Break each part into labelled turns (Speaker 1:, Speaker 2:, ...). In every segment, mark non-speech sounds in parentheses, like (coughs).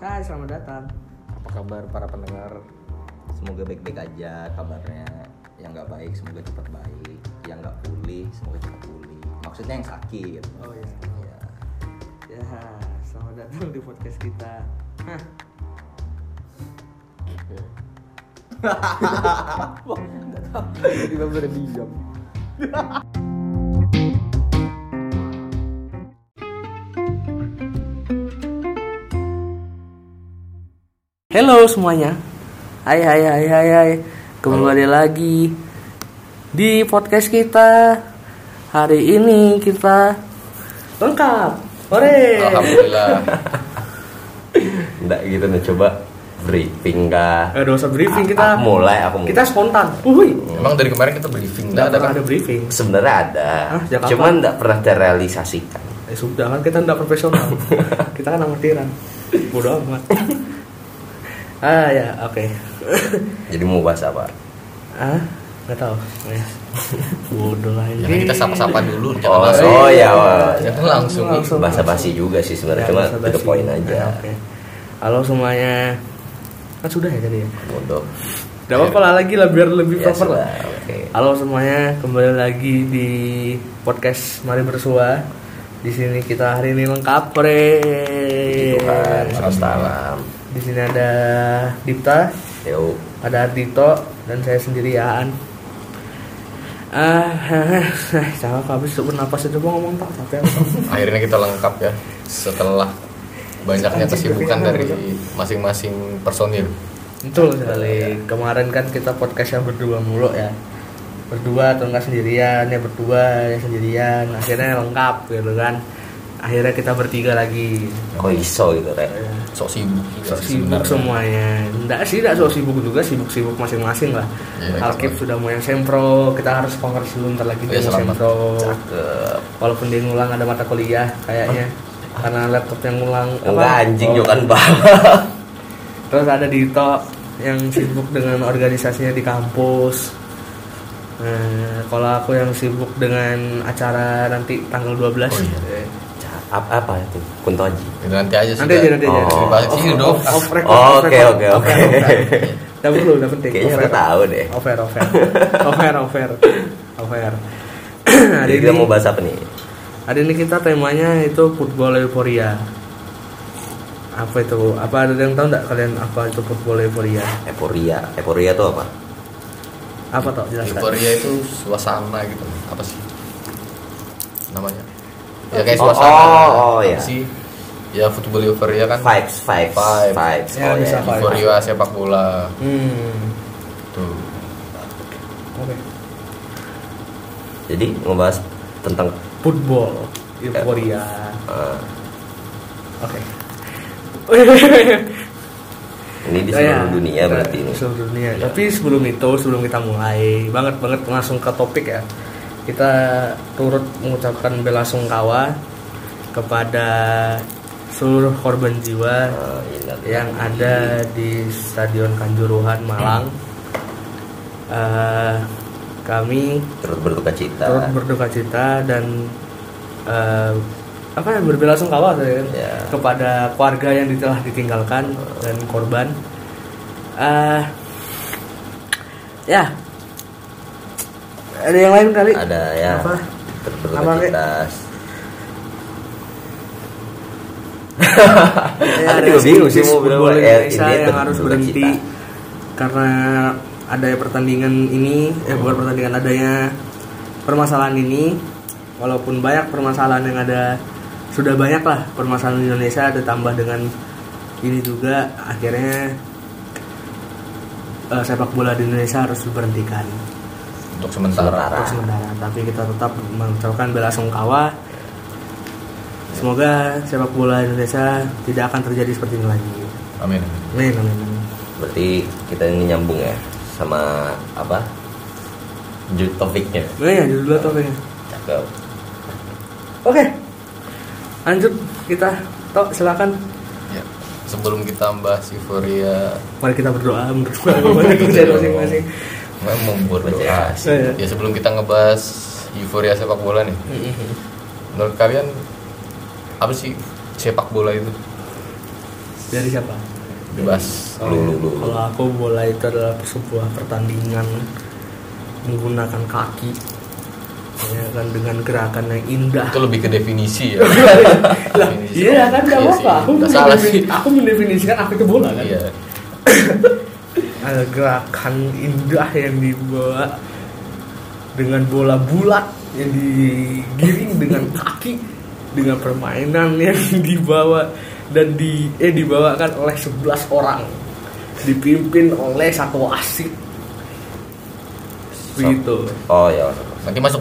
Speaker 1: Hai, selamat datang.
Speaker 2: Apa kabar para pendengar? Semoga baik-baik aja kabarnya. Yang nggak baik semoga cepat baik. Yang nggak pulih semoga cepat pulih. Maksudnya yang sakit.
Speaker 1: Oh, iya.
Speaker 2: Ya.
Speaker 1: Ya, selamat datang di podcast kita. Hah,
Speaker 3: tiba berdiam
Speaker 1: Halo semuanya. Hai hai hai hai hai. Kembali lagi di podcast kita. Hari ini kita lengkap. Hore.
Speaker 4: (laughs) Alhamdulillah. Enggak gitu nih coba briefing kah?
Speaker 1: Eh, dosa briefing
Speaker 4: A-
Speaker 1: kita.
Speaker 4: aku Ah, mulai, aku mulai.
Speaker 1: Kita spontan. Wuih.
Speaker 5: Oh.
Speaker 4: Emang dari kemarin kita briefing
Speaker 1: Enggak
Speaker 4: ada
Speaker 5: kan?
Speaker 1: pernah ada briefing.
Speaker 4: Sebenarnya ada.
Speaker 1: Hah, sejak kapan?
Speaker 4: Cuman enggak pernah terrealisasikan.
Speaker 1: Eh, sudah kan kita nggak
Speaker 4: (laughs)
Speaker 1: profesional. kita kan amatiran. Bodoh amat. ah ya, oke. (laughs)
Speaker 4: Jadi mau bahas apa?
Speaker 1: ah, nggak tahu. Eh, Bodoh lagi.
Speaker 5: Jangan kita sapa-sapa
Speaker 1: Ya,
Speaker 5: dulu, jangan
Speaker 4: Oh,
Speaker 5: langsung.
Speaker 4: oh ya.
Speaker 5: Jangan langsung.
Speaker 1: Langsung.
Speaker 4: Bahasa basi juga sih
Speaker 1: Ya,
Speaker 4: sebenarnya cuma
Speaker 1: basa
Speaker 4: to the
Speaker 1: basi.
Speaker 4: point
Speaker 1: Ya,
Speaker 4: aja.
Speaker 1: oke. Halo semuanya. Kan sudah ya tadi ya.
Speaker 4: Bodoh.
Speaker 1: Gak apa-apa lah lagi lah biar lebih
Speaker 4: Ya,
Speaker 1: proper lah.
Speaker 4: sudah, oke.
Speaker 1: Halo semuanya, kembali lagi di podcast Mari Bersua. Di sini kita hari ini lengkap, pre. Ya.
Speaker 4: Tuhan, semesta alam.
Speaker 1: Di sini ada Dipta,
Speaker 4: Yo.
Speaker 1: ada Ardito dan saya sendiri Aan. Ah, (laughs) jangan habis itu bernapas aja mau ngomong tak capek. aku.
Speaker 5: Akhirnya kita lengkap ya setelah banyaknya kesibukan dari masing-masing personil.
Speaker 1: Betul sekali. Kemarin kan kita podcastnya berdua mulu ya. Berdua atau enggak sendirian, ya berdua, ya sendirian. Akhirnya lengkap gitu kan. Akhirnya kita bertiga lagi.
Speaker 4: Kok iso gitu, Re?
Speaker 5: Sok sibuk. juga
Speaker 1: Sok
Speaker 5: sih
Speaker 1: sibuk
Speaker 5: sebenarnya.
Speaker 1: semuanya. Enggak sih, enggak sok sibuk juga, sibuk-sibuk masing-masing lah.
Speaker 5: Iya,
Speaker 1: Alkif
Speaker 5: gitu.
Speaker 1: sudah mau yang sempro, kita harus kongres dulu ntar lagi
Speaker 5: Oh,
Speaker 1: dia
Speaker 5: iya,
Speaker 1: mau
Speaker 5: selamat.
Speaker 1: sempro.
Speaker 4: Cakep.
Speaker 1: Walaupun dia ngulang ada mata kuliah kayaknya. Karena laptop yang ngulang
Speaker 4: Enggak
Speaker 1: apa?
Speaker 4: anjing
Speaker 1: Oh.
Speaker 4: juga kan
Speaker 1: (laughs)
Speaker 4: bawah.
Speaker 1: Terus ada Dito yang sibuk dengan organisasinya di kampus. Nah, kalau aku yang sibuk dengan acara nanti tanggal 12.
Speaker 5: Oh, iya.
Speaker 1: Eh,
Speaker 4: Apa apa itu? Kunto Aji.
Speaker 5: Itu nanti aja sih.
Speaker 1: Nanti aja nanti aja.
Speaker 4: Ya Oh.
Speaker 5: Dibahas sih, dong.
Speaker 1: off- off record,
Speaker 4: Oh,
Speaker 1: off
Speaker 4: oke,
Speaker 1: record.
Speaker 4: oke,
Speaker 1: Off
Speaker 4: oke.
Speaker 1: record, off record. Nggak perlu, nggak penting.
Speaker 4: Kayaknya
Speaker 1: Off
Speaker 4: aku
Speaker 1: record.
Speaker 4: tahu deh.
Speaker 1: Off air, off air. Off air, off air. Off air. (clears throat) Hari
Speaker 4: Jadi kita
Speaker 1: nah, ini-
Speaker 4: mau bahas apa nih?
Speaker 1: Hari ini kita temanya itu football euforia. Apa itu? Apa ada yang tahu nggak kalian apa itu football euforia?
Speaker 4: Eporia. Eporia tuh apa?
Speaker 1: Apa toh jelaskan?
Speaker 5: Euforia itu suasana gitu. Apa sih? Namanya. Ya kayak
Speaker 4: Oh,
Speaker 5: suasana.
Speaker 4: oh, oh,
Speaker 5: Apa
Speaker 4: iya.
Speaker 5: sih? Ya football euforia kan.
Speaker 4: Vibes, vibes,
Speaker 5: Vibes.
Speaker 4: vibes.
Speaker 1: Ya,
Speaker 4: oh
Speaker 1: bisa
Speaker 4: ya.
Speaker 1: vibes.
Speaker 5: Euforia sepak bola.
Speaker 1: Hmm.
Speaker 5: Tuh.
Speaker 1: Oke.
Speaker 4: Jadi ngebahas tentang
Speaker 1: Football euforia.
Speaker 4: eh,
Speaker 1: Oke.
Speaker 4: ini di
Speaker 1: Oh,
Speaker 4: seluruh
Speaker 1: ya.
Speaker 4: dunia berarti ini.
Speaker 1: Seluruh dunia. Tapi sebelum itu, sebelum kita mulai, banget banget langsung ke topik ya. Kita turut mengucapkan bela sungkawa kepada seluruh korban jiwa
Speaker 4: Eh, ini
Speaker 1: yang ada di Stadion Kanjuruhan Malang. Eh, kami
Speaker 4: Terus berduka cita.
Speaker 1: turut berduka cita dan eh, apa yang berbela sungkawa saya kan,
Speaker 4: Ya.
Speaker 1: kepada keluarga yang telah ditinggalkan dan korban Eh, ya ada yang lain kali
Speaker 4: Ada ya.
Speaker 1: apa
Speaker 4: Terus berduka
Speaker 1: Apa, Re?
Speaker 4: cita.
Speaker 1: Ya,
Speaker 4: Aku
Speaker 1: ada
Speaker 4: juga bingung
Speaker 1: bisnis
Speaker 4: sih mau bilang
Speaker 1: football
Speaker 4: apa. Eh,
Speaker 1: Indonesia
Speaker 4: ini
Speaker 1: Iya, yang harus
Speaker 4: berduka
Speaker 1: berhenti
Speaker 4: cita.
Speaker 1: karena ada pertandingan ini eh bukan pertandingan adanya permasalahan ini walaupun banyak permasalahan yang ada sudah banyak lah permasalahan di Indonesia ditambah dengan ini juga akhirnya eh, sepak bola di Indonesia harus diberhentikan
Speaker 5: Untuk sementara.
Speaker 1: untuk sementara tapi kita tetap mengucapkan bela sungkawa semoga sepak bola Indonesia tidak akan terjadi seperti ini lagi
Speaker 5: Amin.
Speaker 1: amin amin, amin.
Speaker 4: Berarti kita ini nyambung ya sama apa? Ju- Topiknya.
Speaker 1: Oh iya, judul topiknya.
Speaker 4: Cakep.
Speaker 1: Oke. Lanjut kita tok silakan.
Speaker 5: Ya. Sebelum kita bahas euforia
Speaker 1: Mari kita berdoa berdua kepada kita masing-masing.
Speaker 5: Memang berdoa
Speaker 4: Baca.
Speaker 1: Iya.
Speaker 5: Ya sebelum kita ngebahas euforia sepak bola nih Menurut kalian Apa sih sepak bola itu?
Speaker 1: Dari siapa?
Speaker 5: bebas
Speaker 4: Lu, lu, lu.
Speaker 1: Kalau aku bola itu adalah sebuah pertandingan menggunakan kaki ya kan dengan gerakan yang indah.
Speaker 5: itu lebih ke definisi ya
Speaker 1: (laughs) Lah,
Speaker 5: Definisi.
Speaker 1: iya kan nggak
Speaker 5: Iya
Speaker 1: apa-apa.
Speaker 5: sih,
Speaker 1: Aku,
Speaker 5: nggak salah
Speaker 1: mendefin-
Speaker 5: sih
Speaker 1: aku mendefinisikan apa itu bola kan.
Speaker 5: iya
Speaker 1: Ada gerakan indah yang dibawa dengan bola bulat yang digiring (laughs) dengan kaki dengan permainan yang (laughs) dibawa dan di eh dibawakan oleh 11 orang dipimpin oleh satu Gitu. wasit begitu
Speaker 4: Oh ya. masuk.
Speaker 5: nanti masuk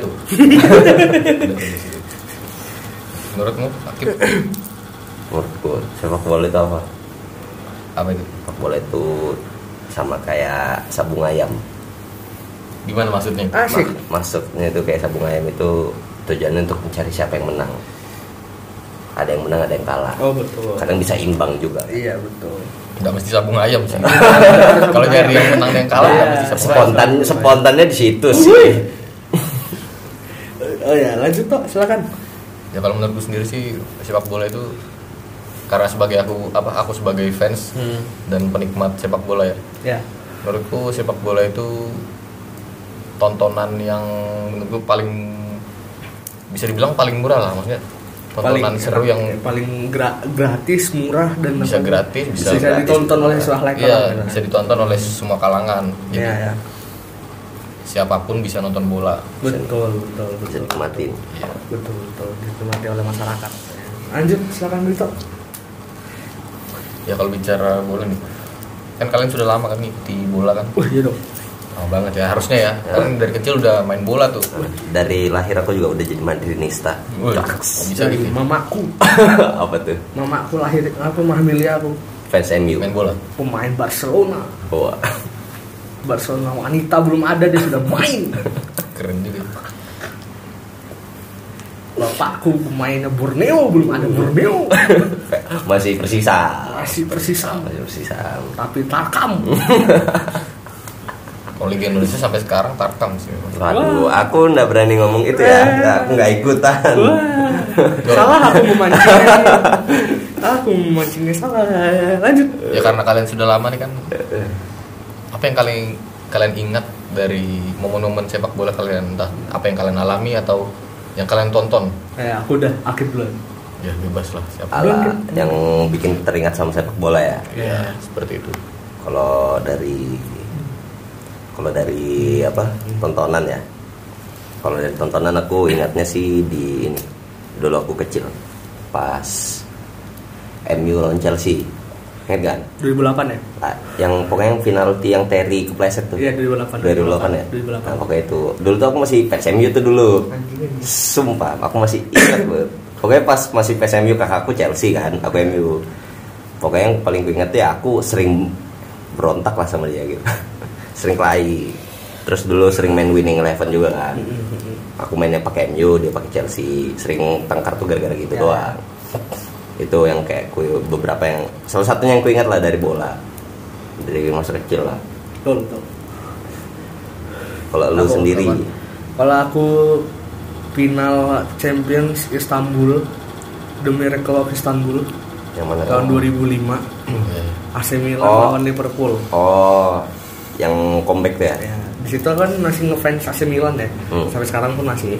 Speaker 1: (laughs)
Speaker 5: tuh menurutmu Akib
Speaker 4: Menurut gue sepak bola itu apa?
Speaker 5: apa itu
Speaker 4: Sepak bola itu sama kayak sabung ayam.
Speaker 5: gimana maksudnya
Speaker 1: asik
Speaker 4: Ma- masuknya itu kayak sabung ayam itu tujuannya untuk mencari siapa yang menang. Ada yang menang, ada yang kalah.
Speaker 1: oh betul
Speaker 4: Kadang bisa imbang juga.
Speaker 1: iya betul
Speaker 5: nggak mesti sabung ayam
Speaker 1: (laughs)
Speaker 5: sih kalau nyari yang menang dan yang kalah nggak mesti
Speaker 1: Iya,
Speaker 5: sabung ayam
Speaker 4: Spontan, spontannya di situ sih.
Speaker 1: oh ya lanjut toh silakan
Speaker 5: ya kalau menurut gue sendiri sih sepak bola itu karena sebagai aku apa aku sebagai fans
Speaker 1: Hmm.
Speaker 5: dan penikmat sepak bola ya
Speaker 1: ya
Speaker 5: menurutku sepak bola itu tontonan yang menurutku paling bisa dibilang paling murah lah maksudnya tontonan seru yang
Speaker 1: ya, paling gra- gratis murah dan
Speaker 5: bisa
Speaker 1: apa-
Speaker 5: gratis bisa,
Speaker 1: bisa
Speaker 4: gratis,
Speaker 1: ditonton
Speaker 4: murah.
Speaker 1: oleh seluruh
Speaker 5: iya
Speaker 1: orang kan?
Speaker 5: bisa ditonton oleh semua kalangan Jadi
Speaker 1: Iya, ya.
Speaker 5: siapapun bisa nonton bola
Speaker 1: betul betul
Speaker 4: Bisa
Speaker 1: betul
Speaker 4: nikmatin.
Speaker 5: Iya.
Speaker 1: betul betul dinikmati oleh masyarakat lanjut silakan Dito
Speaker 5: ya kalau bicara bola nih kan kalian sudah lama kan ngikuti bola kan
Speaker 1: wah iya dong
Speaker 5: lama banget ya harusnya ya kan dari kecil udah main bola tuh
Speaker 4: Nah, Dari lahir aku juga udah jadi Madrinista.
Speaker 5: Wih,
Speaker 4: Caks.
Speaker 5: bisa
Speaker 1: Dari
Speaker 5: gitu ya?
Speaker 1: mamaku
Speaker 4: (laughs) apa tuh?
Speaker 1: mamaku lahir apa mahmili aku
Speaker 4: Fans MU.
Speaker 5: main bola
Speaker 1: pemain Barcelona
Speaker 4: Wah.
Speaker 1: Barcelona wanita belum ada dia sudah main
Speaker 5: keren juga
Speaker 1: bapakku pemainnya Borneo belum ada
Speaker 5: (laughs)
Speaker 1: Borneo
Speaker 4: (laughs) Masih persisa.
Speaker 1: masih persisa
Speaker 4: Masih persisa.
Speaker 1: tapi Tarkam
Speaker 5: kalau Liga Indonesia sampai sekarang tarkam sih memang.
Speaker 4: Waduh, aku nggak berani ngomong itu ya. Nggak, aku nggak ikutan.
Speaker 1: Wah, salah aku memancingnya aku memancingnya salah lanjut
Speaker 5: ya karena kalian sudah lama nih kan apa yang kalian kalian ingat dari momen-momen sepak bola kalian entah apa yang kalian alami atau yang kalian tonton
Speaker 1: eh aku udah akhir bulan
Speaker 5: ya bebas lah siapa
Speaker 4: Ala yang bikin teringat sama sepak bola ya.
Speaker 5: ya seperti itu
Speaker 4: Kalau dari kalau dari apa? Tontonan ya. Kalau dari tontonan aku ingatnya sih di ini. Dulu aku kecil pas MU lawan Chelsea. Ingat kan?
Speaker 1: 2008 ya
Speaker 4: Ah, yang pokoknya yang penalti yang Terry kepleset tuh.
Speaker 1: Iya, 2008.
Speaker 4: 2008 ya.
Speaker 1: 2008.
Speaker 4: Nah, pokoknya itu. Dulu tuh aku masih fans MU tuh dulu.
Speaker 1: Anjing.
Speaker 4: Sumpah, aku masih ingat banget. Pokoknya pas masih fans MU kakakku Chelsea kan, aku MU. Pokoknya yang paling gue inget ya aku sering berontak lah sama dia gitu. (laughs) sering kelahi. Terus dulu sering main winning eleven juga kan.
Speaker 1: Mm-hmm,
Speaker 4: Aku mainnya pakai MU, dia pakai Chelsea. Sering tengkar tuh gara-gara gitu
Speaker 1: Ya.
Speaker 4: doang. Itu yang kayak ku beberapa yang salah satunya yang ku ingat lah dari bola. Dari masa kecil lah.
Speaker 1: betul betul
Speaker 4: Kalau lu
Speaker 1: Aku-
Speaker 4: sendiri
Speaker 1: aku- kalau aku final Champions Istanbul The Miracle of Istanbul
Speaker 4: yang mana?
Speaker 1: tahun 2005
Speaker 5: Ya.
Speaker 1: AC Milan
Speaker 4: Oh.
Speaker 1: lawan Liverpool
Speaker 4: Oh, yang comeback tuh ya?
Speaker 1: ya di situ kan masih ngefans AC Milan ya
Speaker 4: Hmm.
Speaker 1: sampai sekarang pun masih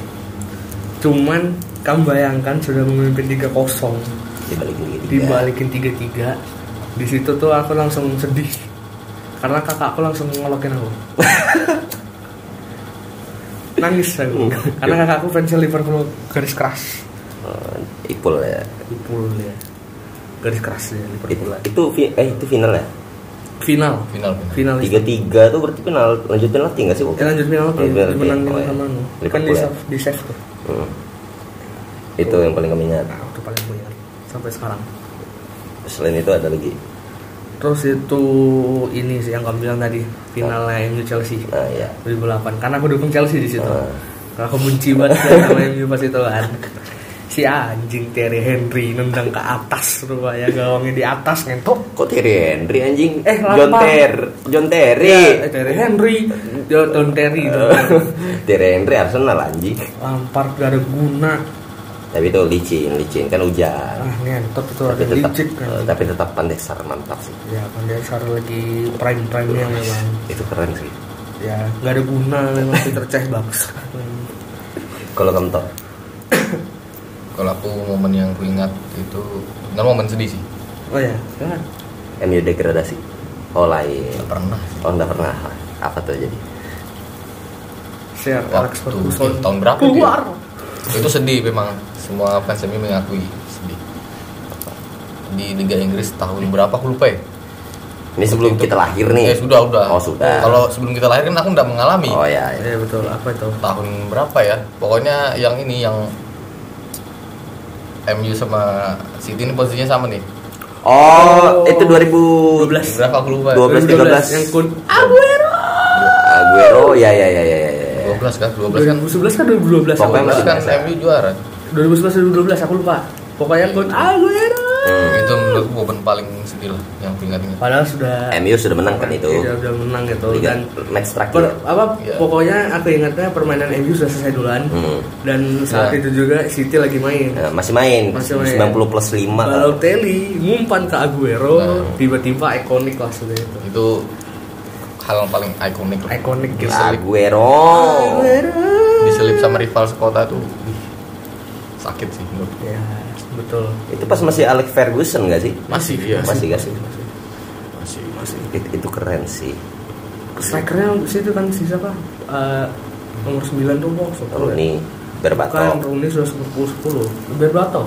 Speaker 1: cuman kamu bayangkan sudah memimpin 3-0
Speaker 4: Dibalikin gitu.
Speaker 1: dibalikin 3-3 di situ tuh aku langsung sedih karena kakakku langsung ngolokin aku nangis aku karena kakakku fans Liverpool garis keras
Speaker 4: Oh, Ipul ya.
Speaker 1: Liverpool ya garis keras ya
Speaker 4: It-
Speaker 1: Liverpool
Speaker 4: itu fi- eh itu final ya?
Speaker 1: final
Speaker 5: final final
Speaker 1: final
Speaker 4: Tiga tiga tuh berarti final lanjutin lagi nggak sih? Bob?
Speaker 1: ya lanjut final oke
Speaker 4: Lanjut penalti.
Speaker 1: menang
Speaker 4: Oh, ya.
Speaker 1: sama anu. kan di
Speaker 4: Liverpool ya?
Speaker 1: save di save tuh
Speaker 4: Hmm. Itu yang paling kami ingat.
Speaker 1: nah itu paling punya sampai sekarang
Speaker 4: Selain itu ada lagi.
Speaker 1: terus itu ini sih yang kamu bilang tadi finalnya MU Chelsea
Speaker 4: Nah ya.
Speaker 1: 2008 karena aku dukung Chelsea di situ.
Speaker 4: Ah.
Speaker 1: Karena aku benci banget ya sama MU pas itu kan. Si anjing Terry Henry nendang ke atas rupanya gawangnya di atas ngentok.
Speaker 4: Kok Terry Henry anjing?
Speaker 1: Eh,
Speaker 4: John
Speaker 1: lama.
Speaker 4: Ter, John Terry. Ah.
Speaker 1: Ya, eh, gitu. Terry Henry, Don
Speaker 4: (laughs) Eh.
Speaker 1: Don Terry itu.
Speaker 4: Terry Henry Arsenal anjing.
Speaker 1: Lampar gak ada guna.
Speaker 4: tapi itu licin licin kan hujan
Speaker 1: ah ngentot itu
Speaker 4: tapi
Speaker 1: ada
Speaker 4: tetap
Speaker 1: licik kan
Speaker 4: eh, tapi tetap Pandesar mantap sih
Speaker 1: ya Pandesar lagi prime prime nya Iya, memang
Speaker 4: itu keren sih
Speaker 1: ya nggak ada guna memang Peter Cech bagus
Speaker 4: kalau kamu tau
Speaker 5: Kalau aku momen yang ku ingat itu benar momen sedih sih.
Speaker 1: oh ya silakan.
Speaker 4: MU degradasi oh lain
Speaker 5: Gak pernah.
Speaker 4: oh nggak pernah apa tuh jadi
Speaker 1: share Alex
Speaker 5: Waktu
Speaker 1: Ferguson
Speaker 5: tahun berapa dia?
Speaker 1: keluar
Speaker 5: itu sedih memang semua fans MU mengakui sedih di Liga Inggris tahun berapa aku lupa ya
Speaker 4: ini sebelum
Speaker 5: Itu-
Speaker 4: kita lahir nih
Speaker 5: eh sudah udah
Speaker 4: oh sudah
Speaker 5: kalau Eh. sebelum kita lahir kan aku nggak mengalami
Speaker 4: oh ya, ya.
Speaker 1: ya betul apa itu
Speaker 5: tahun berapa ya pokoknya yang ini yang MU sama City ini posisinya sama nih
Speaker 4: oh itu 2012
Speaker 5: berapa aku lupa
Speaker 4: 12, 13.
Speaker 1: yang kun
Speaker 4: Aguero ya ya ya ya ya, ya.
Speaker 5: 12 kan 12 kan
Speaker 1: 2011 kan 2012 aku
Speaker 4: Pokoknya
Speaker 1: lupa.
Speaker 4: masih-
Speaker 5: 12 kan MU juara
Speaker 1: 2011 2012 aku "Ah, lupa pokoknya kun Aguero
Speaker 4: Hmm.
Speaker 5: itu menurutku momen paling sedih lah yang aku ingat-ingat
Speaker 1: padahal sudah
Speaker 4: MU sudah menang kan itu
Speaker 1: Iya, udah menang gitu
Speaker 4: Liga
Speaker 1: dan
Speaker 4: match terakhir
Speaker 1: per- apa
Speaker 5: Iya.
Speaker 1: pokoknya aku ingatnya permainan MU sudah selesai duluan
Speaker 4: Hmm.
Speaker 1: dan saat
Speaker 5: Iya.
Speaker 1: itu juga City lagi main
Speaker 4: Eh, masih main
Speaker 1: Masih main.
Speaker 4: 90 plus 5
Speaker 1: Balotelli ngumpan ke Aguero
Speaker 4: Ya.
Speaker 5: Nah.
Speaker 1: tiba-tiba ikonik lah sudah itu
Speaker 5: itu hal yang paling ikonik lah.
Speaker 1: ikonik
Speaker 4: iya.
Speaker 1: gitu
Speaker 4: Ah, Aguero Oh.
Speaker 5: diselip sama rival sekota tuh ih, sakit sih menurut
Speaker 1: ya betul
Speaker 4: itu pas masih Alex Ferguson gak sih
Speaker 5: masih ya
Speaker 4: masih gak sih
Speaker 5: masih masih
Speaker 4: It- itu keren sih
Speaker 1: strikernya sih itu kan si siapa Eh, nomor 9 tuh box
Speaker 4: Rooney
Speaker 1: kan
Speaker 4: Berbatov
Speaker 1: Rooney sudah 10 sepuluh Berbatov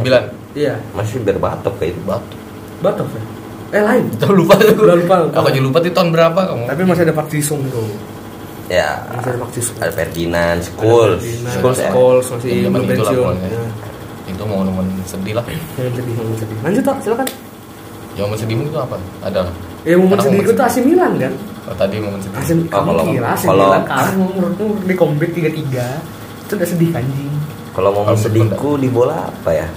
Speaker 5: sembilan
Speaker 1: iya
Speaker 4: masih Berbatov kayak gitu, itu
Speaker 5: batu
Speaker 1: Batov ya eh lain
Speaker 5: kita lupa tuh
Speaker 1: Udah lupa, lupa.
Speaker 5: aku aja lupa tuh tahun berapa kamu
Speaker 1: tapi masih ada Pak Jisung tuh
Speaker 4: ya
Speaker 1: masih ada Pak Jisung
Speaker 4: ada Ferdinand Scholes
Speaker 1: Scholes
Speaker 4: Scholes ya.
Speaker 1: Scholes masih
Speaker 5: Yang zaman itu lah
Speaker 1: Benzium.
Speaker 5: pokoknya.
Speaker 1: Ya.
Speaker 5: itu momen sedih lah
Speaker 1: Yang sedih, yang sedih. Lanjut, Tok, silakan.
Speaker 5: yang momen sedihmu itu apa ada
Speaker 1: Ya momen
Speaker 5: Karena
Speaker 1: sedih
Speaker 5: momen
Speaker 1: itu AC Milan kan?
Speaker 5: oh, tadi momen
Speaker 1: AC
Speaker 5: sedih
Speaker 4: Oh,
Speaker 1: kamu
Speaker 4: kalau-
Speaker 1: kira AC
Speaker 4: kalau-
Speaker 1: Milan kalah menurutmu di comeback 3-3. Itu udah sedih anjing.
Speaker 4: kalau mau
Speaker 5: Kalau
Speaker 4: sedihku di bola apa ya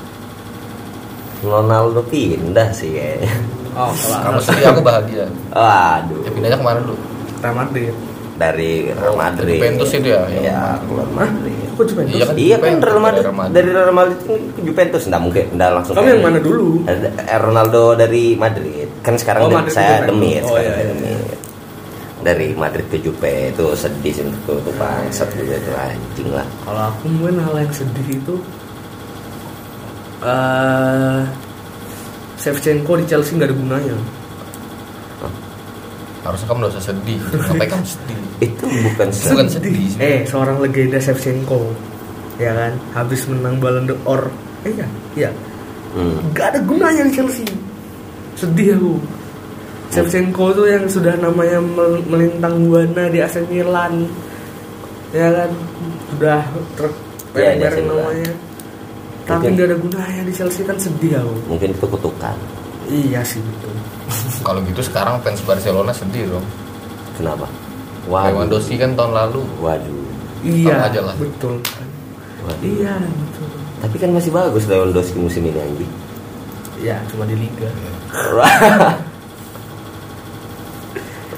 Speaker 4: Ronaldo pindah sih
Speaker 5: (laughs)
Speaker 4: kayaknya
Speaker 1: Oh, kalah.
Speaker 5: kamu sedih aku bahagia
Speaker 4: Waduh
Speaker 5: ya pindahnya kemana dulu
Speaker 1: Real Madrid.
Speaker 4: dari Real
Speaker 5: Oh,
Speaker 4: Madrid.
Speaker 5: Juventus itu ya, yang
Speaker 4: Iya,
Speaker 5: kemarin.
Speaker 4: keluar
Speaker 1: Hah?
Speaker 4: Madrid.
Speaker 1: Kok Juventus?
Speaker 5: Iya
Speaker 4: Iya
Speaker 5: kan?
Speaker 4: kan
Speaker 5: Juventus,
Speaker 4: Real Madrid
Speaker 5: dari Real Madrid.
Speaker 4: dari Real Madrid kan ke Juventus enggak mungkin, enggak langsung.
Speaker 1: Kamu
Speaker 4: ke-
Speaker 1: yang mana dulu?
Speaker 4: Ada- eh, Ronaldo dari Madrid. Kan sekarang
Speaker 1: Oh,
Speaker 4: de-
Speaker 1: Madrid ke
Speaker 4: saya
Speaker 1: Juventus.
Speaker 4: demit,
Speaker 1: Oh,
Speaker 4: sekarang
Speaker 1: iya,
Speaker 4: saya
Speaker 1: iya.
Speaker 4: demit. Dari Madrid ke Juve itu sedih sih menurutku itu bangsat juga itu anjing lah.
Speaker 1: Kalau aku mungkin hal yang sedih itu eh Shevchenko di Chelsea nggak ada gunanya.
Speaker 5: harusnya kamu gak usah sedih ngapain kamu sedih
Speaker 4: Itu bukan se-
Speaker 5: bukan sedih sih.
Speaker 1: Eh, seorang legenda Shevchenko, ya kan? Habis menang Ballon d'Or, eh, iya, iya,
Speaker 4: Hmm.
Speaker 1: nggak ada gunanya di Chelsea. Sedih aku. Shevchenko tuh yang sudah namanya mel- melintang buana di AC Milan, ya kan? Sudah
Speaker 4: Iya, di AC
Speaker 1: terpeleng
Speaker 4: Milan.
Speaker 1: namanya. Tapi
Speaker 4: Mungkin-
Speaker 1: nggak ada gunanya di Chelsea kan sedih aku.
Speaker 4: Mungkin itu kutukan.
Speaker 1: Iya sih betul.
Speaker 5: kalau gitu sekarang fans Barcelona sedih dong
Speaker 4: Kenapa?
Speaker 5: Lewandowski kan tahun lalu
Speaker 4: Waduh.
Speaker 1: Iya.
Speaker 5: Sama aja lah.
Speaker 1: Betul.
Speaker 4: Waduh.
Speaker 1: Iya betul.
Speaker 4: Tapi kan masih bagus Lewandowski musim
Speaker 1: (laughs)
Speaker 4: ini anjing.
Speaker 1: Ya cuma di liga.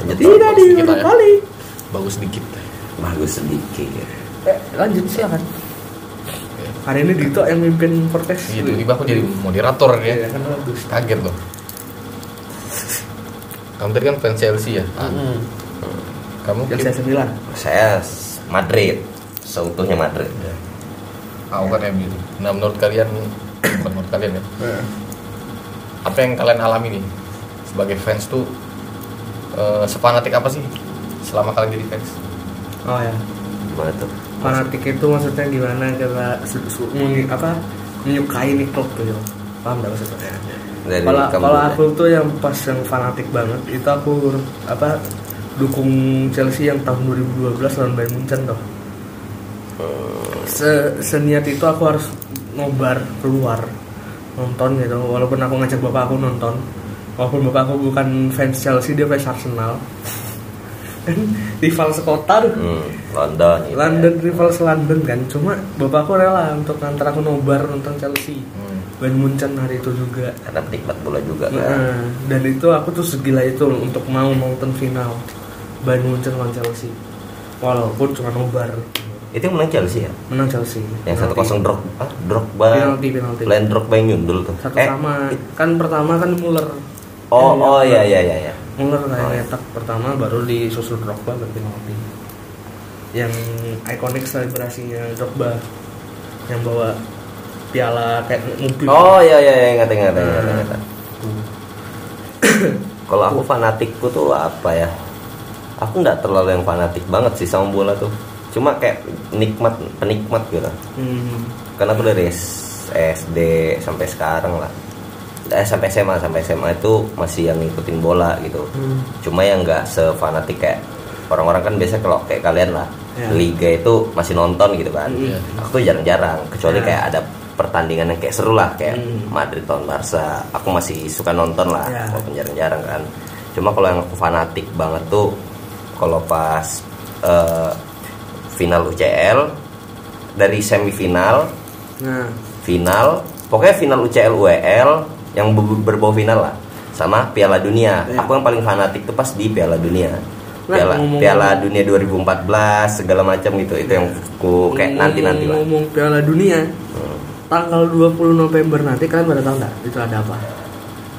Speaker 4: Lanjut,
Speaker 1: Tidak
Speaker 5: bagus
Speaker 1: di
Speaker 5: kita ya.
Speaker 1: kali.
Speaker 5: bagus sedikit
Speaker 4: bagus sedikit.
Speaker 1: Eh, lanjut silakan. Hari ini Dito yang mimpin podcast.
Speaker 5: iya tiba-tiba aku jadi moderator ya
Speaker 1: Iya, kan bagus.
Speaker 5: kaget loh kamu tadi kan fans Chelsea ya Ah,
Speaker 1: Hmm.
Speaker 5: kamu
Speaker 1: Yang saya sembilan.
Speaker 4: Saya s- Madrid, seutuhnya Madrid.
Speaker 5: Ya. aku kan MU nah menurut kalian bukan menurut kalian ya apa yang kalian alami nih sebagai fans tuh eh, sefanatik apa sih selama kalian jadi fans
Speaker 1: Oh ya.
Speaker 4: Gimana tuh?
Speaker 1: Fanatik itu maksudnya gimana kita su- su- mengi- apa menyukai nih klub tuh. Yo. Paham nggak maksudnya?
Speaker 4: Dari ya.
Speaker 1: Kalau
Speaker 4: kamu
Speaker 1: kalau
Speaker 4: dulu
Speaker 1: aku tuh yang pas yang fanatik banget itu aku apa dukung Chelsea yang tahun 2012 lawan Bayern Munchen tuh.
Speaker 4: Oh.
Speaker 1: Se seniat itu aku harus ngobar keluar nonton gitu walaupun aku ngajak bapak aku nonton walaupun bapak aku bukan fans Chelsea dia fans Arsenal Kan dan (laughs) rival sekota tuh.
Speaker 4: Hmm, London. gitu ya.
Speaker 1: London rival London kan cuma bapak aku rela untuk ngantar aku nobar nonton Chelsea
Speaker 5: Hmm.
Speaker 1: Bayern Munchen hari itu juga
Speaker 4: Karena penikmat bola juga kan.
Speaker 1: Nah, dan itu aku tuh segila itu loh untuk mau nonton final Bayern Munchen lawan Chelsea walaupun cuma nobar
Speaker 4: Itu yang menang Chelsea ya?
Speaker 1: menang Chelsea
Speaker 4: Yang satu
Speaker 1: Penalti.
Speaker 4: kosong drop, ah, drop bang.
Speaker 1: Penalti, penalti.
Speaker 4: Lain drop bang nyundul tuh. Eh,
Speaker 1: satu sama kan pertama kan Muller
Speaker 4: Oh,
Speaker 1: Eh,
Speaker 4: oh
Speaker 1: apa?
Speaker 4: iya iya iya. iya.
Speaker 1: Muller kayak
Speaker 4: Oh.
Speaker 1: nyetak pertama baru disusul Drogba berarti penalti yang ikonik selebrasinya Drogba yang bawa piala kayak mungkin
Speaker 4: Oh iya iya iya ingat ingat ingat.
Speaker 1: Hmm.
Speaker 4: ingat. Kalau aku fanatikku tuh apa ya? Aku nggak terlalu yang fanatik banget sih sama bola tuh. Cuma kayak nikmat penikmat gitu.
Speaker 1: hmm.
Speaker 4: Karena aku dari S- SD sampai sekarang lah. Eh sampai SMA sampai SMA itu masih yang ngikutin bola gitu.
Speaker 1: Hmm.
Speaker 4: Cuma yang nggak sefanatik kayak orang-orang kan biasa kalau kayak kalian lah
Speaker 1: Ya.
Speaker 4: liga itu masih nonton gitu kan.
Speaker 1: Iya.
Speaker 4: Aku tuh jarang-jarang kecuali
Speaker 1: Ya.
Speaker 4: kayak ada pertandingan yang kayak seru lah kayak
Speaker 1: Hmm.
Speaker 4: Madrid lawan Barca. Aku masih suka nonton lah
Speaker 1: Ya.
Speaker 4: walaupun jarang-jarang kan. Cuma kalau yang aku fanatik banget tuh kalau pas eh, final UCL dari semifinal,
Speaker 1: nah
Speaker 4: final, pokoknya final UCL UEL E yang ber- berbau final lah sama Piala Dunia.
Speaker 1: Ya.
Speaker 4: Aku yang paling fanatik tuh pas di Piala Dunia.
Speaker 1: Nah,
Speaker 4: Piala,
Speaker 1: ngomong-
Speaker 4: Piala Dunia 2014 segala macam gitu itu yang ku kayak nanti-nanti lah.
Speaker 1: ngomong Piala Dunia
Speaker 4: Hmm.
Speaker 1: tanggal 20 November nanti kalian pada tahu nggak itu ada apa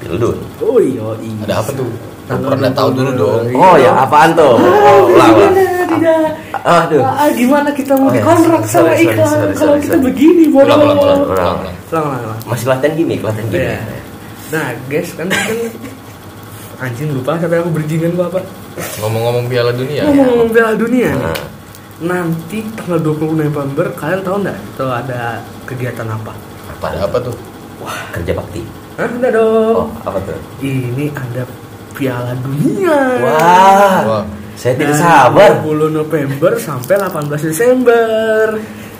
Speaker 4: Pildun.
Speaker 1: oh iya iya.
Speaker 5: Ada apa tuh?
Speaker 1: Tanggal
Speaker 5: Pernah tahu
Speaker 1: 20
Speaker 5: dulu dong.
Speaker 1: Iya.
Speaker 4: Oh ya, apaan tuh? Oh, ulang, ulang.
Speaker 1: Gimana tidak
Speaker 4: Aduh.
Speaker 1: Ah, gimana kita mau
Speaker 4: Oh, iya.
Speaker 1: dikontrak sama
Speaker 4: Sorry, sorry,
Speaker 1: iklan
Speaker 4: sorry,
Speaker 1: kalau
Speaker 4: sorry,
Speaker 1: kita
Speaker 4: sorry.
Speaker 1: begini bodoh
Speaker 5: Ulang ulang ulang
Speaker 4: Ulang.
Speaker 5: ulang. ulang.
Speaker 1: Pelan, pelan, pelan.
Speaker 4: Masih latihan gimmick, latihan gimmick.
Speaker 1: Iya. Nah, guys, kan kan anjing lupa sampai aku berjingan gua apa.
Speaker 5: Ngomong-ngomong Piala Dunia.
Speaker 1: Ngomong-ngomong Piala Dunia. nih.
Speaker 4: Nah,
Speaker 1: Nanti tanggal 20 November kalian tahu nggak itu ada kegiatan apa?
Speaker 5: Pada apa tuh?
Speaker 4: kerja bakti.
Speaker 1: Hah, udah dong.
Speaker 4: Oh, apa tuh?
Speaker 1: Ini ada Piala Dunia.
Speaker 5: Wah.
Speaker 4: Wah. Saya
Speaker 1: Dari
Speaker 4: tidak sabar.
Speaker 1: 20 November sampai 18 Desember.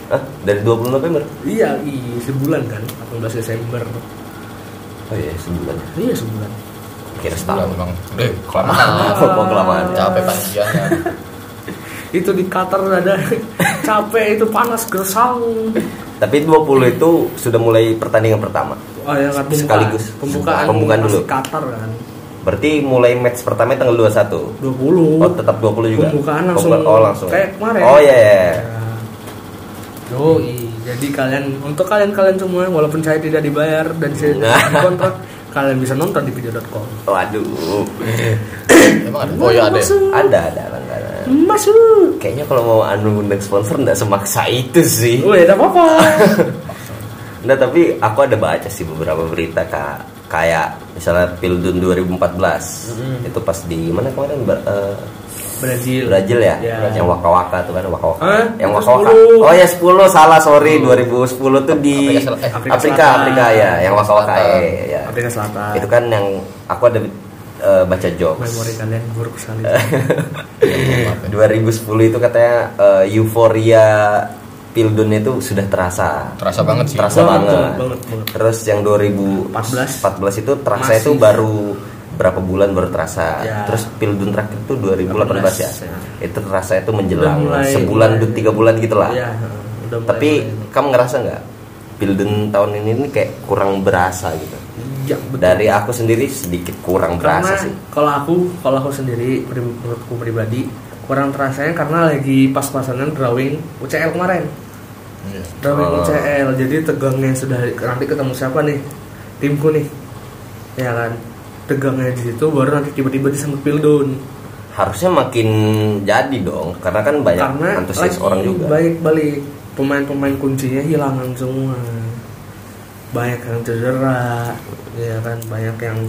Speaker 4: Hah? dari 20 November.
Speaker 1: Iya, i, sebulan kan, 18 Desember.
Speaker 4: Oh iya, sebulan.
Speaker 1: Iya, sebulan.
Speaker 4: Kira
Speaker 5: Ulang
Speaker 4: setahun.
Speaker 5: ulang. Deh,
Speaker 1: (laughs)
Speaker 5: kelamaan.
Speaker 4: Kok kelamaan.
Speaker 5: Capek panjiannya.
Speaker 1: Itu di Qatar ada (laughs) capek itu panas gersang.
Speaker 4: Tapi 20 itu sudah mulai pertandingan pertama.
Speaker 1: Oh ya kan pembukaan.
Speaker 4: Sekaligus.
Speaker 1: pembukaan,
Speaker 4: Pembukaan
Speaker 1: masih
Speaker 4: dulu.
Speaker 1: Qatar kan.
Speaker 4: Berarti mulai match pertama tanggal 21.
Speaker 1: 20.
Speaker 4: Oh, tetap 20 juga.
Speaker 1: Pembukaan langsung.
Speaker 4: Oh, langsung.
Speaker 1: Kayak kemarin.
Speaker 4: Oh iya. iya.
Speaker 1: Ya. Yoi. Jadi kalian untuk kalian-kalian semua walaupun saya tidak dibayar dan
Speaker 4: (laughs)
Speaker 1: saya
Speaker 4: Nah.
Speaker 1: tidak kontrak, kalian bisa nonton di video.com.
Speaker 4: Waduh.
Speaker 5: Emang ada? Oh ya ada. ya?
Speaker 1: Masuk.
Speaker 4: Ada ada langganan.
Speaker 1: Masuk.
Speaker 4: Kayaknya kalau mau anu undang sponsor nggak semaksa itu sih.
Speaker 1: Oh, ya, tidak
Speaker 4: (laughs)
Speaker 1: apa-apa.
Speaker 4: Nah tapi aku ada baca sih beberapa berita kak kayak misalnya Pildun 2014 itu pas di mana kemarin Ber- eh,
Speaker 1: Brazil.
Speaker 4: Brazil ya
Speaker 1: Ya.
Speaker 4: yang Waka Waka tuh kan Waka Waka
Speaker 1: Hah?
Speaker 4: yang
Speaker 1: Itu
Speaker 4: Waka Waka
Speaker 1: 10.
Speaker 4: oh ya 10 salah sorry 2010 tuh di
Speaker 5: Afrika Sel- eh,
Speaker 4: Afrika
Speaker 1: Afrika
Speaker 4: Afrika,
Speaker 1: Selatan.
Speaker 4: ya yang Waka Waka
Speaker 5: Selatan.
Speaker 4: eh, ya
Speaker 1: Afrika Selatan.
Speaker 4: itu kan yang aku ada eh, baca jokes
Speaker 1: memori kalian buruk
Speaker 4: (laughs)
Speaker 1: sekali.
Speaker 4: 2010 itu katanya eh, euforia Pildun itu sudah terasa
Speaker 5: Terasa banget sih.
Speaker 4: terasa
Speaker 1: Banget,
Speaker 4: banget.
Speaker 1: banget, banget, banget.
Speaker 4: Terus yang 2014 14 itu terasa itu
Speaker 1: Masih.
Speaker 4: baru berapa bulan baru terasa.
Speaker 1: Ya.
Speaker 4: Terus Pildun terakhir itu 2018 ya.
Speaker 1: 18, ya.
Speaker 4: Itu terasa itu menjelang
Speaker 1: Udah mulai-
Speaker 4: sebulan
Speaker 1: mulai.
Speaker 4: du- tiga bulan gitulah.
Speaker 1: Iya, udah mulai-
Speaker 4: Tapi
Speaker 1: mulai.
Speaker 4: kamu ngerasa nggak Pildun tahun ini ini kayak kurang berasa gitu.
Speaker 1: Iya, betul.
Speaker 4: Dari aku sendiri sedikit kurang berasa
Speaker 1: karena
Speaker 4: sih.
Speaker 1: kalau aku kalau aku sendiri pri- menurutku pribadi kurang terasanya karena lagi pas-pasannya drawing UCL kemarin
Speaker 5: Iya.
Speaker 1: drawing
Speaker 4: Oh.
Speaker 1: UCL jadi tegangnya sudah nanti ketemu siapa nih timku nih ya kan tegangnya di situ baru nanti tiba-tiba disambut pildun
Speaker 4: Harusnya makin jadi dong karena kan banyak
Speaker 1: karena
Speaker 4: antusias
Speaker 1: lagi
Speaker 4: orang juga.
Speaker 1: balik-balik pemain-pemain kuncinya hilangan semua banyak yang cedera ya kan banyak yang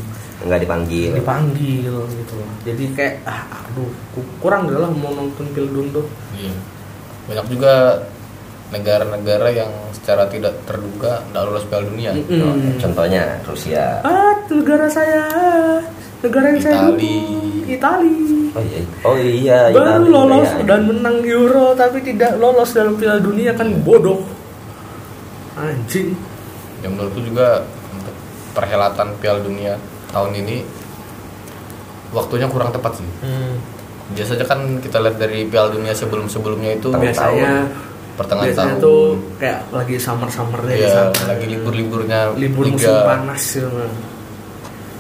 Speaker 4: nggak
Speaker 5: Iya.
Speaker 4: dipanggil.
Speaker 1: dipanggil gitu loh jadi kayak ah aduh ku- kurang deh lah mau nonton Pildun tuh
Speaker 5: Iya. Banyak juga negara-negara yang secara tidak terduga nggak lolos Piala Dunia. Iya.
Speaker 1: Mm-mm.
Speaker 4: Oh, Contohnya Rusia.
Speaker 1: ah negara saya negara yang saya
Speaker 5: Itali. Ya,
Speaker 1: dukung Itali
Speaker 4: Oh iya, oh iya,
Speaker 1: baru
Speaker 4: Itali,
Speaker 1: lolos
Speaker 4: iya.
Speaker 1: dan menang Euro tapi tidak lolos dalam Piala Dunia kan bodoh anjing
Speaker 5: Yang menurutku juga untuk perhelatan Piala Dunia tahun ini waktunya kurang tepat sih. Biasanya kan kita lihat dari Piala Dunia sebelum-sebelumnya itu
Speaker 4: Tapi-
Speaker 1: biasanya
Speaker 5: pertengahan
Speaker 1: biasanya
Speaker 5: tahun.
Speaker 1: tuh kayak lagi summer summernya
Speaker 5: ya lagi libur-liburnya
Speaker 1: libur
Speaker 5: liga.
Speaker 1: musim panas gitu kan. dan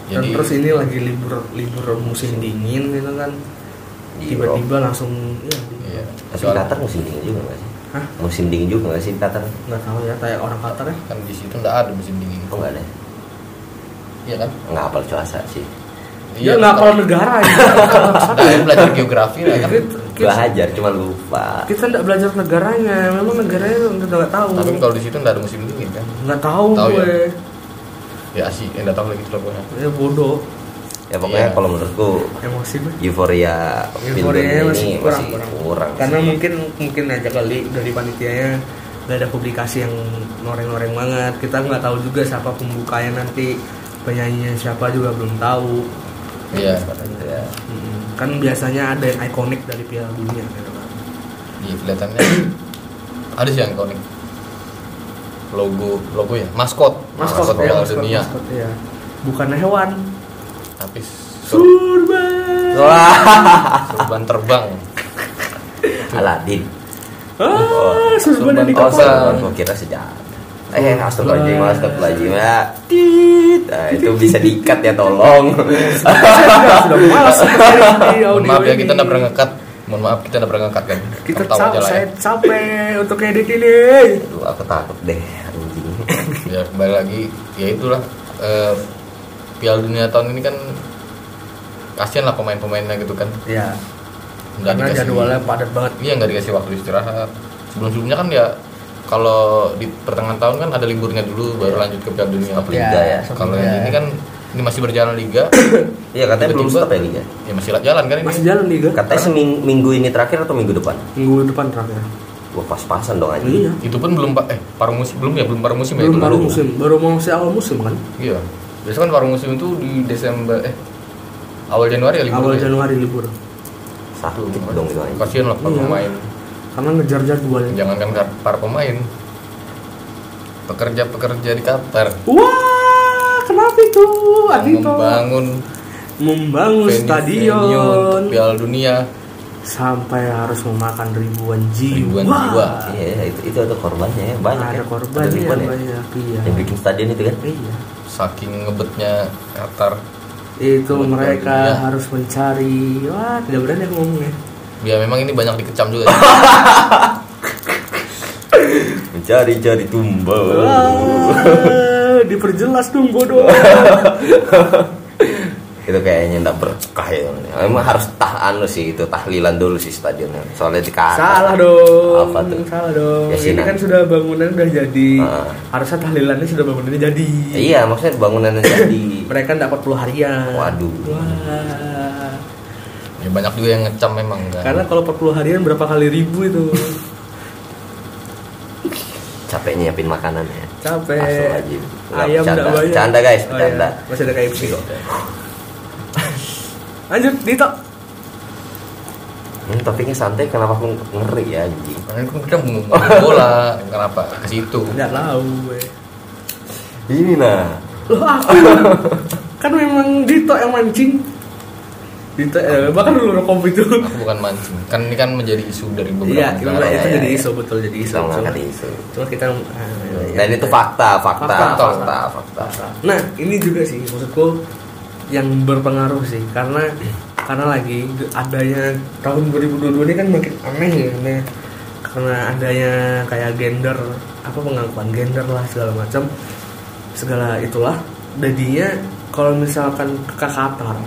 Speaker 5: Jadi-
Speaker 1: Kan terus ini lagi libur libur musim dingin gitu kan
Speaker 4: Iya.
Speaker 1: tiba-tiba langsung ya,
Speaker 5: Iya.
Speaker 4: Tapi
Speaker 5: Soal-
Speaker 4: Qatar musim dingin juga nggak sih?
Speaker 1: Hah?
Speaker 4: Musim dingin juga nggak sih Qatar?
Speaker 1: nggak tahu ya kayak orang Qatar ya
Speaker 5: kan di situ nggak ada musim dingin
Speaker 4: Kok nggak ada?
Speaker 5: iya kan
Speaker 4: Nggak apal cuaca sih.
Speaker 5: Iya,
Speaker 1: dia Ya, nggak kalau negara
Speaker 5: (laughs)
Speaker 1: Iya. ya
Speaker 5: Nah, ini belajar geografi lah kan
Speaker 4: Belajar cuma lupa.
Speaker 1: kita nggak belajar negaranya memang negaranya udah nggak tahu
Speaker 5: tapi kalau di situ nggak ada musim dingin kan
Speaker 1: nggak tahu
Speaker 5: Tahu ya?
Speaker 1: gue
Speaker 5: ya sih yang datang lagi tuh pokoknya
Speaker 1: ya bodoh
Speaker 4: Ya pokoknya
Speaker 5: Iya.
Speaker 4: kalau menurutku
Speaker 1: emosi gue
Speaker 4: euforia
Speaker 1: Euforianya
Speaker 4: Wimbledon
Speaker 1: masih
Speaker 4: ini
Speaker 1: kurang,
Speaker 4: masih
Speaker 1: kurang.
Speaker 4: kurang.
Speaker 1: karena
Speaker 4: sih.
Speaker 1: mungkin mungkin aja kali dari panitianya nggak ada publikasi yang noreng-noreng banget kita nggak tahu juga siapa pembukanya nanti penyanyinya siapa juga belum tahu
Speaker 5: iya
Speaker 4: Ya.
Speaker 1: Mm-mm. kan biasanya ada yang ikonik dari Piala Dunia gitu kan
Speaker 5: iya kelihatannya ada sih yang ikonik logo logo ya maskot
Speaker 1: maskot ya
Speaker 5: Piala
Speaker 1: maskot,
Speaker 5: dunia
Speaker 1: maskot, ya bukan hewan
Speaker 5: tapi sur-
Speaker 1: surban
Speaker 4: Wah, (laughs)
Speaker 5: surban terbang
Speaker 4: Aladin.
Speaker 1: ah surban yang di
Speaker 4: Oh,
Speaker 1: kapal Ah.
Speaker 4: surban. Gua kira sejarah. Eh, astagfirullahaladzim, astagfirullahaladzim ya.
Speaker 1: (laughs)
Speaker 4: Tit. Nah, itu bisa diikat ya, tolong.
Speaker 1: Sudah, sudah malas di
Speaker 5: mohon
Speaker 1: audio
Speaker 5: (laughs) maaf ya kita
Speaker 1: ini.
Speaker 5: nggak pernah ngekat mohon maaf kita nggak pernah ngekat kan
Speaker 1: kita
Speaker 5: Kamu tahu
Speaker 1: cap-
Speaker 5: aja lah ya.
Speaker 1: saya capek untuk edit ini Iya.
Speaker 4: Aduh, aku takut deh, anjing.
Speaker 5: ya kembali lagi ya itulah eh, Piala Dunia tahun ini kan kasihan lah pemain-pemainnya gitu kan
Speaker 1: ya
Speaker 5: nggak
Speaker 1: karena
Speaker 5: dikasih
Speaker 1: jadwalnya padat banget
Speaker 5: iya nggak dikasih waktu istirahat sebelum-sebelumnya kan ya kalau di pertengahan tahun kan ada liburnya dulu baru lanjut ke Piala Dunia
Speaker 4: Stop
Speaker 1: Iya,
Speaker 4: liga ya.
Speaker 5: Iya. kalau yang ini kan ini masih berjalan
Speaker 1: (coughs)
Speaker 5: liga
Speaker 4: Iya, katanya belum
Speaker 5: Tiba-tiba-
Speaker 4: stop ya liga.
Speaker 5: ya masih jalan kan ini
Speaker 1: masih jalan nih gue
Speaker 4: Katanya seminggu ini terakhir atau minggu depan?
Speaker 1: minggu depan terakhir
Speaker 4: Wah, pas-pasan dong anjing.
Speaker 1: iya
Speaker 5: itu pun belum pa- eh paruh musim belum ya belum paruh musim ya
Speaker 1: belum
Speaker 5: itu
Speaker 1: baru
Speaker 5: dulu.
Speaker 1: musim baru mau si awal musim kan
Speaker 5: iya biasanya kan paruh musim itu di Desember eh awal Januari ya
Speaker 1: awal
Speaker 5: libur ya?
Speaker 1: Januari libur
Speaker 4: Sakit dong itu anjing.
Speaker 5: kasihan lah para
Speaker 1: Iya.
Speaker 5: pemain
Speaker 1: karena ngejar jadwal
Speaker 5: jangankan kar- para pemain pekerja-pekerja di Qatar
Speaker 1: wah kenapa itu
Speaker 5: yang
Speaker 1: Adito
Speaker 5: membangun
Speaker 1: membangun
Speaker 5: venue- venue Iya. untuk
Speaker 1: stadion
Speaker 5: Piala Dunia
Speaker 1: sampai harus memakan ribuan jiwa,
Speaker 5: ribuan jiwa
Speaker 4: Iya, itu, itu ada korbannya ya, banyak
Speaker 1: ada
Speaker 4: ya.
Speaker 1: korban
Speaker 4: ada
Speaker 1: ya,
Speaker 4: ribuan ya.
Speaker 1: banyak iya
Speaker 4: Yang bikin stadion itu kan?
Speaker 1: iya
Speaker 5: saking ngebetnya Qatar
Speaker 1: itu
Speaker 5: Buat
Speaker 1: mereka
Speaker 5: Piala Dunia.
Speaker 4: gitu.
Speaker 1: harus mencari wah tidak berani aku ngomongnya
Speaker 5: ya memang ini banyak dikecam juga sih.
Speaker 4: Mencari-cari tumbal.
Speaker 1: Ah. Wah, diperjelas dong
Speaker 4: (laughs)
Speaker 1: bodoh
Speaker 4: itu kayaknya nggak berkah ya emang harus tah anu sih itu tahlilan dulu sih stadionnya soalnya di atas.
Speaker 1: salah dong
Speaker 4: apa tuh
Speaker 1: salah dong
Speaker 4: Ya,
Speaker 1: ini
Speaker 4: Sinan.
Speaker 1: kan sudah bangunan udah jadi
Speaker 4: Ah.
Speaker 1: harusnya tahlilannya sudah bangunannya jadi
Speaker 4: Ya, iya maksudnya bangunannya jadi
Speaker 1: mereka dapat puluh harian
Speaker 4: Waduh.
Speaker 1: Wah.
Speaker 5: ya banyak juga yang ngecam memang kan
Speaker 1: karena kalau 40 harian berapa kali ribu
Speaker 4: (laughs)
Speaker 1: itu
Speaker 4: capek nyiapin makanan ya
Speaker 1: capek
Speaker 4: Astagfirullahaladzim. Nggak,
Speaker 1: ayam
Speaker 4: bercanda.
Speaker 1: tidak banyak
Speaker 4: Bercanda, guys,
Speaker 1: Oh,
Speaker 4: bercanda.
Speaker 1: iya. masih ada KFC kok lanjut Dito
Speaker 4: ini Hmm, topiknya santai kenapa aku ngeri ya anjing
Speaker 5: karena kan kita mau
Speaker 1: Oh.
Speaker 5: ngomongin bola kenapa ke situ
Speaker 1: tidak tahu gue
Speaker 4: ini nah
Speaker 1: Loh
Speaker 4: (laughs)
Speaker 1: aku Kan memang Dito yang mancing Dito eh, bahkan dulu rekom itu
Speaker 5: aku bukan mancing kan ini kan menjadi isu dari beberapa
Speaker 1: Iya kita
Speaker 5: negara
Speaker 4: iya,
Speaker 1: itu
Speaker 4: iya,
Speaker 1: jadi
Speaker 4: iya.
Speaker 1: iso betul jadi iso
Speaker 4: bisa mengangkat
Speaker 1: Cuma-
Speaker 4: isu
Speaker 1: Cuma kita ah, iya, iya.
Speaker 4: dan itu fakta fakta
Speaker 1: Fakta,
Speaker 4: fakta fakta,
Speaker 1: Nah ini juga sih maksudku yang berpengaruh sih karena karena lagi adanya tahun 2022 ini kan makin aneh ya aneh. karena adanya kayak gender apa pengakuan gender lah segala macam segala itulah jadinya kalau misalkan ke Qatar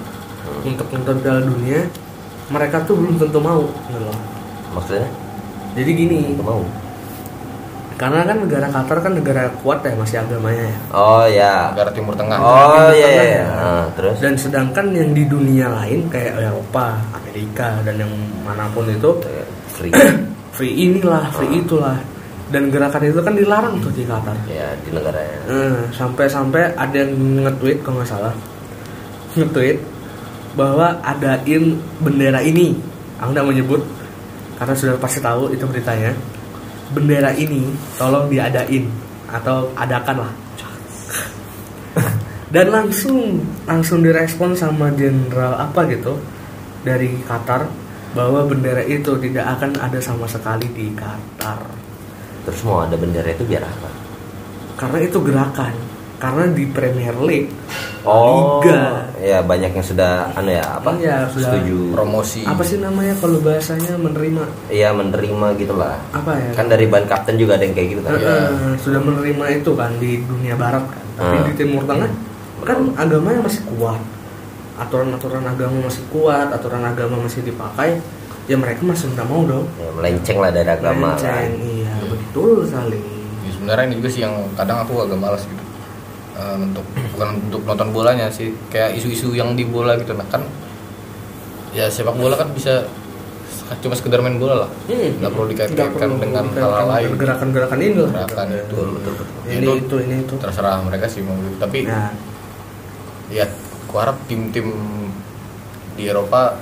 Speaker 1: untuk nonton Piala Dunia mereka tuh belum tentu mau gitu loh.
Speaker 4: maksudnya
Speaker 1: jadi gini
Speaker 4: nggak mau
Speaker 1: karena kan negara Qatar kan negara kuat ya masih agamanya ya
Speaker 4: oh ya
Speaker 5: negara timur tengah
Speaker 4: oh ya ya, ya.
Speaker 1: Tengah.
Speaker 4: Ah, terus
Speaker 1: Dan sedangkan yang di dunia lain kayak Eropa, Amerika dan yang manapun itu
Speaker 4: free (clears throat)
Speaker 1: free inilah, free itulah. Dan gerakan itu kan dilarang tuh di Qatar.
Speaker 4: ya di negara yang
Speaker 1: Eh, sampai-sampai ada yang nge-tweet kalau nggak salah. Nge-tweet bahwa adain bendera ini. Aku nggak menyebut karena sudah pasti tahu itu beritanya. Bendera ini tolong diadain atau adakan lah. (laughs) Dan langsung langsung direspon sama jenderal apa gitu dari Qatar bahwa bendera itu tidak akan ada sama sekali di Qatar.
Speaker 4: Terus mau ada bendera itu biar apa?
Speaker 1: karena itu gerakan karena di Premier League
Speaker 5: Oh.
Speaker 1: Liga.
Speaker 4: ya banyak yang sudah anu ya apa?
Speaker 1: Iya, sudah.
Speaker 4: setuju.
Speaker 5: promosi
Speaker 1: Apa sih namanya kalau bahasanya menerima?
Speaker 4: Iya, menerima gitulah.
Speaker 1: Apa ya?
Speaker 4: Kan dari ban kapten juga ada yang kayak gitu kan.
Speaker 1: Eh, eh, sudah menerima itu kan di dunia barat kan. Tapi
Speaker 4: Hmm.
Speaker 1: di Timur Tengah kan agamanya masih kuat. Aturan-aturan agama masih kuat, aturan agama masih dipakai. Ya mereka masih nggak mau dong.
Speaker 4: Ya, melenceng lah dari agama.
Speaker 1: Melenceng,
Speaker 4: kan.
Speaker 1: iya betul saling.
Speaker 5: Ya, sebenarnya ini juga sih yang kadang aku agak malas gitu Eh, untuk bukan untuk nonton bolanya sih kayak isu-isu yang di bola gitu nah kan ya sepak bola kan bisa cuma sekedar main bola lah
Speaker 1: Hmm.
Speaker 5: nggak perlu
Speaker 1: Nggak
Speaker 5: dikaitkan
Speaker 1: perlu
Speaker 5: dengan hal
Speaker 1: dikaitkan
Speaker 5: lain
Speaker 1: dengan gerakan-gerakan ini lah.
Speaker 5: gerakan itu
Speaker 1: Iya, Ini
Speaker 5: Ya, Itu
Speaker 1: itu ini itu.
Speaker 5: terserah mereka sih mau gitu. tapi
Speaker 1: Nah,
Speaker 5: ya aku harap tim-tim di Eropa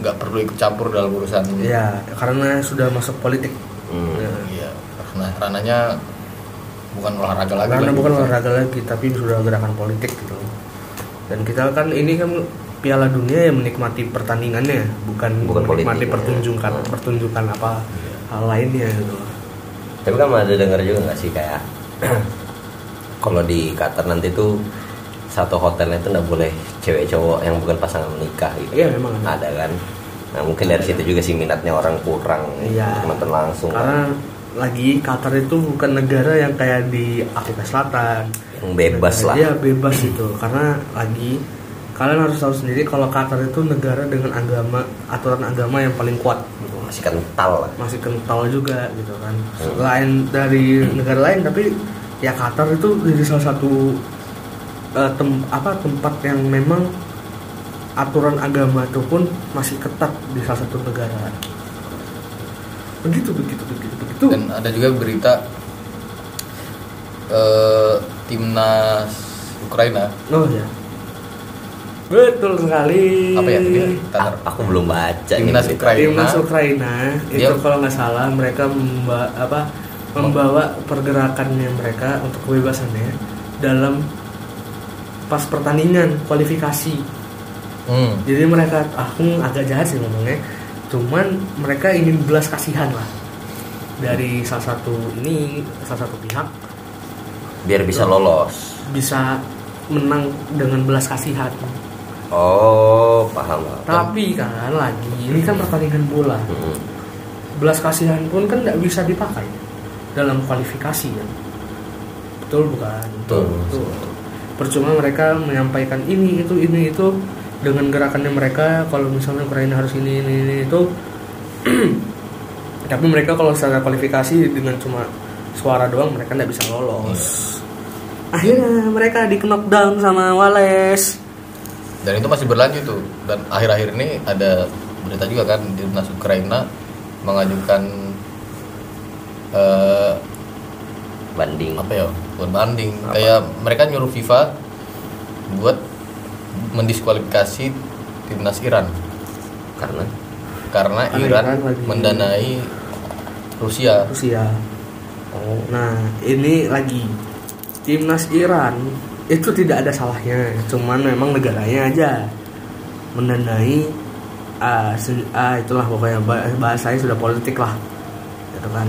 Speaker 5: nggak perlu ikut campur dalam urusan
Speaker 1: ya karena sudah masuk politik.
Speaker 4: Hmm.
Speaker 1: Ya.
Speaker 5: Iya, karena rananya bukan olahraga lagi
Speaker 1: Karena
Speaker 5: lah,
Speaker 1: bukan
Speaker 5: gitu.
Speaker 1: olahraga lagi tapi sudah gerakan politik gitu. Dan kita kan ini kan Piala Dunia yang menikmati pertandingannya, bukan,
Speaker 4: Bukan
Speaker 1: menikmati
Speaker 4: politiknya.
Speaker 1: pertunjukan
Speaker 4: Hmm.
Speaker 1: pertunjukan apa hal lainnya gitu.
Speaker 4: Tapi kan ada dengar juga nggak sih kayak (clears throat) kalau di Qatar nanti tuh satu hotelnya itu nggak boleh cewek cowok yang bukan pasangan menikah gitu.
Speaker 1: Iya, memang ada.
Speaker 4: ada kan. Nah mungkin dari situ juga sih minatnya orang kurang
Speaker 1: Iya.
Speaker 4: untuk nonton langsung.
Speaker 1: Karena lagi Qatar itu bukan negara yang kayak di Afrika Selatan
Speaker 4: Yang bebas lah.
Speaker 1: Iya bebas itu karena lagi kalian harus tahu sendiri kalau Qatar itu negara dengan agama aturan agama yang paling kuat gitu.
Speaker 4: Masih kental lah.
Speaker 1: masih kental juga gitu kan
Speaker 5: Iya.
Speaker 1: selain dari negara lain tapi ya Qatar itu jadi salah satu eh, tem- apa tempat yang memang aturan agama itu pun masih ketat di salah satu negara begitu begitu begitu begitu
Speaker 5: Dan ada juga berita eh, timnas Ukraina
Speaker 1: oh ya betul sekali
Speaker 5: apa ya dia Qatar.
Speaker 4: A- aku belum baca nih
Speaker 5: Timnas
Speaker 4: berita.
Speaker 5: Ukraina.
Speaker 1: timnas Ukraina itu
Speaker 5: Dia-
Speaker 1: kalau nggak salah mereka memba- apa, membawa pergerakannya mereka untuk kebebasannya dalam pas pertandingan kualifikasi
Speaker 5: Hmm.
Speaker 1: jadi mereka ah, aku agak jahat sih ngomongnya cuman mereka ingin belas kasihan lah dari salah satu ini salah satu pihak
Speaker 4: biar bisa lolos.
Speaker 1: bisa menang dengan belas kasihan
Speaker 4: Oh paham. Hmm, paham.
Speaker 1: tapi kan lagi ini kan pertandingan bola
Speaker 4: Mm-mm.
Speaker 1: belas kasihan pun kan nggak bisa dipakai dalam kualifikasi kan betul bukan
Speaker 4: Betul.
Speaker 1: percuma mereka menyampaikan ini itu ini itu dengan gerakannya mereka kalau misalnya Ukraina harus ini ini, ini itu (clears throat) tapi mereka kalau secara kualifikasi dengan cuma suara doang mereka nggak bisa lolos akhirnya mereka di knockdown sama Wales
Speaker 5: Dan itu masih berlanjut tuh. Dan akhir-akhir ini ada berita juga kan timnas Ukraina mengajukan eh,
Speaker 4: Banding.
Speaker 5: apa ya bukan banding kayak mereka nyuruh FIFA buat mendiskualifikasi timnas Iran
Speaker 4: Karena
Speaker 5: karena
Speaker 1: Karena
Speaker 5: Iran,
Speaker 1: Iran lagi-
Speaker 5: mendanai Rusia
Speaker 1: Rusia. ya, Oh. Nah, ini lagi timnas Iran itu tidak ada salahnya, cuman memang negaranya aja mendanai ah, se- ah, itulah pokoknya ba- bahasanya sudah politik lah, gitu kan.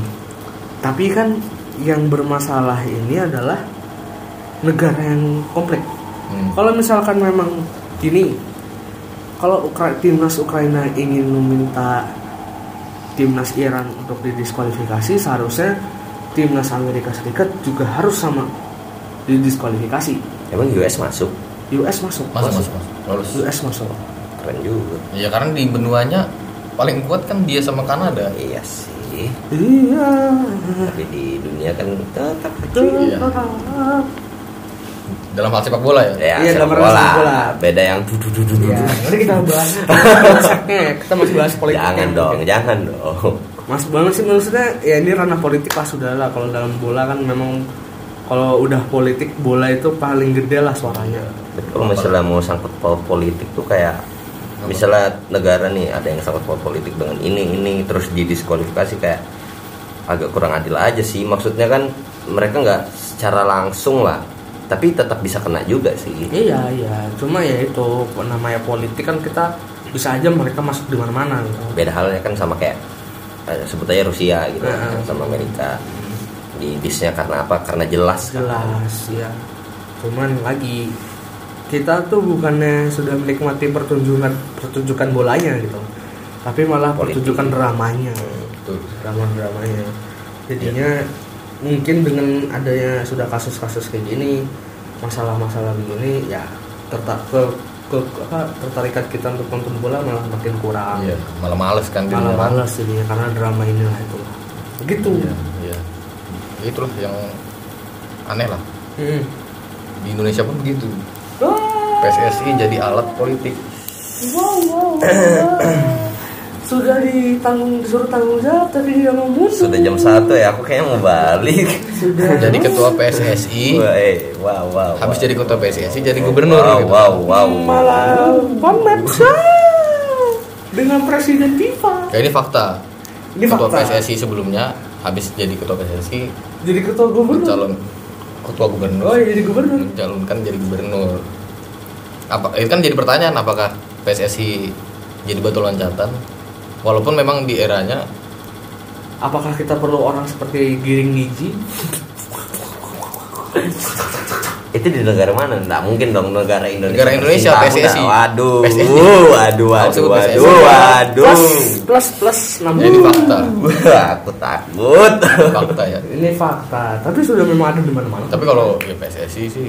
Speaker 1: Tapi kan yang bermasalah ini adalah negara yang komplek.
Speaker 5: Hmm.
Speaker 1: Kalau misalkan memang gini, kalau Ukra- timnas Ukraina ingin meminta timnas Iran untuk didiskualifikasi, seharusnya timnas Amerika Serikat juga harus sama didiskualifikasi.
Speaker 4: emang US masuk
Speaker 1: US masuk,
Speaker 5: masuk masuk masuk lolos
Speaker 1: US masuk.
Speaker 4: keren juga.
Speaker 5: ya karena di benuanya paling kuat kan dia sama Kanada
Speaker 4: Iya sih.
Speaker 1: Iya.
Speaker 4: Tapi di dunia kan tetap
Speaker 5: Iya. dalam hal sepak bola ya
Speaker 4: Ya,
Speaker 1: Iya,
Speaker 4: sepak
Speaker 1: gambaran
Speaker 4: bola.
Speaker 1: sepak bola.
Speaker 4: Beda yang du- du- du- du- du-
Speaker 1: Ya,
Speaker 4: du.
Speaker 1: nanti kita
Speaker 5: (laughs)
Speaker 1: bahas konsepnya, kita masih bahas politik.
Speaker 4: Jangan dong, jangan dong.
Speaker 1: Mas banget sih maksudnya ya ini ranah politik lah sudah lah kalau dalam bola kan memang kalau udah politik bola itu paling gede lah suaranya.
Speaker 4: Tapi kalau misalnya mau sangkut paut politik tuh kayak misalnya negara nih ada yang sangkut paut politik dengan ini ini terus didiskualifikasi kayak agak kurang adil aja sih maksudnya kan mereka nggak secara langsung lah tapi tetap bisa kena juga sih
Speaker 1: Iya iya cuma ya itu namanya politik kan kita bisa aja mereka masuk di mana-mana gitu.
Speaker 4: beda halnya kan sama kayak eh, sebut aja Rusia gitu
Speaker 1: Heeh.
Speaker 4: sama Amerika di disnya karena apa karena jelas, kan.
Speaker 1: Jelas ya. cuman lagi kita tuh bukannya sudah menikmati pertunjukan pertunjukan bolanya gitu tapi malah
Speaker 4: Politik.
Speaker 1: pertunjukan dramanya
Speaker 5: Betul. Iya.
Speaker 1: drama dramanya jadinya mungkin dengan adanya sudah kasus-kasus kayak gini masalah-masalah begini ya tertak ke, ke- apa tertarikan kita untuk nonton bola malah makin kurang
Speaker 5: Iya, malah males kan
Speaker 1: malah
Speaker 5: jadinya.
Speaker 1: malas jadinya karena drama inilah itu Gitu. begitu
Speaker 5: Iya, iya. Itulah yang aneh lah.
Speaker 1: Mm.
Speaker 5: Di Indonesia pun begitu.
Speaker 1: Ah.
Speaker 5: PSSI jadi alat politik.
Speaker 1: Wow, wow, wow. (coughs) Sudah ditanggung disuruh tanggung jawab tapi dia mau mundur.
Speaker 4: Sudah jam satu ya, aku kayaknya mau balik.
Speaker 1: Sudah.
Speaker 5: Jadi ketua PSSI,
Speaker 4: Wah, eh, wow, wow.
Speaker 5: habis
Speaker 4: wow.
Speaker 5: jadi ketua PSSI jadi gubernur
Speaker 4: Wow,
Speaker 5: gitu.
Speaker 4: wow, wow.
Speaker 1: malah pamit dengan presiden FIFA.
Speaker 5: Ya, ini fakta.
Speaker 1: Ini
Speaker 5: ketua
Speaker 1: fakta.
Speaker 5: PSSI sebelumnya habis jadi ketua PSSI
Speaker 1: Jadi ketua gubernur.
Speaker 5: calon ketua gubernur.
Speaker 1: Oh, jadi gubernur.
Speaker 5: mencalonkan jadi gubernur. Apa itu kan jadi pertanyaan apakah PSSI jadi batu loncatan? Walaupun memang di eranya
Speaker 1: Apakah kita perlu orang seperti Giring Niji?
Speaker 4: Itu di negara mana? Nggak mungkin dong negara Indonesia.
Speaker 5: Negara Indonesia,
Speaker 4: tercinta.
Speaker 5: PSSI.
Speaker 4: Waduh,
Speaker 5: PSSI.
Speaker 4: waduh,
Speaker 5: Aku
Speaker 4: waduh,
Speaker 5: sebut PSSI.
Speaker 4: waduh, waduh.
Speaker 1: Plus plus plus enam
Speaker 5: jadi ya fakta.
Speaker 1: (laughs)
Speaker 4: Wah, aku takut.
Speaker 5: Fakta ya.
Speaker 1: Ini fakta, tapi sudah memang ada di mana-mana.
Speaker 5: Tapi kalau ya PSSI sih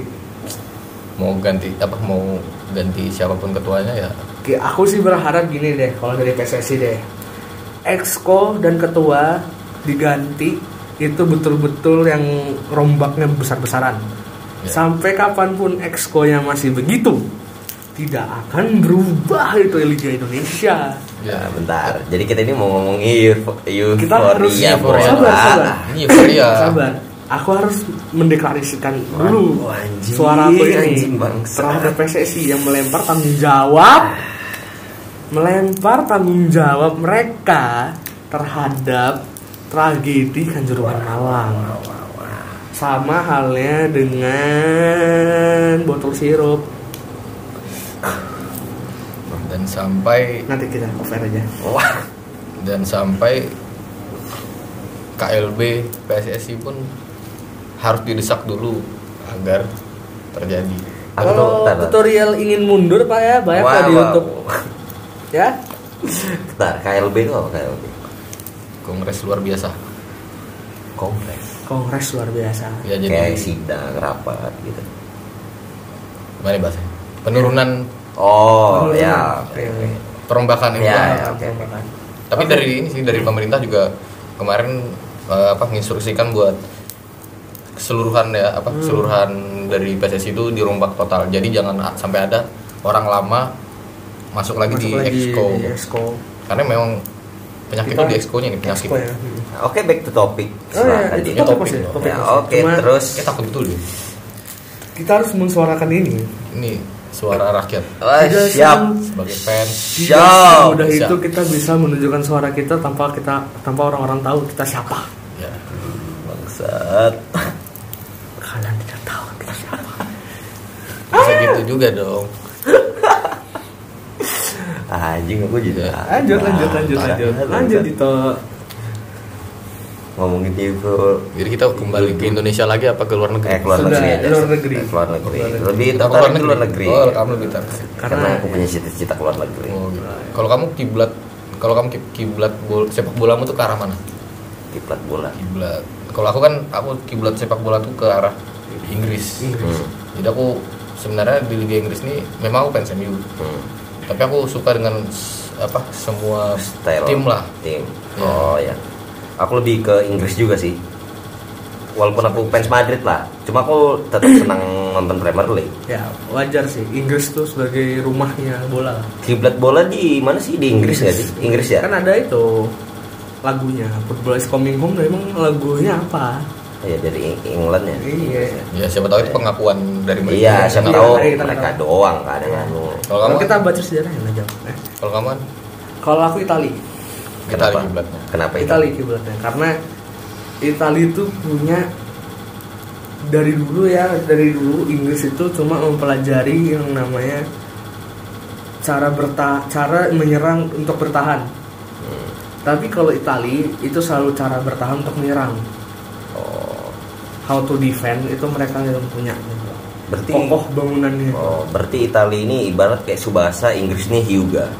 Speaker 5: mau ganti apa mau ganti siapapun ketuanya ya
Speaker 1: Oke, aku sih berharap gini deh kalau dari PSSI deh. Exco dan ketua diganti itu betul-betul yang rombaknya besar-besaran.
Speaker 5: Ya.
Speaker 1: Sampai kapanpun Exco-nya masih begitu, tidak akan berubah itu Liga Indonesia.
Speaker 5: ya
Speaker 4: Nah, bentar. Jadi kita ini mau ngomong eufo- euforia
Speaker 1: Kita harus
Speaker 4: bola.
Speaker 1: Ya, sabar, sabar.
Speaker 5: ini euforia
Speaker 1: Sabar. Aku harus mendeklarasikan dulu
Speaker 4: Iya. Wah, anjing,
Speaker 1: suara aku
Speaker 4: Iya, anjing
Speaker 1: ini
Speaker 4: bangsa.
Speaker 1: terhadap PSSI yang melempar tanggung jawab melempar tanggung jawab mereka terhadap tragedi Kanjuruhan Malang. Sama halnya dengan botol sirup.
Speaker 5: dan sampai
Speaker 1: Nanti kita cover aja.
Speaker 4: Wah,
Speaker 5: dan sampai KLB PSSI pun harus didesak dulu agar terjadi
Speaker 4: aku tuh
Speaker 1: Kalau
Speaker 4: bentar, bentar.
Speaker 1: Oh, tutorial ingin mundur Pak ya, banyak
Speaker 4: Wah,
Speaker 1: Pak di
Speaker 4: wah,
Speaker 1: YouTube
Speaker 4: wah.
Speaker 1: ya.
Speaker 4: Bentar, KLB itu apa KLB?
Speaker 5: kongres luar biasa
Speaker 4: Kongres.
Speaker 1: Kongres luar biasa.
Speaker 5: ya jadi
Speaker 4: Kayak sidang rapat gitu.
Speaker 5: gimana ya bahasanya penurunan
Speaker 4: Oh,
Speaker 1: Penurunan.
Speaker 4: ya, oke. oke.
Speaker 5: perombakan
Speaker 1: Iya,
Speaker 5: itu
Speaker 4: Ya,
Speaker 5: kan.
Speaker 4: ya, oke. oke.
Speaker 5: tapi dari ini sih dari pemerintah juga kemarin eh, apa menginstruksikan buat keseluruhan ya apa
Speaker 1: Hmm.
Speaker 5: keseluruhan dari PSSI itu dirombak total jadi jangan a- sampai ada orang lama masuk lagi
Speaker 1: Masuk
Speaker 5: di
Speaker 1: lagi
Speaker 5: exco
Speaker 1: di Exco.
Speaker 5: karena memang penyakitnya
Speaker 1: Kita-
Speaker 5: di exco nya nih penyakit
Speaker 1: Exco
Speaker 4: gitu.
Speaker 1: ya.
Speaker 4: Oke, back to topic.
Speaker 1: Oh ya,
Speaker 4: Silakan,
Speaker 1: itu
Speaker 4: Din.
Speaker 5: topik
Speaker 1: topik masih,
Speaker 5: dong.
Speaker 1: topik
Speaker 4: Ya,
Speaker 1: masih.
Speaker 4: oke,
Speaker 1: Cuma
Speaker 4: terus
Speaker 5: kita takut betul ya
Speaker 1: kita harus mensuarakan ini.
Speaker 5: ini suara rakyat
Speaker 4: Wah,
Speaker 1: Tidak
Speaker 4: siap.
Speaker 1: se-
Speaker 5: sebagai fans
Speaker 4: Siap.
Speaker 1: Udah
Speaker 5: Siap.
Speaker 1: itu kita bisa menunjukkan suara kita tanpa kita tanpa orang-orang tahu kita siapa.
Speaker 5: ya
Speaker 4: Bangsat. (laughs)
Speaker 1: Kalian tidak tahu kita siapa.
Speaker 5: bisa
Speaker 1: Ah!
Speaker 5: gitu juga dong
Speaker 4: Ah, Anjing aku
Speaker 1: Iya.
Speaker 4: jadi.
Speaker 1: Lanjut, lanjut,
Speaker 4: Ah,
Speaker 1: lanjut,
Speaker 4: parah
Speaker 1: lanjut.
Speaker 4: banget,
Speaker 1: Lanjut
Speaker 4: bangsat.
Speaker 1: itu.
Speaker 4: Ngomongin itu
Speaker 5: jadi kita kembali ke Indonesia lagi apa ke luar
Speaker 4: kayak
Speaker 5: negeri
Speaker 4: Eh, keluar
Speaker 1: Sudah,
Speaker 4: negeri aja.
Speaker 1: luar
Speaker 4: sih.
Speaker 1: negeri.
Speaker 4: Keluar negeri.
Speaker 1: Keluar negeri.
Speaker 4: Lebih
Speaker 5: Kita
Speaker 4: tertarik ke luar negeri.
Speaker 5: oh kamu lebih tertarik
Speaker 4: Karena
Speaker 1: Karena
Speaker 4: aku punya cita-cita keluar negeri.
Speaker 5: Oh, gitu. Kalau kamu kiblat, kalau kamu ki- kiblat bol- sepak bolamu tuh ke arah mana?
Speaker 4: Kiplat bola.
Speaker 5: Kiblat. Kalau aku kan aku kiblat sepak bola tuh ke arah Inggris.
Speaker 1: Inggris.
Speaker 5: Jadi aku sebenarnya di Liga Inggris nih memang aku fans MU.
Speaker 4: Hmm.
Speaker 5: Tapi aku suka dengan s- apa semua
Speaker 4: Style.
Speaker 5: tim lah.
Speaker 4: Tim.
Speaker 5: Ya.
Speaker 4: Oh ya. Aku lebih ke Inggris juga sih. Walaupun aku fans Madrid lah, cuma aku tetap senang nonton Premier League.
Speaker 1: ya wajar sih Inggris tuh sebagai rumahnya bola.
Speaker 4: Kiblat bola di mana sih di Inggris nggak sih? Inggris ya?
Speaker 1: Kan ada itu lagunya Football is Coming Home. Nah, emang lagunya apa?
Speaker 4: Iya dari Eng- England ya.
Speaker 1: Iya.
Speaker 5: Ya siapa tahu itu pengakuan dari mereka.
Speaker 4: Iya, siapa
Speaker 1: Iya,
Speaker 4: tahu
Speaker 1: mari kita Iya.
Speaker 4: mereka
Speaker 1: tahu.
Speaker 4: doang kan yang anu.
Speaker 5: Kalau kamu
Speaker 1: Kalau
Speaker 5: kita
Speaker 1: kita baca sejarahnya aja. Eh,
Speaker 5: kalau kamu kan
Speaker 1: Kalau aku Italia.
Speaker 5: kita
Speaker 4: Kenapa?
Speaker 5: kiblatnya.
Speaker 1: Nah,
Speaker 4: Kenapa itu?
Speaker 1: Itali kiblatnya karena Itali itu punya dari dulu ya dari dulu Inggris itu cuma mempelajari yang namanya cara berta cara menyerang untuk bertahan.
Speaker 4: Hmm.
Speaker 1: Tapi kalau Itali itu selalu cara bertahan untuk menyerang.
Speaker 4: Oh,
Speaker 1: How to defend itu mereka yang punya. gitu.
Speaker 4: berarti
Speaker 1: kokoh bangunannya
Speaker 4: oh, berarti Italia ini ibarat kayak subasa Inggris nih Hyuga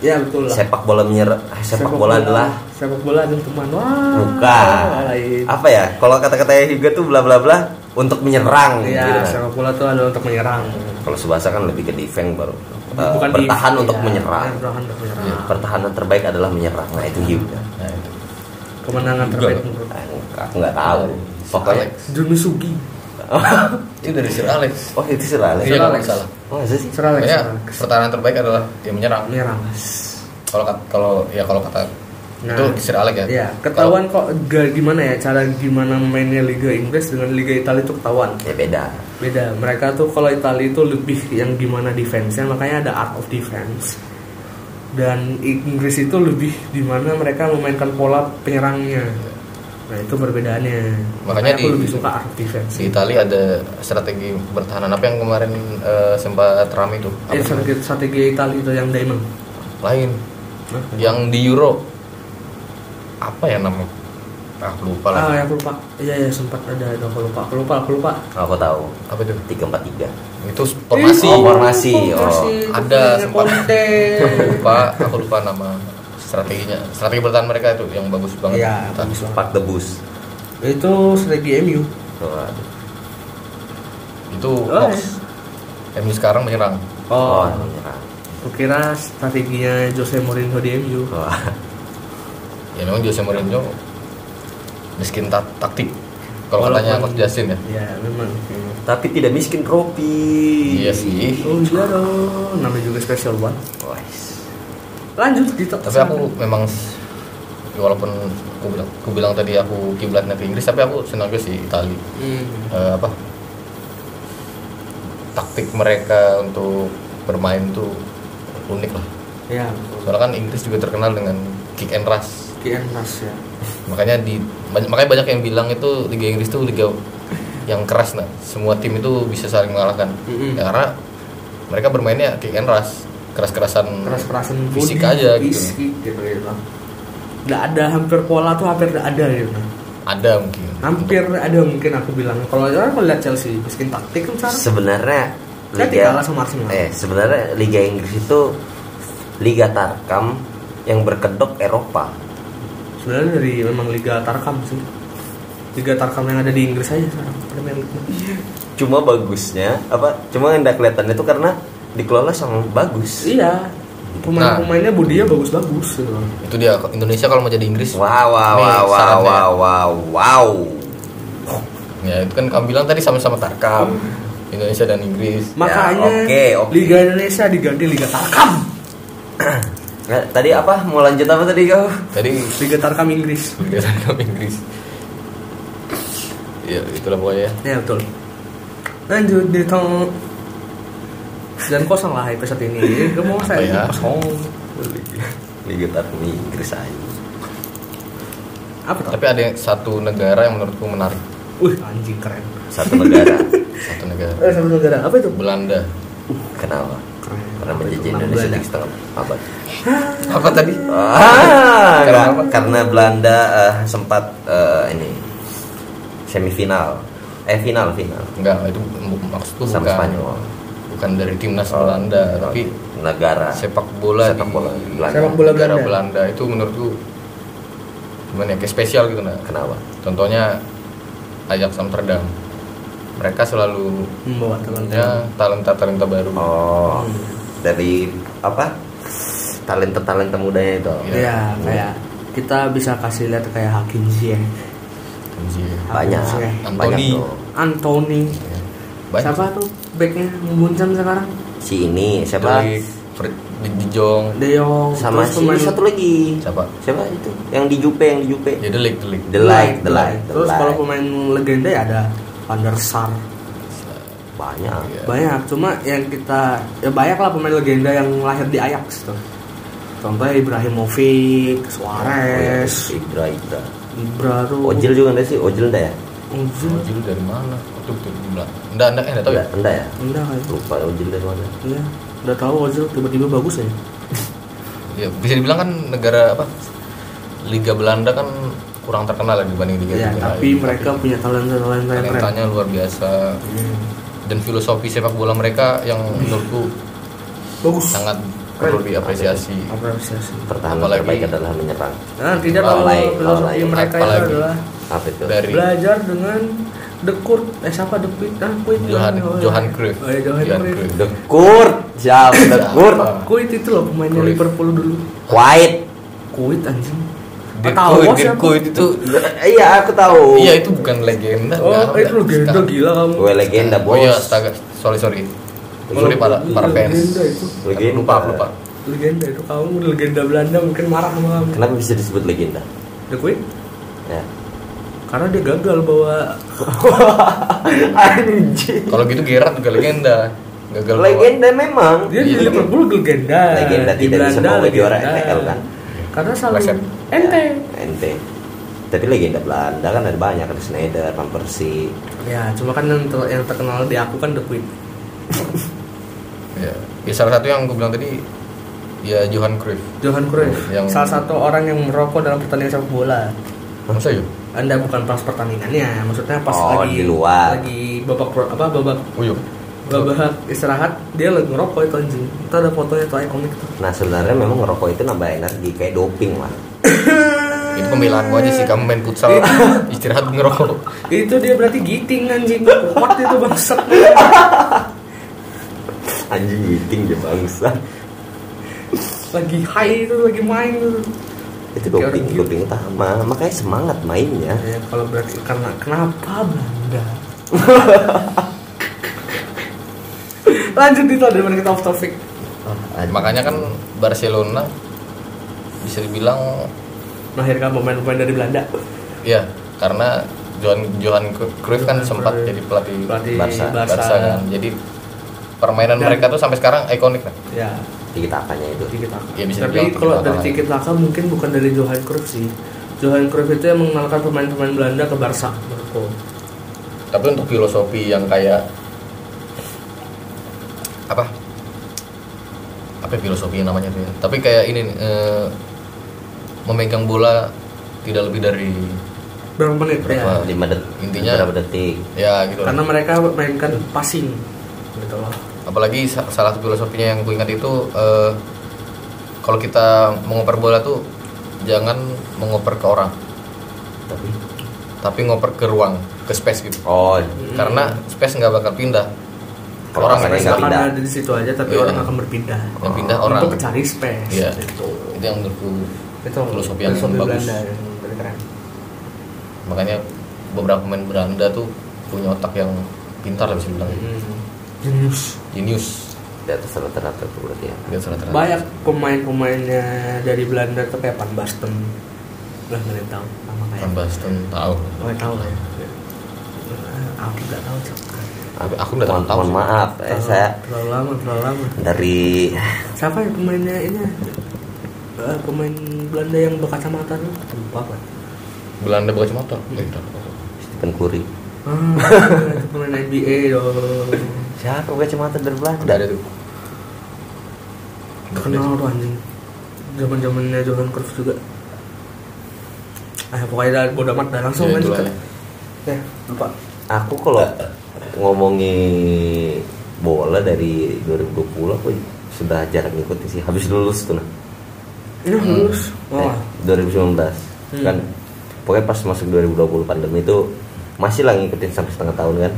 Speaker 1: ya betul lah
Speaker 4: sepak bola menyerang sepak, bola adalah
Speaker 1: sepak bola adalah teman wah
Speaker 4: bukan
Speaker 1: Ah, lain.
Speaker 4: apa ya kalau kata-katanya Hyuga tuh bla bla bla untuk menyerang
Speaker 1: ya
Speaker 4: gitu kan.
Speaker 1: sepak bola itu adalah untuk menyerang
Speaker 4: kalau subasa kan lebih ke defense baru eh,
Speaker 1: Bukan di-
Speaker 4: bertahan
Speaker 1: iya,
Speaker 4: untuk menyerang Iya,
Speaker 1: bertahan untuk menyerang
Speaker 4: pertahanan terbaik adalah menyerang nah itu Hyuga
Speaker 5: Nah, itu.
Speaker 1: kemenangan
Speaker 5: Juga.
Speaker 1: terbaik menurut
Speaker 4: Ah, aku nggak tahu pokoknya
Speaker 5: Alex.
Speaker 1: Juni Sugi
Speaker 4: (laughs)
Speaker 5: Itu dari Sir Alex.
Speaker 4: oh itu Sir Alex
Speaker 5: Iya, kalau
Speaker 1: Alex.
Speaker 5: nggak salah.
Speaker 4: oh itu sih
Speaker 1: Sir Alex,
Speaker 5: Pokoknya
Speaker 1: Sir Alex.
Speaker 5: pertahanan terbaik adalah dia menyerang.
Speaker 1: menyerang
Speaker 5: Kalau kat- kalau ya kalau kata
Speaker 1: Nah.
Speaker 5: itu Sir Alex ya.
Speaker 1: Iya,
Speaker 5: Kalau-
Speaker 1: ketahuan kok ga- gimana ya cara gimana mainnya Liga Inggris dengan Liga Italia itu ketahuan.
Speaker 5: Iya.
Speaker 4: ya beda
Speaker 1: Beda. Mereka tuh kalau Italia itu lebih yang gimana defense-nya, makanya ada art of defense. Dan Inggris itu lebih di mana mereka memainkan pola penyerangnya. Nah, itu perbedaannya.
Speaker 5: Makanya
Speaker 1: aku
Speaker 5: di-
Speaker 1: lebih suka art of defense.
Speaker 5: Si Itali ada strategi bertahanan apa yang kemarin eh, sempat rame itu?
Speaker 1: Eh,
Speaker 5: Apa sih?
Speaker 1: strategi, strategi Italia itu yang diamond.
Speaker 5: Lain.
Speaker 1: Hah?
Speaker 5: Yang di Euro apa ya namanya? Ah lupa lah.
Speaker 1: Ah, ya, aku lupa. Iya, ya, sempat ada, ada aku lupa. Aku lupa, aku lupa.
Speaker 4: aku tahu
Speaker 5: Apa itu?
Speaker 4: tiga empat tiga
Speaker 5: Itu formasi.
Speaker 4: Oh, formasi. Oh,
Speaker 5: ada sempat.
Speaker 1: Iya, Conte.
Speaker 5: lupa, aku lupa nama strateginya. Strategi bertahan mereka itu yang bagus (laughs) banget. Nah,
Speaker 1: Iya,
Speaker 5: Bertahan.
Speaker 1: bagus banget.
Speaker 4: empat debus
Speaker 1: Itu strategi MU.
Speaker 4: Tuh.
Speaker 5: Itu
Speaker 1: Oh, iya.
Speaker 5: Mox. MU sekarang menyerang.
Speaker 4: oh menyerang
Speaker 1: Kukira strateginya Jose Mourinho di MU.
Speaker 4: Wah,
Speaker 5: Ya memang Jose Mourinho miskin ta- taktik. Kalau katanya
Speaker 1: Walaupun-
Speaker 5: Coach Justin ya.
Speaker 1: Iya, memang.
Speaker 4: (laughs) tapi tidak miskin trofi
Speaker 5: Iya sih.
Speaker 1: Oh iya dong, namanya juga special one.
Speaker 4: Wais.
Speaker 1: Lanjut kita.
Speaker 5: tapi aku memang ya walaupun aku bilang, aku bilang tadi aku kiblatnya ke Inggris tapi aku senang juga sih Itali
Speaker 1: Hmm.
Speaker 5: Eh, apa taktik mereka untuk bermain tuh unik lah
Speaker 1: Ya,
Speaker 5: soalnya kan Inggris juga terkenal dengan kick and rush
Speaker 1: Kian Mas ya.
Speaker 5: makanya di banyak, makanya banyak yang bilang itu Liga Inggris tuh liga yang keras nah semua tim itu bisa saling mengalahkan
Speaker 1: Mm-mm.
Speaker 5: Ya, karena mereka bermainnya kick and rush keras-kerasan
Speaker 1: Keras kerasan
Speaker 5: fisik aja gitu
Speaker 1: fisik, gitu. gitu. Nggak ada hampir pola tuh hampir nggak ada gitu.
Speaker 5: ada mungkin
Speaker 1: Hampir ada mungkin aku bilang. Kalau orang kalau lihat Chelsea miskin taktik kan sekarang.
Speaker 4: sebenarnya
Speaker 1: Kan kalah sama Arsenal.
Speaker 4: eh sebenarnya liga Inggris itu liga tarkam yang berkedok Eropa
Speaker 1: Sebenarnya dari memang Liga Tarkam sih. Liga Tarkam yang ada di Inggris aja sekarang. gitu. Premier League.
Speaker 4: cuma bagusnya apa cuma yang nggak kelihatannya itu karena dikelola sama bagus
Speaker 1: Iya. Pemain-pemainnya
Speaker 5: Nah.
Speaker 1: bodinya bagus-bagus. gitu.
Speaker 5: itu dia Indonesia kalau mau jadi Inggris
Speaker 4: wow wow wow
Speaker 5: Nih,
Speaker 4: wow
Speaker 5: sarannya.
Speaker 4: wow wow wow
Speaker 5: ya itu kan kamu bilang tadi sama-sama tarkam
Speaker 4: Hmm.
Speaker 5: Indonesia dan Inggris
Speaker 1: Makanya
Speaker 4: oke, oke.
Speaker 1: Liga Indonesia diganti Liga Tarkam.
Speaker 4: Nah, tadi apa mau lanjut apa tadi kau
Speaker 5: tadi
Speaker 1: Liga Tarkam Inggris.
Speaker 5: Liga Tarkam Inggris ya itulah pokoknya ya
Speaker 1: Ya betul. Lanjut di tong dan kosong lah episode ini. Gue mau
Speaker 5: Apa ya?
Speaker 1: saya kosong.
Speaker 4: liga tarkam Inggris aja
Speaker 1: Apa tuh?
Speaker 5: tapi ada yang- satu negara yang menurutku menarik
Speaker 1: Wih anjing keren.
Speaker 4: satu negara
Speaker 5: satu
Speaker 1: Eh
Speaker 5: negara
Speaker 1: satu negara apa itu?
Speaker 5: Belanda
Speaker 4: (laughs) kenapa
Speaker 1: Keren.
Speaker 4: karena menjajah
Speaker 1: Menang
Speaker 4: Indonesia
Speaker 1: Belanda.
Speaker 4: di setengah abad
Speaker 5: apa tadi
Speaker 4: Ah,
Speaker 5: Karena
Speaker 4: karena,
Speaker 5: apa?
Speaker 4: karena Belanda eh, sempat eh, ini semifinal, eh final final
Speaker 5: enggak itu bu- maksudku
Speaker 4: sama
Speaker 5: bukan
Speaker 4: Spanyol.
Speaker 5: bukan dari timnas Belanda tapi
Speaker 4: negara
Speaker 5: sepak bola
Speaker 4: sepak bola
Speaker 5: di
Speaker 4: Belanda.
Speaker 1: Sepak bola
Speaker 5: negara
Speaker 1: Belanda.
Speaker 5: Belanda itu menurutku gimana ya kayak spesial gitu nah
Speaker 4: Kenapa?
Speaker 5: Contohnya Ajax Amsterdam. Mereka selalu
Speaker 1: Membawa
Speaker 4: Ya.
Speaker 1: teman-teman.
Speaker 5: punya talenta-talenta baru.
Speaker 4: Oh, dari apa? Talenta talenta mudanya itu.
Speaker 5: Iya.
Speaker 1: Ya, kayak kita bisa kasih lihat kayak Hakim ya. Ziyech,
Speaker 5: Iya.
Speaker 4: Banyak,
Speaker 1: Anthony.
Speaker 4: banyak tuh.
Speaker 1: Anthony,
Speaker 5: Banyak.
Speaker 1: siapa tuh backnya Munchen sekarang?
Speaker 4: Si ini siapa?
Speaker 5: Delik, Fred- Di Dijong.
Speaker 1: De Jong,
Speaker 4: Sama
Speaker 1: terus
Speaker 4: si
Speaker 1: pemain-
Speaker 4: satu lagi.
Speaker 5: Siapa?
Speaker 4: Siapa Iya. itu? Yang di Jupe, yang di Jupe.
Speaker 5: Ya Delik, Delik.
Speaker 4: The Light, The Light, The
Speaker 1: Terus kalau
Speaker 4: Light.
Speaker 1: pemain legenda ya ada Van der Sar.
Speaker 4: Banyak.
Speaker 5: Iya.
Speaker 1: Banyak, cuma yang kita ya banyak lah pemain legenda yang lahir di Ajax tuh. Contohnya Ibrahimovic, Suarez,
Speaker 4: Oh, iya, Ibra, Ibra.
Speaker 1: Ibra tuh.
Speaker 4: Ojil juga ada sih, Ojil enggak ya?
Speaker 1: Ozil.
Speaker 5: Ojil dari mana? Itu betul di belakang. Enggak, enggak, enggak tahu ya.
Speaker 4: Enggak, enggak ya?
Speaker 1: Enggak kayak.
Speaker 4: Lupa Ojil dari mana.
Speaker 1: Iya, udah tahu Ozil tiba-tiba bagus
Speaker 5: Iya,
Speaker 1: ya.
Speaker 5: Ya, bisa dibilang kan negara apa? Liga Belanda kan kurang terkenal ya dibanding liga
Speaker 1: Ya,
Speaker 5: liga
Speaker 1: tapi
Speaker 5: lain.
Speaker 1: mereka punya talenta talenta yang keren. Iya.
Speaker 5: talentanya luar biasa. dan filosofi sepak bola mereka yang menurutku
Speaker 1: Bagus.
Speaker 5: sangat perlu diapresiasi
Speaker 1: Apresiasi.
Speaker 4: pertahanan
Speaker 5: Apalagi- Ah,
Speaker 4: terbaik adalah menyerang
Speaker 1: Nah, tidak bahwa
Speaker 4: Lalai,
Speaker 1: filosofi
Speaker 4: lalai.
Speaker 1: mereka itu
Speaker 5: Apalagi.
Speaker 1: adalah
Speaker 4: apa itu
Speaker 5: dari
Speaker 1: belajar dengan the court eh siapa the quick ah quick
Speaker 5: Johan
Speaker 1: Oh, iya.
Speaker 5: Johan Cruyff
Speaker 1: oh, iya, Johan Cruyff.
Speaker 4: the court siap the court
Speaker 1: Kuit itu loh pemainnya
Speaker 5: Cruyff.
Speaker 1: Liverpool dulu.
Speaker 4: white
Speaker 1: Kuit anjing.
Speaker 5: Dirk
Speaker 1: Tahu
Speaker 5: Kuyt,
Speaker 1: bos,
Speaker 5: Dirk
Speaker 1: siapa?
Speaker 5: Kuyt itu
Speaker 4: iya aku tahu
Speaker 5: iya itu bukan legenda
Speaker 1: Oh,
Speaker 5: nggak,
Speaker 1: itu
Speaker 5: nggak.
Speaker 1: legenda
Speaker 5: Sekarang.
Speaker 1: gila kamu.
Speaker 4: gue legenda
Speaker 5: oh
Speaker 4: bos
Speaker 5: iya astaga sorry sorry sorry para para fans
Speaker 1: Legenda itu.
Speaker 4: Legenda.
Speaker 5: lupa aku lupa
Speaker 1: Legenda itu kamu legenda Belanda mungkin marah sama kamu.
Speaker 4: kenapa bisa disebut legenda
Speaker 1: The Kuit
Speaker 4: ya
Speaker 1: karena dia gagal bawa
Speaker 4: (laughs) anjing
Speaker 5: kalau gitu Gerard juga legenda gagal bawa-
Speaker 4: legenda memang
Speaker 1: dia di
Speaker 5: Iya,
Speaker 1: Liverpool legenda.
Speaker 4: Legenda,
Speaker 1: di
Speaker 4: tidak
Speaker 1: Belanda
Speaker 4: disebut di orang
Speaker 1: legenda.
Speaker 4: NPL, kan?
Speaker 1: Karena selalu
Speaker 5: Leset.
Speaker 1: ente.
Speaker 4: Ya, ente tapi legenda Belanda kan ada banyak ada Schneider, Van Persie
Speaker 1: Ya, cuma kan yang, ter- yang terkenal di aku kan The Kuit.
Speaker 5: ya. ya salah satu yang aku bilang tadi ya Johan Cruyff
Speaker 1: Johan Cruyff,
Speaker 5: Yang-
Speaker 1: salah satu orang yang merokok dalam pertandingan sepak bola.
Speaker 5: masa ya
Speaker 1: Anda bukan pas pertandingannya, maksudnya pas
Speaker 4: Oh,
Speaker 1: lagi
Speaker 4: di luar.
Speaker 1: lagi babak per- apa babak
Speaker 5: oh iya
Speaker 1: babak istirahat dia lagi ngerokok itu anjing. Itu ada fotonya itu ikonik tuh.
Speaker 4: nah sebenarnya memang ngerokok itu nambah energi kayak doping lah
Speaker 5: itu pembelaan gua aja sih kamu main futsal (laughs) istirahat ngerokok
Speaker 1: Itu dia berarti giting anjing. Kuat itu bangsat.
Speaker 4: (laughs) anjing giting dia bangsa
Speaker 1: lagi high itu lagi main itu.
Speaker 4: itu
Speaker 1: Kayak
Speaker 4: doping
Speaker 1: orang gila.
Speaker 4: doping utama makanya semangat mainnya
Speaker 1: Ya, kalau berarti karena kenapa Belanda? (laughs) Lanjut itu daripada kita off topic.
Speaker 5: makanya kan Barcelona bisa dibilang
Speaker 1: Melahirkan pemain-pemain dari Belanda.
Speaker 5: ya karena Johan Johan Cruyff kan sempat jadi pelatih
Speaker 1: Pelatih
Speaker 4: Barca.
Speaker 1: Barca.
Speaker 5: Barca kan jadi permainan
Speaker 1: Dan-
Speaker 5: mereka tuh sampai sekarang ikonik kan
Speaker 1: Ya,
Speaker 4: dikit apanya itu
Speaker 1: Tiki Taka.
Speaker 5: Ya,
Speaker 1: Tapi
Speaker 5: bisa dibilang Tiki
Speaker 1: kalau
Speaker 5: Taka
Speaker 1: dari
Speaker 5: lah.
Speaker 1: Tiki Taka mungkin bukan dari Johan Cruyff sih. Johan Cruyff itu yang mengenalkan pemain-pemain Belanda ke Barca menurutku.
Speaker 5: tapi untuk filosofi yang kayak apa apa ya filosofi yang namanya tuh ya tapi kayak ini nih, eh, memegang bola tidak lebih dari
Speaker 1: Berapa menit ya?
Speaker 5: Berapa?
Speaker 4: lima detik
Speaker 5: Intinya-
Speaker 4: berapa detik
Speaker 5: ya gitu lah.
Speaker 1: Karena mereka mainkan passing gitu loh.
Speaker 5: apalagi sa- salah satu filosofinya yang gue ingat itu eh, kalau kita mengoper bola tuh jangan mengoper ke orang
Speaker 4: tapi
Speaker 5: tapi ngoper ke ruang ke space gitu
Speaker 4: oh
Speaker 5: karena space nggak bakal pindah
Speaker 4: Kalau
Speaker 5: orang
Speaker 4: orang
Speaker 5: space
Speaker 4: nggak
Speaker 5: akan-
Speaker 1: Misalkan
Speaker 4: pindah.
Speaker 1: ada di situ aja tapi
Speaker 5: Iya.
Speaker 1: orang akan berpindah.
Speaker 5: yang pindah orang
Speaker 1: Untuk cari space
Speaker 5: Iya.
Speaker 1: gitu.
Speaker 5: itu yang menurutku
Speaker 1: Itu
Speaker 5: Filosofi yang bagus.
Speaker 1: Belanda yang bener keren.
Speaker 5: makanya beberapa pemain Belanda tuh punya otak yang pintar lah bisa dibilang
Speaker 1: Hmm. Genius.
Speaker 5: genius
Speaker 4: di atas rata-rata itu berarti ya
Speaker 5: Lihat sana terang.
Speaker 1: Banyak pemain-pemainnya dari Belanda tuh kayak Van Basten. Lah nggak ada yang tahu nama kayak.
Speaker 5: Van Basten tahu
Speaker 1: Oh, tahu lah. Ah, Aku nggak tahu. Cok.
Speaker 5: Tapi aku nggak terlalu
Speaker 4: Mohon-
Speaker 5: tahu
Speaker 4: mohon
Speaker 5: sih.
Speaker 4: maaf eh,
Speaker 1: Terlalu-
Speaker 4: saya
Speaker 1: terlalu lama, terlalu lama.
Speaker 4: dari eh,
Speaker 1: Siapa ya pemainnya ini? Eh, pemain Belanda yang berkacamata tuh lupa apa?
Speaker 5: Belanda bawa motor Eh, dah.
Speaker 4: Stephen Curry
Speaker 1: Ah, itu pemain NBA dong.
Speaker 4: siapa kacamata dari Belanda
Speaker 5: udah ada tuh
Speaker 1: Kenal tuh anjing. Zaman zamannya Johan Cruyff juga. Ah, pokoknya udah bodo amat dah langsung
Speaker 5: Ya,
Speaker 1: lanjut.
Speaker 5: itulah
Speaker 1: Kak. Ya, lupa.
Speaker 4: aku kalau ngomongin bola dari 2020 aku sudah jarang ngikutin sih habis lulus tuh nah
Speaker 1: Ini lulus. Wah.
Speaker 4: Eh, 2019
Speaker 1: Oh. Hmm.
Speaker 4: kan pokoknya pas masuk 2020 pandemi itu masih lah ngikutin sampai setengah tahun kan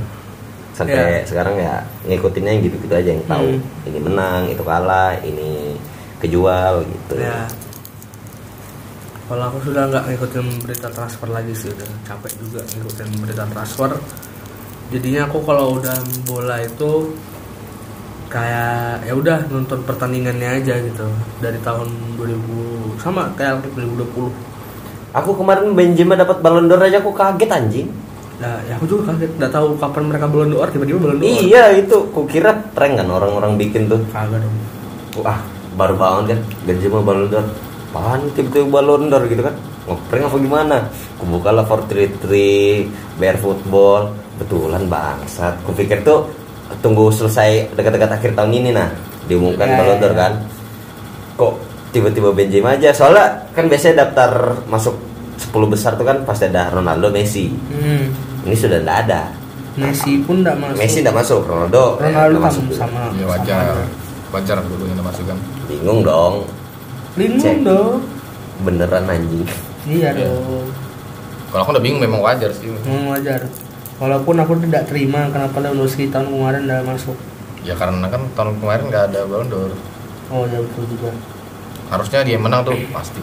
Speaker 4: sampai
Speaker 1: Iya.
Speaker 4: sekarang ya ngikutinnya yang gitu-gitu aja yang tahu
Speaker 1: Hmm.
Speaker 4: ini menang itu kalah ini kejual gitu
Speaker 1: Ya. Kalau aku sudah nggak ngikutin berita transfer lagi sih, udah capek juga ngikutin berita transfer. Jadinya aku kalau udah bola itu kayak ya udah nonton pertandingannya aja gitu dari tahun 2000 sama kayak 2020.
Speaker 4: aku kemarin Benzema dapat Ballon d'Or aja aku kaget anjing
Speaker 1: Nah, ya aku juga kaget, nggak tahu kapan mereka Ballon d'Or tiba-tiba Ballon d'Or.
Speaker 4: iya itu kukira prank kan orang-orang bikin tuh
Speaker 1: Kagak dong.
Speaker 4: wah baru bangun kan Benzema Ballon d'Or apaan tiba-tiba Ballon d'Or gitu kan ngeprank apa gimana kubukalah 433 bare football betulan bangsat kupikir tuh tunggu selesai dekat-dekat akhir tahun ini nah diumumkan
Speaker 1: Ya,
Speaker 4: Ballon
Speaker 1: ya,
Speaker 4: d'Or
Speaker 1: ya.
Speaker 4: kan kok tiba-tiba Benzema aja soalnya kan biasanya daftar masuk 10 besar tuh kan pasti ada Ronaldo Messi
Speaker 1: Hmm.
Speaker 4: ini sudah tidak ada
Speaker 1: Messi pun nggak masuk
Speaker 4: Messi nggak masuk Ronaldo ya,
Speaker 1: Ronaldo
Speaker 4: nggak
Speaker 1: sama sama,
Speaker 5: ya
Speaker 1: sama
Speaker 5: wajar
Speaker 1: aja.
Speaker 5: wajar dulunya yang masuk kan
Speaker 4: bingung dong
Speaker 1: Linglung
Speaker 4: Cek.
Speaker 1: dong
Speaker 4: beneran anjing
Speaker 1: iya
Speaker 5: Iya.
Speaker 1: dong
Speaker 5: kalau aku udah bingung memang wajar sih
Speaker 1: memang wajar walaupun aku tidak terima kenapa Lewandowski tahun kemarin nggak masuk
Speaker 5: ya karena kan tahun kemarin nggak ada Ballon d'Or
Speaker 1: oh ya betul juga
Speaker 5: harusnya dia yang menang tuh pasti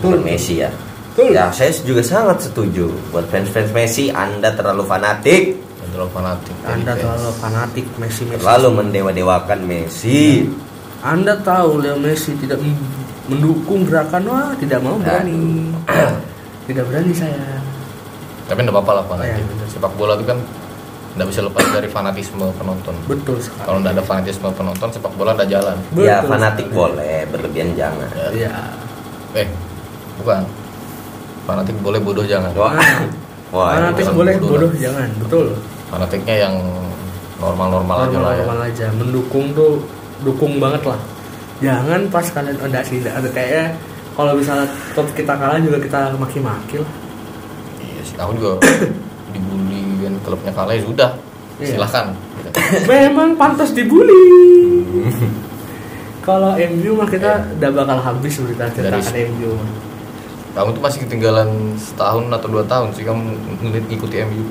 Speaker 4: Bukan Messi ya
Speaker 1: betul
Speaker 4: ya saya juga sangat setuju buat fans-fans Messi anda terlalu fanatik
Speaker 5: yang terlalu fanatik jadi
Speaker 1: anda
Speaker 5: fans.
Speaker 1: terlalu fanatik Messi Messi
Speaker 4: terlalu mendewa-dewakan Messi
Speaker 1: anda tahu Leo Messi tidak m- mendukung gerakan wah tidak
Speaker 4: Nah.
Speaker 1: mau
Speaker 4: (clears throat)
Speaker 1: berani tidak berani saya
Speaker 5: tapi nggak apa-apa lah
Speaker 1: Oh,
Speaker 5: fanatik
Speaker 1: iya.
Speaker 5: sepak bola itu kan nggak bisa lepas dari fanatisme penonton
Speaker 1: betul sekali
Speaker 5: kalau nggak ada fanatisme penonton sepak bola nggak jalan
Speaker 4: ya
Speaker 1: Betul
Speaker 4: fanatik
Speaker 1: sekali.
Speaker 4: boleh berlebihan jangan
Speaker 1: Iya.
Speaker 5: eh bukan fanatik boleh bodoh jangan
Speaker 4: wah
Speaker 1: Nah,
Speaker 4: wah ini
Speaker 1: fanatik
Speaker 5: jangan
Speaker 1: boleh
Speaker 5: bodoh
Speaker 1: bodoh
Speaker 5: lah.
Speaker 1: jangan betul
Speaker 5: fanatiknya yang normal-normal aja lah ya
Speaker 1: normal aja mendukung tuh dukung banget lah jangan pas kalian ada sih nggak ada kayaknya kalau misalnya klub kita kalah juga kita maki-maki
Speaker 5: (laughs)
Speaker 1: lah
Speaker 5: iya sih aku juga (coughs) dibully kan klubnya kalah ya sudah
Speaker 1: Iya.
Speaker 5: silahkan
Speaker 1: memang pantas dibully kalau MU mah kita udah bakal habis berita cerita
Speaker 5: Dari-
Speaker 1: akan MU mah.
Speaker 5: kamu tuh masih ketinggalan setahun atau dua tahun sih kamu ng- ngikuti MU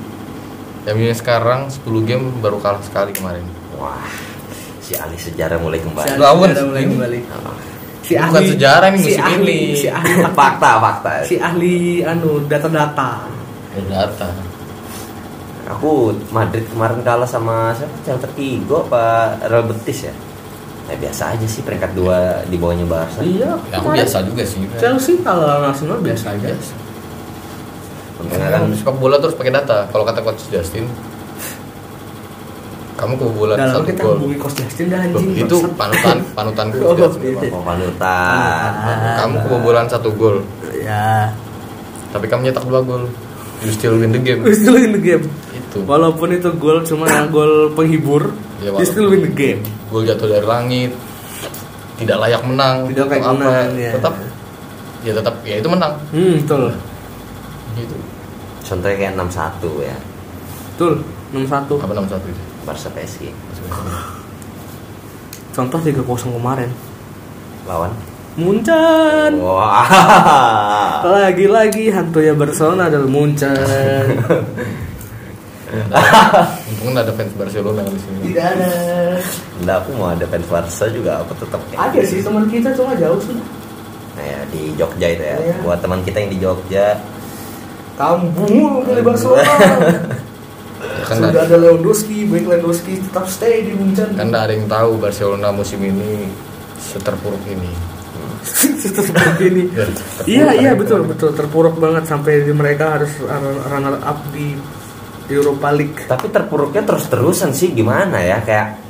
Speaker 5: MU yang sekarang 10 game baru kalah sekali kemarin
Speaker 4: wah si ahli sejarah mulai
Speaker 1: si
Speaker 4: kembali
Speaker 5: Dua
Speaker 1: ahli
Speaker 5: tahun.
Speaker 1: sejarah mulai kembali si
Speaker 5: Bukan
Speaker 1: ahli
Speaker 5: sejarah nih,
Speaker 1: si
Speaker 5: musim
Speaker 1: ahli,
Speaker 5: ini.
Speaker 1: si ahli
Speaker 4: (laughs) fakta fakta
Speaker 1: si ahli anu data-data
Speaker 5: ya data
Speaker 4: aku Madrid kemarin kalah sama siapa Celta Vigo apa Real Betis ya ya biasa aja sih peringkat dua di bawahnya Barca
Speaker 1: iya
Speaker 5: ya, aku biasa juga sih
Speaker 1: Chelsea kalau Arsenal biasa aja
Speaker 5: biasa
Speaker 4: Untungnya kan
Speaker 5: sepak bola terus pakai data kalau kata coach Justin kamu kebobolan
Speaker 1: dalam
Speaker 5: satu
Speaker 1: kita
Speaker 5: gol
Speaker 1: hubungi coach Justin dah
Speaker 5: Loh,
Speaker 1: anjing
Speaker 5: itu
Speaker 1: bangsat.
Speaker 5: panutan panutan
Speaker 1: (laughs)
Speaker 5: coach
Speaker 1: Oh, iya.
Speaker 5: Justin,
Speaker 1: ah,
Speaker 5: Bang.
Speaker 4: mau panutan
Speaker 5: kamu kebobolan satu gol
Speaker 1: ya
Speaker 5: tapi kamu nyetak dua gol you still win the game
Speaker 1: we still win the game
Speaker 5: itu
Speaker 1: walaupun itu gol cuma gol penghibur
Speaker 5: Ya,
Speaker 1: we still win the game
Speaker 5: gol jatuh dari langit tidak layak menang
Speaker 1: Tidak layak
Speaker 5: atau apa,
Speaker 1: menang, ya.
Speaker 5: tetap ya tetap ya itu menang
Speaker 1: hmm betul
Speaker 5: gitu
Speaker 4: contohnya kayak 6-1 ya
Speaker 1: betul 6-1
Speaker 5: apa enam satu
Speaker 1: (laughs)
Speaker 5: itu
Speaker 4: Barca PSG
Speaker 1: contoh 3-0 kemarin
Speaker 4: lawan
Speaker 1: Muncan
Speaker 4: wah
Speaker 1: lagi-lagi hantunya Barcelona adalah Muncan
Speaker 5: untung ada fans Barcelona di sini
Speaker 1: (laughs) tidak ada
Speaker 4: Nggak, aku mau ada fans Barca juga aku tetap
Speaker 1: ada sih teman kita cuma jauh sudah
Speaker 4: Nah, ya, di Jogja itu ya
Speaker 1: Iya.
Speaker 4: buat teman kita yang di Jogja
Speaker 1: kamu lu pilih (laughs) Barcelona
Speaker 5: Ya kan
Speaker 1: sudah
Speaker 5: nggak-
Speaker 1: ada Lewandowski baik Lewandowski tetap stay di Muncan
Speaker 5: kan nggak ada yang tahu Barcelona musim ini seterpuruk ini
Speaker 1: Terus seperti ini Iya iya
Speaker 5: kan?
Speaker 1: betul betul terpuruk banget sampai mereka harus runner up di Europa League.
Speaker 4: tapi terpuruknya terus terusan sih gimana ya kayak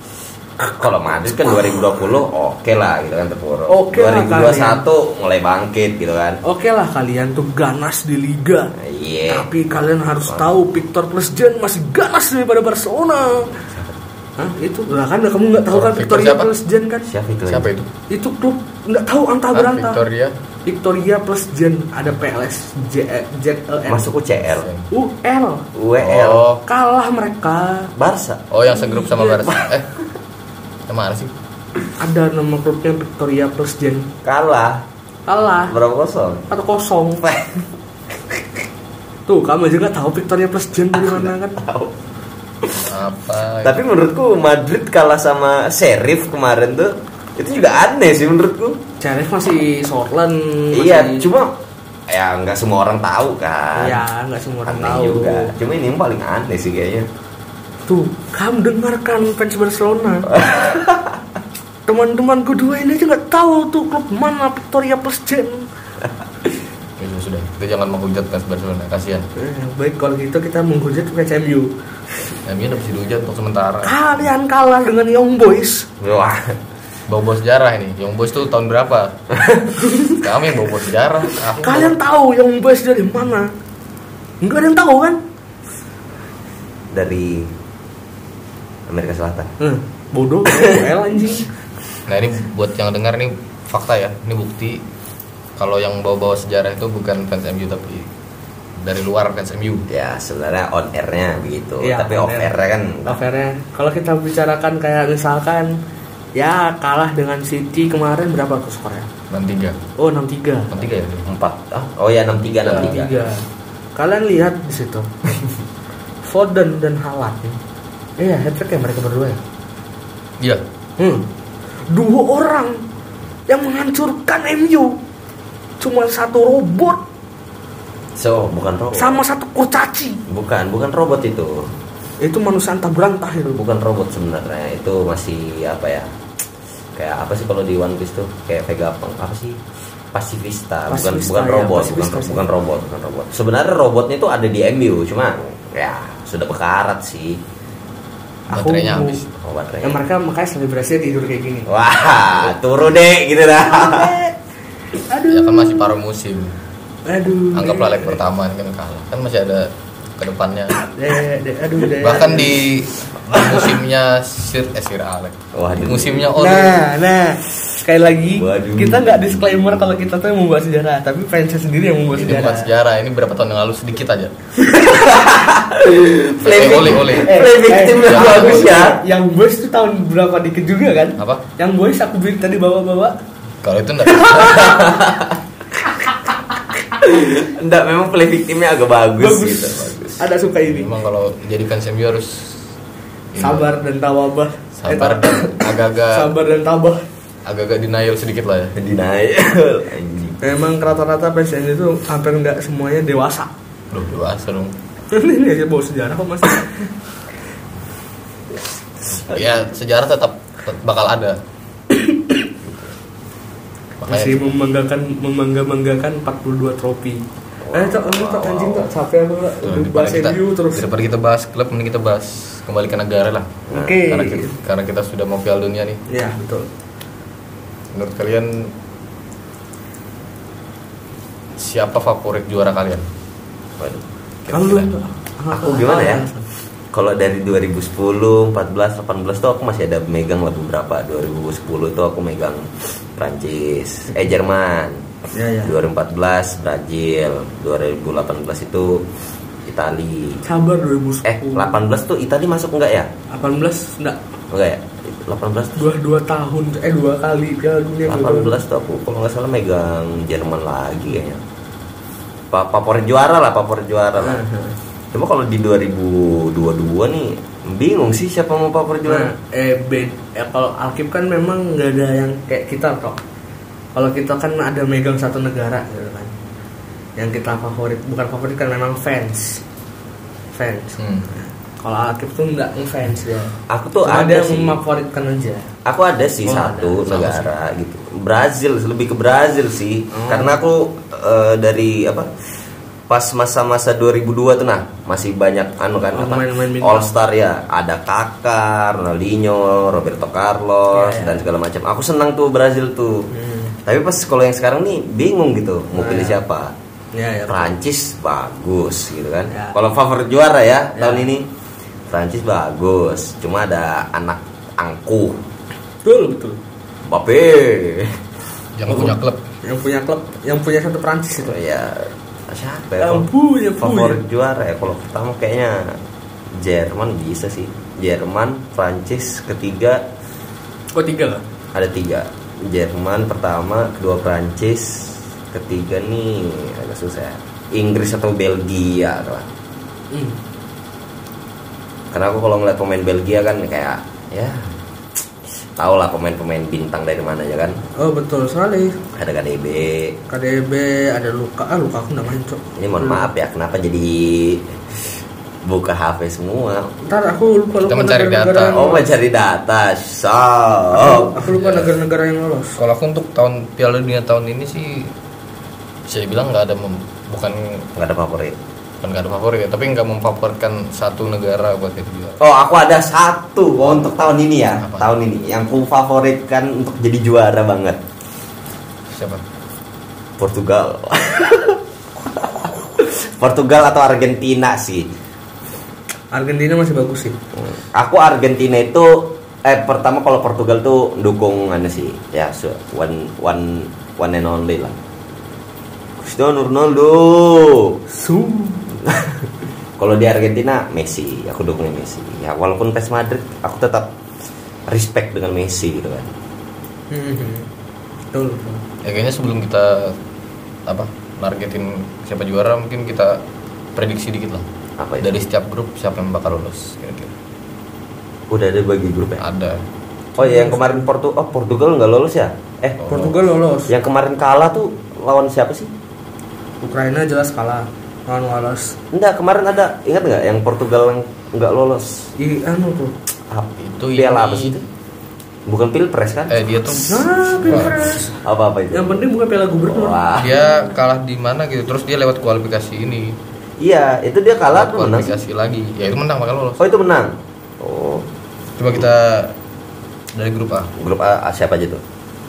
Speaker 4: kalau Madrid kan 2020 oke lah gitu kan terpuruk
Speaker 1: Oke lah
Speaker 4: 2021 mulai bangkit gitu kan
Speaker 1: Oke lah kalian tuh ganas di liga.
Speaker 4: Nah, iya
Speaker 1: Tapi kalian harus tahu Victor Plesjen masih ganas daripada Barcelona. Hah, itu lah kan kamu nggak tahu kan
Speaker 5: Victor
Speaker 1: Victoria
Speaker 5: siapa?
Speaker 1: Plesjen kan?
Speaker 4: siapa itu
Speaker 5: siapa itu
Speaker 1: Itu klub nggak tahu antah
Speaker 5: Ah,
Speaker 1: berantah.
Speaker 5: Victoria
Speaker 1: Victoria Plesjen ada PLS J- ZLN.
Speaker 4: masuk UCL
Speaker 1: UL
Speaker 4: UEL
Speaker 5: oh
Speaker 1: kalah mereka.
Speaker 4: E Barca
Speaker 5: oh yang segrup sama
Speaker 1: Iya.
Speaker 5: Barca eh sama mana sih
Speaker 1: Ada nama klubnya Victoria Plesjen.
Speaker 4: kalah
Speaker 1: Kalah.
Speaker 4: berapa kosong
Speaker 1: (laughs) atau kosong tuh kamu aja nggak tahu Victoria plus Jen
Speaker 4: Ah,
Speaker 1: dari mana kan
Speaker 5: apa ya?
Speaker 4: tapi menurutku Madrid kalah sama Sheriff kemarin tuh itu juga aneh sih menurutku
Speaker 1: Sheriff masih Scotland
Speaker 4: iya
Speaker 1: Hmm.
Speaker 4: cuma ya nggak semua orang tahu kan
Speaker 1: ya nggak semua orang
Speaker 4: aneh
Speaker 1: tahu
Speaker 4: juga cuma ini yang paling aneh sih kayaknya
Speaker 1: tuh kamu dengarkan fans
Speaker 4: (laughs)
Speaker 1: Barcelona teman-temanku dua ini aja nggak tahu tuh klub mana Victoria plus Jen
Speaker 5: Ya, sudah, sudah kita jangan menghujat fans Barcelona kasihan
Speaker 1: Eh, baik kalau gitu kita menghujat ke CMU
Speaker 5: Emi udah bisa dihujat untuk sementara
Speaker 1: kalian kalah dengan Young Boys
Speaker 4: wah
Speaker 5: Bobo sejarah ini. Young Boys tuh tahun berapa? Kami yang bobo sejarah. Ah. Aku
Speaker 1: kalian tahu Young Boys dari mana nggak ada yang tahu kan
Speaker 4: dari Amerika Selatan
Speaker 1: Eh, bodoh (laughs) Well anjing
Speaker 5: Nah ini buat yang dengar nih fakta ya. Ini bukti kalau yang bawa-bawa sejarah itu bukan fans MU tapi dari luar ke SMU
Speaker 4: ya sebenarnya on airnya begitu
Speaker 1: Iya,
Speaker 4: tapi
Speaker 1: on
Speaker 4: off
Speaker 1: air.
Speaker 4: airnya kan
Speaker 1: affairnya ya. kalau kita bicarakan kayak misalkan ya kalah dengan City kemarin berapa tuh skornya
Speaker 5: 63
Speaker 1: oh 6-3
Speaker 5: 63 ya
Speaker 4: empat ah, oh ya enam tiga enam tiga
Speaker 1: tiga kalian lihat di situ (laughs) Foden dan Haaland iya hat trick ya mereka berdua ya
Speaker 5: iya
Speaker 1: hmm. dua orang yang menghancurkan MU cuma satu robot
Speaker 4: so bukan robot
Speaker 1: sama satu kurcaci
Speaker 4: bukan bukan robot itu
Speaker 1: itu manusia antah berantah itu
Speaker 4: bukan robot sebenarnya itu masih apa ya kayak apa sih kalau di One Piece tuh kayak Vega Peng apa sih pasifista,
Speaker 1: Pasifista,
Speaker 4: bukan bukan
Speaker 1: ya,
Speaker 4: robot bukan,
Speaker 1: pasifista sih.
Speaker 4: bukan robot bukan robot sebenarnya robotnya tuh ada di MU cuma ya sudah berkarat sih
Speaker 1: Aku-
Speaker 5: baterainya habis
Speaker 4: oh,
Speaker 1: ya
Speaker 4: baterainya.
Speaker 1: mereka makanya selebrasinya tidur kayak gini
Speaker 4: wah turun deh gitu dah
Speaker 5: ya kan masih paruh musim
Speaker 1: aduh
Speaker 5: anggaplah leg pertama ini kan kalah kan masih ada ke depannya
Speaker 1: De- de- aduh de-
Speaker 5: bahkan di musimnya Sir eh, Sir Alex
Speaker 4: Waduh. (laughs)
Speaker 5: musimnya Oli
Speaker 1: Nah, nah, sekali lagi
Speaker 4: Waduh.
Speaker 1: kita nggak disclaimer kalau kita tuh yang membuat sejarah, tapi fansnya sendiri yang membuat
Speaker 5: ini
Speaker 1: sejarah.
Speaker 5: bukan sejarah ini berapa tahun yang lalu sedikit aja
Speaker 4: Play
Speaker 5: eh, Oli Oli
Speaker 1: Eh,
Speaker 4: play victim
Speaker 1: eh,
Speaker 4: yang
Speaker 5: jangan.
Speaker 4: bagus ya
Speaker 1: Yang boys itu tahun berapa dikit juga kan?
Speaker 5: apa
Speaker 1: Yang boys aku beli tadi bawa-bawa.
Speaker 5: kalau itu
Speaker 1: (laughs)
Speaker 5: enggak
Speaker 4: enggak memang play victimnya agak bagus,
Speaker 1: Bagus.
Speaker 4: gitu bagus
Speaker 1: Ada suka ini.
Speaker 5: memang kalau jadikan semi harus ini,
Speaker 1: Sabar dan tawabah. Eh,
Speaker 5: sabar
Speaker 1: ta-
Speaker 5: dan agak-agak
Speaker 1: sabar dan tabah.
Speaker 5: agak-agak denial sedikit lah ya
Speaker 4: denial (laughs) anjing
Speaker 1: Memang rata-rata fans ini tuh hampir nggak semuanya dewasa. (laughs)
Speaker 5: Duh, dewasa dong
Speaker 1: ini aja bawa sejarah kok masih.
Speaker 5: ya sejarah tetap tet- bakal ada
Speaker 1: masih
Speaker 5: makanya
Speaker 1: membanggakan membangga-banggakan 42 trofi. eh, cok, lu cok anjing cok, capek aku cok. Udah
Speaker 5: tuh, daripada
Speaker 1: bahas
Speaker 5: kita
Speaker 1: MU terus.
Speaker 5: daripada kita bahas klub mending kita bahas kembali ke negara lah
Speaker 1: Oke.
Speaker 5: karena kita, karena kita sudah mau Piala Dunia nih
Speaker 1: Ya, betul.
Speaker 5: menurut kalian siapa favorit juara kalian
Speaker 4: Waduh.
Speaker 1: Kalau lu
Speaker 4: aku gimana ya kalau dari 2010, 14, 18 tuh aku masih ada megang lah beberapa 2010 tuh aku megang Prancis, eh Jerman
Speaker 1: Ya, ya.
Speaker 4: 2014 Brazil 2018 itu Itali
Speaker 1: Sabar 2010.
Speaker 4: eh 18 tuh Itali masuk enggak ya?
Speaker 1: 18 enggak
Speaker 4: enggak ya? 18 tuh
Speaker 1: 22 tahun eh dua kali Piala Dunia dua
Speaker 4: 18 tuh aku kalau nggak salah megang Jerman lagi kayaknya Pa- Favorit juara lah, favorit juara
Speaker 1: (laughs)
Speaker 4: lah
Speaker 1: Heeh.
Speaker 4: Cuma kalau di 2022 nih bingung sih siapa mau favorit
Speaker 1: Nah,
Speaker 4: juara.
Speaker 1: eh, bed, eh kalau Alkif kan memang nggak ada yang kayak kita kok. Kalau kita kan ada megang satu negara gitu kan. Yang kita favorit, bukan favorit kan memang fans. Fans. Nah,
Speaker 5: hmm.
Speaker 1: Kalau Alkif tuh nggak ngefans ya.
Speaker 4: Aku tuh
Speaker 1: Cuma
Speaker 4: ada,
Speaker 1: dia
Speaker 4: sih.
Speaker 1: memfavoritkan aja.
Speaker 4: Aku ada sih
Speaker 1: Oh,
Speaker 4: satu
Speaker 5: ada. Sama
Speaker 4: negara gitu. Brazil lebih ke Brazil sih.
Speaker 1: Hmm.
Speaker 4: Karena aku eh, dari apa? Pas masa-masa 2002 tuh nah masih banyak anu kan
Speaker 1: Oh,
Speaker 4: apa,
Speaker 1: main-main bintang.
Speaker 4: All Star ya. Ada Kaká, Ronaldinho, Roberto Carlos
Speaker 1: Iya, iya.
Speaker 4: dan segala macam. Aku senang tuh Brazil tuh.
Speaker 1: Hmm.
Speaker 4: Tapi pas kalau yang sekarang nih bingung gitu mau
Speaker 1: Nah,
Speaker 4: pilih
Speaker 1: iya.
Speaker 4: siapa.
Speaker 1: Ya, ya.
Speaker 4: Prancis bagus gitu kan.
Speaker 1: Ya.
Speaker 4: Kalau favorit juara ya
Speaker 1: Ya.
Speaker 4: tahun ini Prancis bagus. Cuma ada anak angkuh
Speaker 1: Betul, betul.
Speaker 4: Mbappe.
Speaker 5: yang punya
Speaker 1: Oh.
Speaker 5: klub
Speaker 1: Yang punya klub, yang punya satu Prancis itu. eh.
Speaker 4: Itu ya siapa ya?
Speaker 1: Yang
Speaker 4: kalau
Speaker 1: punya
Speaker 4: favorit juara ya kalau pertama kayaknya Jerman bisa sih. Jerman, Prancis ketiga
Speaker 1: Kok Oh, tiga lah?
Speaker 4: ada tiga. Jerman pertama, kedua Prancis, ketiga nih agak susah. ya. Inggris atau Belgia lah.
Speaker 1: Hmm.
Speaker 4: karena aku kalau ngeliat pemain Belgia kan kayak ya tau lah pemain-pemain bintang dari mana aja kan
Speaker 1: Oh betul sekali.
Speaker 4: ada KDB
Speaker 1: KDB ada luka, ah luka aku nggak main cok.
Speaker 4: ini mohon maaf ya kenapa jadi buka HP semua
Speaker 1: Ntar aku lupa lupa
Speaker 5: Kita mencari
Speaker 1: negara-negara
Speaker 5: data.
Speaker 1: yang
Speaker 4: oh
Speaker 1: lolos.
Speaker 4: mencari data so Oh.
Speaker 1: Aku lupa negara-negara yang lolos.
Speaker 5: kalau aku untuk tahun Piala Dunia tahun ini sih bisa dibilang nggak ada mem- bukan
Speaker 4: nggak ada favorit
Speaker 5: bukan nggak ada favorit ya tapi nggak memfavoritkan satu negara buat jadi juara
Speaker 4: oh aku ada satu oh, untuk tahun ini ya
Speaker 5: Apa?
Speaker 4: tahun ini yang ku favoritkan untuk jadi juara banget
Speaker 5: siapa
Speaker 4: Portugal (laughs) Portugal atau Argentina sih
Speaker 1: Argentina masih bagus sih.
Speaker 4: Aku Argentina itu eh pertama kalau Portugal tuh dukung anu sih ya so, one one one and only lah. Cristiano Ronaldo.
Speaker 1: Su.
Speaker 4: Kalau di Argentina Messi, aku dukung Messi. Ya walaupun PES Madrid, aku tetap respect dengan Messi gitu kan.
Speaker 1: Mm-hmm. Betul.
Speaker 4: Oh.
Speaker 5: ya kayaknya sebelum kita apa nargetin siapa juara mungkin kita prediksi dikit lah
Speaker 4: Apa itu?
Speaker 5: dari setiap grup siapa yang bakal lolos kira-kira
Speaker 4: Udah ada bagi grup ya.
Speaker 5: ada
Speaker 4: Oh ya yang kemarin Portu oh Portugal nggak lolos ya? Eh,
Speaker 5: Oh.
Speaker 1: Portugal lolos.
Speaker 4: yang kemarin kalah tuh lawan siapa sih?
Speaker 1: Ukraina jelas kalah. Lawan Wales.
Speaker 4: Enggak, kemarin ada ingat nggak yang Portugal yang nggak lolos?
Speaker 1: Ih, anu tuh.
Speaker 4: Apa?
Speaker 5: Itu
Speaker 4: Piala
Speaker 5: ini-
Speaker 4: Ah, apa sih itu? Bukan Pilpres kan?
Speaker 5: eh dia tuh
Speaker 1: Nah, Pilpres.
Speaker 4: Apa-apa itu? Oh,
Speaker 1: Yang penting bukan Piala Gubernur.
Speaker 4: Wah.
Speaker 5: dia kalah di mana gitu terus dia lewat kualifikasi ini
Speaker 4: Iya, itu dia kalah
Speaker 5: lewat
Speaker 4: tuh menang.
Speaker 5: kualifikasi lagi ya itu menang bakal lolos
Speaker 4: Oh, itu menang. Oh,
Speaker 5: coba kita dari grup A
Speaker 4: grup A, A siapa aja tuh?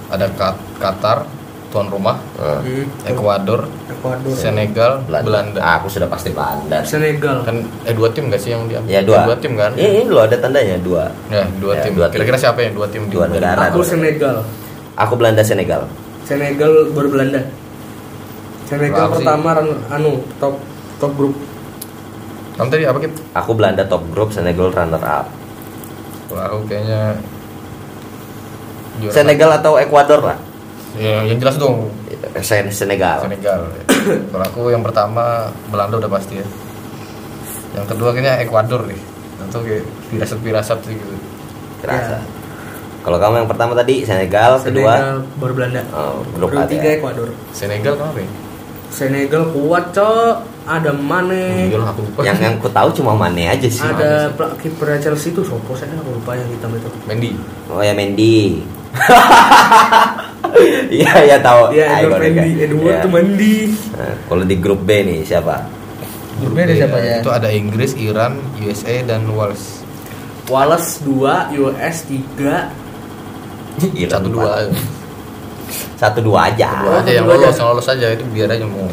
Speaker 5: ada Ka- Qatar tuan rumah
Speaker 4: Eh,
Speaker 1: Hmm.
Speaker 5: Ekuador
Speaker 1: Ecuador.
Speaker 5: Senegal Belanda
Speaker 4: Ah, aku sudah pasti Belanda.
Speaker 1: Senegal.
Speaker 5: kan eh dua tim gak sih yang diambil
Speaker 4: Ya dua.
Speaker 5: tim kan
Speaker 4: Iya, ini loh ada tandanya dua.
Speaker 5: ya dua
Speaker 4: Ya,
Speaker 5: tim
Speaker 4: dua tim.
Speaker 5: kira-kira siapa yang dua tim di-
Speaker 4: Dua
Speaker 5: dari-
Speaker 4: negara.
Speaker 1: Aku Senegal.
Speaker 4: Aku Belanda Senegal.
Speaker 1: Senegal baru Belanda. Senegal
Speaker 5: Kenapa sih?
Speaker 1: pertama ran- anu top top grup.
Speaker 5: kamu tadi apa Kip?
Speaker 4: Aku Belanda top grup, Senegal runner up.
Speaker 5: Wah, aku kayaknya juara
Speaker 4: Senegal atau Ekuador lah. Gitu. Eh,
Speaker 5: satu. ya, yang jelas dong
Speaker 4: Sen Senegal.
Speaker 1: (coughs)
Speaker 5: Senegal kalau aku yang pertama Belanda udah pasti ya yang kedua kayaknya Ekuador nih atau kayak firasat-firasat sih gitu
Speaker 4: Kerasa. Kalau kamu yang pertama tadi Senegal, kedua
Speaker 1: Senegal baru Belanda.
Speaker 4: oh, grup
Speaker 1: Baru
Speaker 4: A
Speaker 1: tiga
Speaker 4: ya.
Speaker 1: Ecuador.
Speaker 5: Senegal kenapa
Speaker 1: Hmm.
Speaker 5: ya?
Speaker 1: Senegal kuat cok. Ada Mane.
Speaker 5: Iya lah aku lupa
Speaker 4: Yang yang ku tahu cuma Mane aja sih.
Speaker 1: Ada pla- kiper Chelsea itu sopo saya aku lupa yang hitam itu.
Speaker 5: (laughs) Mendy
Speaker 4: Oh ya Mendy. (laughs) Iya ya
Speaker 5: Oh,
Speaker 4: tahu.
Speaker 5: ah,
Speaker 1: Iya, Edward
Speaker 4: Iconic,
Speaker 1: Mendy,
Speaker 4: ya.
Speaker 1: Edward
Speaker 4: Iya.
Speaker 1: tuh Mendy.
Speaker 4: Nah, Kalau di grup B nih siapa?
Speaker 1: Grupnya ada
Speaker 5: Iya,
Speaker 1: siapa ya?
Speaker 5: Itu ada Inggris, Iran, USA, dan Wales
Speaker 1: Wallace 2, US 3.
Speaker 5: Satu dua
Speaker 4: Satu dua aja.
Speaker 1: Oh,
Speaker 5: Dua aja yang
Speaker 1: dua aja.
Speaker 5: lolos, yang lolos aja itu biar aja mau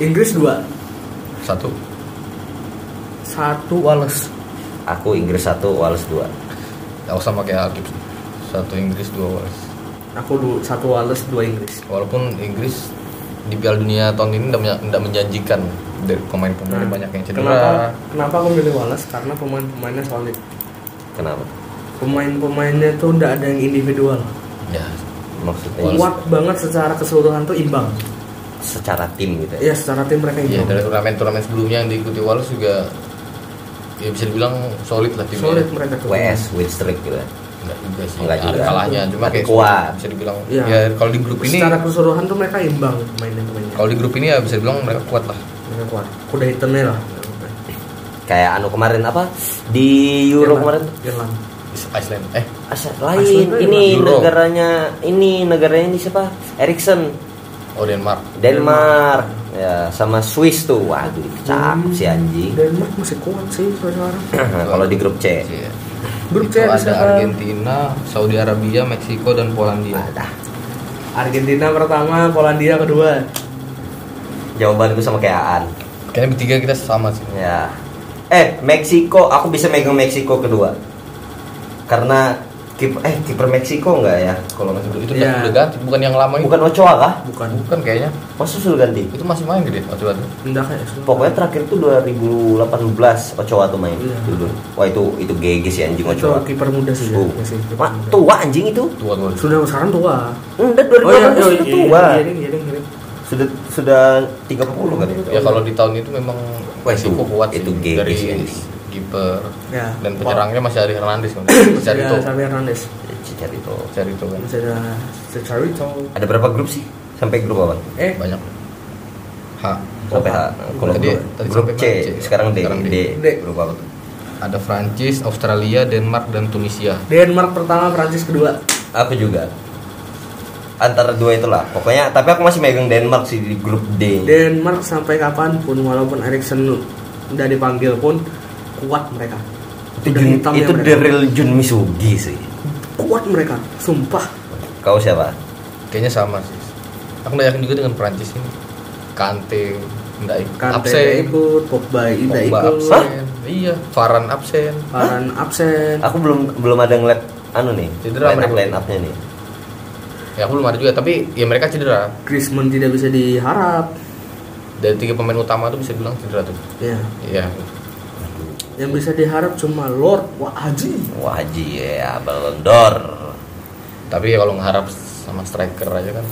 Speaker 1: Inggris 2,
Speaker 5: Satu
Speaker 1: 1 Wallace.
Speaker 4: Aku Inggris satu, Wales dua.
Speaker 5: Aku sama kayak Akib sih. Satu Inggris, dua Wales
Speaker 1: Aku du- satu Wallace, dua Inggris.
Speaker 5: Walaupun Inggris di Piala Dunia tahun ini tidak menjanjikan dari pemain-pemain
Speaker 1: Nah,
Speaker 5: banyak yang
Speaker 1: Kenapa
Speaker 5: cedera.
Speaker 1: kenapa aku milih Wallace? Karena pemain-pemainnya solid.
Speaker 4: Kenapa?
Speaker 1: Pemain-pemainnya tuh nggak ada yang individual.
Speaker 5: Ya,
Speaker 4: Maksudnya
Speaker 5: Wallace.
Speaker 1: Kuat banget secara keseluruhan tuh imbang.
Speaker 4: secara tim gitu. Ya.
Speaker 1: Ya secara tim mereka
Speaker 5: ya
Speaker 1: imbang.
Speaker 5: dari turnamen-turnamen sebelumnya yang diikuti Wales juga ya bisa dibilang solid lah timnya.
Speaker 1: solid mereka tuh.
Speaker 4: WS win streak gitu. ya.
Speaker 5: Enggak juga sih.
Speaker 4: Nggak
Speaker 5: ada
Speaker 4: juga.
Speaker 5: kalahnya cuma
Speaker 4: Tapi
Speaker 5: kayak
Speaker 4: kuat.
Speaker 5: bisa dibilang
Speaker 1: Iya.
Speaker 5: ya, kalau di grup ini
Speaker 1: Secara keseluruhan tuh mereka imbang pemainnya-pemainnya.
Speaker 5: kalau di grup ini ya bisa dibilang mereka kuat lah.
Speaker 1: Mereka kuat. Kuda hitamnya lah.
Speaker 4: Kayak anu kemarin apa di Euro kemarin?
Speaker 1: Irland.
Speaker 5: Iceland. Eh,
Speaker 4: Asyik
Speaker 1: Asli
Speaker 4: lain.
Speaker 1: tuh
Speaker 4: Ini
Speaker 5: Euro.
Speaker 4: negaranya ini negaranya ini siapa? Erikson.
Speaker 5: oh Denmark.
Speaker 4: Denmark. Ya, sama Swiss tuh. Waduh, dicap
Speaker 1: Hmm.
Speaker 4: si anjing.
Speaker 1: Denmark masih kuat sih sekarang.
Speaker 4: (coughs) Kalau di grup C.
Speaker 5: Iya.
Speaker 1: Grup
Speaker 5: Itu
Speaker 1: C ada
Speaker 5: ada
Speaker 1: siapa?
Speaker 5: Argentina, Saudi Arabia, Meksiko dan Polandia.
Speaker 4: Nah, dah.
Speaker 1: Argentina pertama, Polandia kedua.
Speaker 4: Jawaban gue sama kayak Aan.
Speaker 5: Kayaknya bertiga kita sama sih.
Speaker 4: Ya. Eh, Meksiko, aku bisa megang Meksiko kedua. Karena kiper eh kiper Meksiko enggak ya?
Speaker 5: Kalau masih itu
Speaker 1: Iya.
Speaker 5: udah ganti, bukan yang lama itu.
Speaker 4: Bukan Ochoa kah?
Speaker 1: Bukan.
Speaker 5: Bukan kayaknya.
Speaker 4: Masa sudah ganti?
Speaker 5: Itu masih main gede waktu itu.
Speaker 1: Enggak kayak
Speaker 4: Pokoknya terakhir tuh 2018 Ochoa tuh main
Speaker 1: Iya.
Speaker 4: dulu. Wah itu itu GG sih anjing
Speaker 1: itu
Speaker 4: Ochoa.
Speaker 1: kiper muda sih.
Speaker 4: Tuh.
Speaker 1: Ya, sih, kiper
Speaker 4: Wah,
Speaker 1: muda.
Speaker 4: tua anjing itu. Hmm,
Speaker 5: Tua tua.
Speaker 1: Sudah sekarang tua. Oh,
Speaker 4: Enggak 2018 sudah tua.
Speaker 1: Iya, iya, iya, iya.
Speaker 4: Sudah sudah 30 kan itu.
Speaker 5: Ya kalau di tahun itu memang
Speaker 4: Wah, itu-
Speaker 5: Meksiko kuat sih.
Speaker 4: itu gede
Speaker 5: dari
Speaker 4: sih, anjing.
Speaker 5: kiper
Speaker 1: Ya.
Speaker 5: dan penyerangnya masih ada Hernandez kan.
Speaker 1: Masih
Speaker 5: Cari
Speaker 1: ada
Speaker 5: itu.
Speaker 1: Iya, Xavi Hernandez.
Speaker 4: Cari itu.
Speaker 5: Cari itu kan.
Speaker 1: Masih ada Cecarito.
Speaker 4: Ada berapa grup sih? Sampai grup apa?
Speaker 1: Eh,
Speaker 5: Banyak. H
Speaker 4: Sampai H. eh, Kalau
Speaker 5: Tadi-
Speaker 4: grup,
Speaker 5: tadi
Speaker 4: grup
Speaker 5: sampai
Speaker 4: C,
Speaker 5: mana? C.
Speaker 4: sekarang D.
Speaker 5: Sekarang D.
Speaker 4: D.
Speaker 1: D.
Speaker 4: Grup apa tuh?
Speaker 5: ada Prancis, Australia, Denmark dan Tunisia.
Speaker 1: Denmark pertama, Prancis kedua.
Speaker 4: Aku juga. Antara dua itulah. Pokoknya tapi aku masih megang Denmark sih di grup D.
Speaker 1: Denmark sampai kapanpun walaupun Eriksen udah dipanggil pun kuat mereka.
Speaker 4: itu
Speaker 1: Udah
Speaker 4: Jun,
Speaker 5: ya,
Speaker 1: hitamnya
Speaker 4: itu
Speaker 1: mereka.
Speaker 4: the real Jun Misugi sih.
Speaker 1: Kuat mereka, sumpah.
Speaker 4: Kau siapa?
Speaker 5: Kayaknya sama sih. Aku nggak yakin juga dengan Prancis ini. Kante nggak ikut.
Speaker 1: Kante
Speaker 5: absen.
Speaker 1: nggak ikut, Pogba tidak
Speaker 5: Pogba
Speaker 1: ikut,
Speaker 5: absen. Iya, Varan absen.
Speaker 1: Varane absen.
Speaker 4: Aku belum belum ada ngeliat anu nih. line
Speaker 5: Cedera
Speaker 4: up
Speaker 5: mereka.
Speaker 4: line upnya nih.
Speaker 5: Ya aku belum ada juga, tapi ya mereka cedera.
Speaker 1: Griezmann tidak bisa diharap.
Speaker 5: dari tiga pemain utama tuh bisa bilang cedera tuh
Speaker 1: ya
Speaker 5: iya
Speaker 1: yang bisa diharap cuma Lord Wah Haji
Speaker 4: Wah Haji ya belendor.
Speaker 5: tapi ya kalau ngeharap sama striker aja kan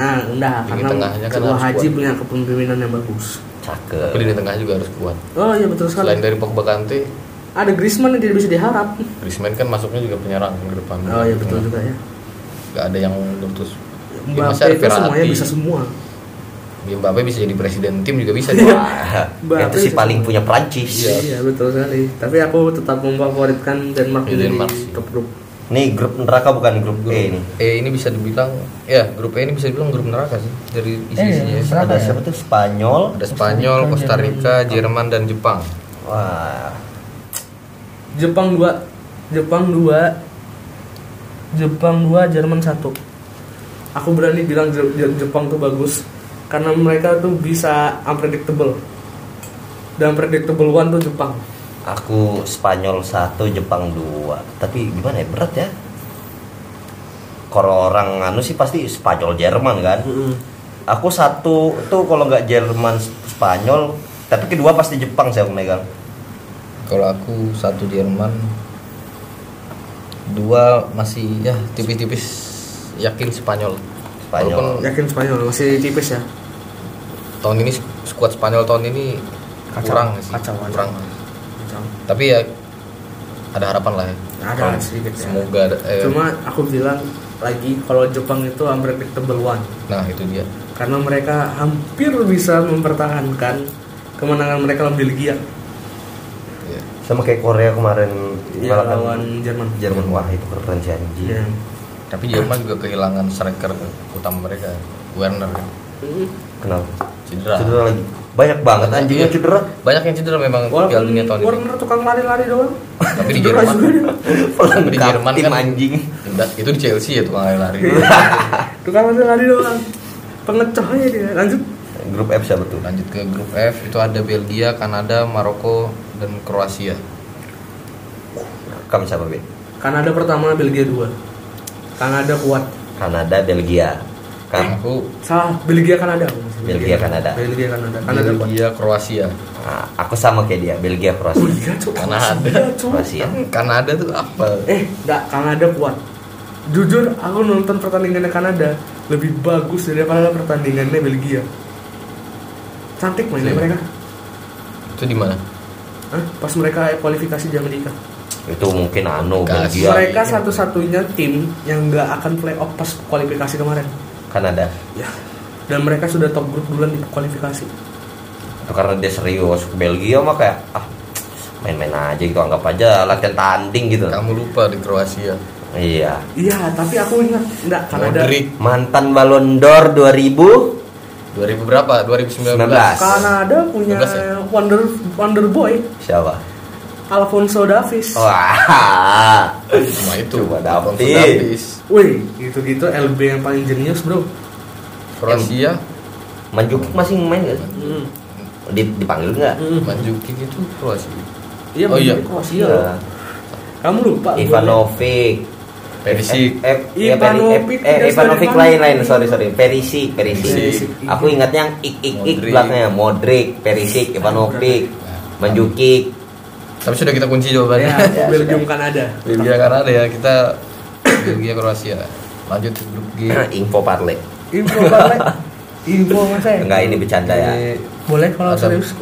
Speaker 1: nah enggak
Speaker 5: Di
Speaker 1: karena
Speaker 5: tengahnya kan
Speaker 1: Wah
Speaker 5: harus
Speaker 1: Haji
Speaker 5: kuat.
Speaker 1: punya kepemimpinan yang bagus
Speaker 5: tapi
Speaker 4: Cakep.
Speaker 5: di tengah juga harus kuat
Speaker 1: oh iya betul sekali
Speaker 5: selain dari Pogba Kante
Speaker 1: ada Griezmann yang tidak bisa diharap
Speaker 5: Griezmann kan masuknya juga penyerang ke depan Hmm.
Speaker 1: oh iya betul juga ya
Speaker 5: nggak ada yang terus
Speaker 1: Mbappe itu semuanya bisa semua
Speaker 5: Iya, Mbappe bisa jadi presiden tim juga
Speaker 1: (laughs)
Speaker 5: bisa dia.
Speaker 4: Wah,
Speaker 1: Mbak,
Speaker 4: itu sih
Speaker 1: tapi-
Speaker 4: paling punya Prancis.
Speaker 1: Iya betul sekali. Tapi aku tetap memfavoritkan Denmark menjadi
Speaker 5: Iya, Denmark.
Speaker 1: top grup.
Speaker 4: Nih grup neraka bukan grup
Speaker 5: Grup
Speaker 4: E ini.
Speaker 5: E ini bisa dibilang ya grup E ini bisa dibilang grup neraka sih dari
Speaker 1: iya,
Speaker 5: isi-isinya.
Speaker 3: Eh,
Speaker 5: ya.
Speaker 3: neraka.
Speaker 4: Ada siapa tuh Spanyol?
Speaker 5: Ada Spanyol, Costa Rica, Jerman dan Jepang.
Speaker 4: Wah,
Speaker 1: Jepang 2 Jepang 2 Jepang 2 Jerman 1 Aku berani bilang Je- Je- Jepang tuh bagus karena mereka tuh bisa unpredictable. Dan predictable one tuh Jepang.
Speaker 4: aku Spanyol satu, Jepang dua. Tapi gimana ya berat ya? Kalau orang anu sih pasti Spanyol Jerman kan. Aku satu tuh kalau nggak Jerman Spanyol, tapi kedua pasti Jepang saya memegang.
Speaker 5: Kalau aku satu Jerman, dua masih ya tipis-tipis yakin Spanyol.
Speaker 4: Spanyol.
Speaker 1: Yakin Spanyol masih tipis ya.
Speaker 5: Tahun ini skuad Spanyol tahun ini
Speaker 1: Kacau,
Speaker 5: kurang sih,
Speaker 1: kacau, kacau.
Speaker 5: kurang. Tapi ya ada harapan lah ya.
Speaker 1: Ada sedikit ya.
Speaker 5: Semoga ada, eh,
Speaker 1: Cuma aku bilang lagi kalau Jepang itu unpredictable one.
Speaker 5: nah itu dia.
Speaker 1: karena mereka hampir bisa mempertahankan kemenangan mereka lawan Belgia
Speaker 5: Ya.
Speaker 4: Sama kayak Korea kemarin
Speaker 5: Iya.
Speaker 1: ya,
Speaker 4: malah kan
Speaker 1: lawan Jerman.
Speaker 4: Jerman wah itu keren sih anjing.
Speaker 1: Ya.
Speaker 5: Tapi Jerman juga kehilangan striker utama mereka, Werner kan.
Speaker 1: Mm.
Speaker 4: Kenapa?
Speaker 5: Cedera.
Speaker 4: Cedera lagi. Banyak banget
Speaker 5: Banyak,
Speaker 4: anjingnya
Speaker 5: iya.
Speaker 4: cedera.
Speaker 5: Banyak yang cedera memang Piala
Speaker 1: Walaupun
Speaker 5: Dunia tahun ini.
Speaker 1: Warner tukang lari-lari doang.
Speaker 5: Tapi
Speaker 1: (laughs)
Speaker 5: di
Speaker 1: Cedera
Speaker 5: Jerman, Iya.
Speaker 1: juga.
Speaker 5: (laughs) di
Speaker 4: Pelengkap
Speaker 5: Jerman
Speaker 4: tim
Speaker 5: kan
Speaker 4: anjing.
Speaker 5: Udah, itu di Chelsea ya tukang lari-lari.
Speaker 1: Iya. tukang lari-lari doang. Pengecoh aja dia. Lanjut.
Speaker 4: Grup F siapa tuh?
Speaker 5: Lanjut ke grup F itu ada Belgia, Kanada, Maroko dan Kroasia.
Speaker 4: Kamu siapa, Be?
Speaker 1: Kanada pertama, Belgia dua. Kanada kuat.
Speaker 4: Kanada, Belgia. Kan
Speaker 5: Aku
Speaker 1: Salah, Belgia Kanada.
Speaker 4: Belgia, Kanada.
Speaker 1: Belgia Kanada. Kanada kuat.
Speaker 5: Belgia, Kroasia.
Speaker 4: Nah, aku sama kayak dia, Belgia Kroasia.
Speaker 1: Belgia iya, cok.
Speaker 5: Kanada.
Speaker 1: cok.
Speaker 4: Kroasia.
Speaker 5: Kan Kanada tuh apa?
Speaker 1: Eh, enggak, Kanada kuat. Jujur, aku nonton pertandingannya Kanada lebih bagus daripada pertandingannya Belgia. Cantik mainnya
Speaker 5: Iya.
Speaker 1: mereka.
Speaker 5: Itu di mana?
Speaker 1: Hah? Pas mereka kualifikasi di Amerika.
Speaker 4: Itu mungkin anu
Speaker 5: Kas.
Speaker 4: Belgia,
Speaker 1: mereka
Speaker 5: iya.
Speaker 1: satu-satunya tim yang nggak akan playoff pas kualifikasi kemarin.
Speaker 4: Kanada.
Speaker 5: Iya.
Speaker 1: Ya. Dan mereka sudah top grup duluan di kualifikasi.
Speaker 4: Itu karena dia serius. Belgia mah kayak ah main-main aja gitu anggap aja latihan tanding gitu.
Speaker 5: Kamu lupa di Kroasia.
Speaker 4: Iya.
Speaker 1: Iya, tapi aku ingat enggak Kanada.
Speaker 5: Modric
Speaker 4: Mantan Ballon d'Or 2000
Speaker 5: 2000 berapa? 2019.
Speaker 4: 19.
Speaker 1: Kanada punya
Speaker 5: 19 ya?
Speaker 1: Wonder Wonder Boy
Speaker 4: siapa?
Speaker 1: Alfonso Davies.
Speaker 5: Oh.
Speaker 4: Wah.
Speaker 5: Cuma itu.
Speaker 4: Cuma Davis.
Speaker 5: Alfonso Davis.
Speaker 1: Wih, gitu-gitu LB yang paling jenius, Bro.
Speaker 5: Kroasia
Speaker 4: Manjukic masih main gak? sih?
Speaker 1: Hmm.
Speaker 4: Di- dipanggil nggak?
Speaker 1: Hmm.
Speaker 5: Manjukic itu gitu, Kroasia.
Speaker 1: Iya,
Speaker 5: Oh, iya.
Speaker 1: Manjukic Kroasia. Kamu lupa. gue.
Speaker 4: Nah, Ivanovic.
Speaker 5: Perisic.
Speaker 4: Eh, eh, ya, Peri- eh,
Speaker 1: Ivanovic
Speaker 4: eh,
Speaker 1: tidak
Speaker 4: Ivanovic
Speaker 1: dari
Speaker 4: lain lain
Speaker 1: Manjukic.
Speaker 4: sorry sorry Perisic
Speaker 5: Perisic.
Speaker 4: Perisic. Aku ingatnya yang ik ik ik
Speaker 5: Modric.
Speaker 4: belakangnya Modric, Perisic, Ivanovic, Manjukic.
Speaker 5: Tapi sudah kita kunci
Speaker 1: Ya,
Speaker 5: jawabannya.
Speaker 1: Belgium Kanada.
Speaker 5: Belgia Kanada ya kita Belgia Kroasia. Lanjut ke grup G.
Speaker 4: (clears throat) Info parle.
Speaker 1: Info balik. Info mas saya.
Speaker 4: Enggak ini bercanda ya.
Speaker 5: Ini
Speaker 1: Boleh kalau
Speaker 5: Ada-
Speaker 1: serius.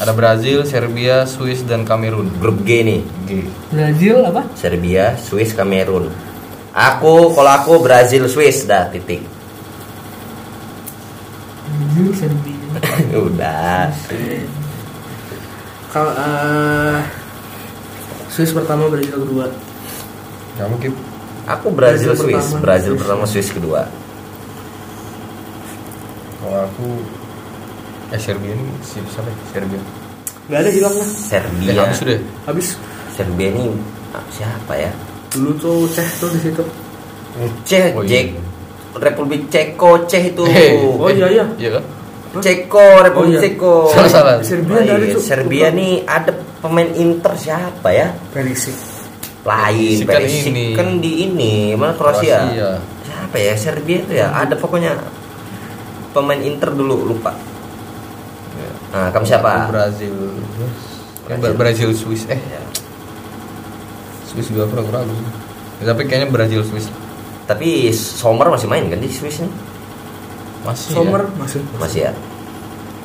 Speaker 5: Ada Brazil, Serbia, Swiss dan Kamerun.
Speaker 4: Grup G nih.
Speaker 5: G.
Speaker 1: Brazil apa?
Speaker 4: Serbia, Swiss, Kamerun. Aku kalau aku Brazil, Swiss dah titik. (laughs)
Speaker 1: Brazil Serbia.
Speaker 4: Udah.
Speaker 1: Kalau eh, Swiss pertama Brazil kedua.
Speaker 5: Kamu Kip?
Speaker 4: Aku Brazil,
Speaker 1: Brazil
Speaker 4: Swiss,
Speaker 1: pertama.
Speaker 4: Brazil pertama, Swiss kedua.
Speaker 5: Kalau aku eh Serbia ini siapa siapa ya? Serbia?
Speaker 1: Gak ada hilang lah.
Speaker 5: Eh,
Speaker 4: Serbia.
Speaker 5: habis sudah.
Speaker 1: Habis
Speaker 4: Serbia ini ah, siapa ya?
Speaker 1: dulu tuh Ceh tuh di situ.
Speaker 4: Ceh,
Speaker 5: Oh, iya.
Speaker 4: Cek, Republik Ceko, Ceh itu.
Speaker 5: Eh,
Speaker 1: Oh,
Speaker 5: eh,
Speaker 1: iya, iya.
Speaker 5: kan?
Speaker 4: Ceko,
Speaker 1: Oh, iya.
Speaker 4: Republik Ceko.
Speaker 5: Salah, salah.
Speaker 1: Serbia
Speaker 4: Lain.
Speaker 1: dari tuh.
Speaker 4: Oh, iya, Serbia nih ada pemain Inter siapa ya?
Speaker 1: Perisic.
Speaker 4: Lain,
Speaker 5: Perisic kan
Speaker 4: Perisic
Speaker 5: ini.
Speaker 4: kan di ini, mana Kroasia.
Speaker 5: Kroasia.
Speaker 4: Siapa ya? Serbia itu ya, ada pokoknya pemain Inter dulu lupa.
Speaker 5: Iya.
Speaker 4: Nah, kamu siapa?
Speaker 5: Brazil. Eh, Brazil. Brazil Swiss eh
Speaker 4: Ya.
Speaker 5: Swiss juga kurang-kurang tapi kayaknya Brazil Swiss
Speaker 4: Tapi Sommer masih main kan di Swiss nih?
Speaker 5: masih
Speaker 1: Sommer
Speaker 5: ya.
Speaker 1: masuk.
Speaker 4: Masih ya.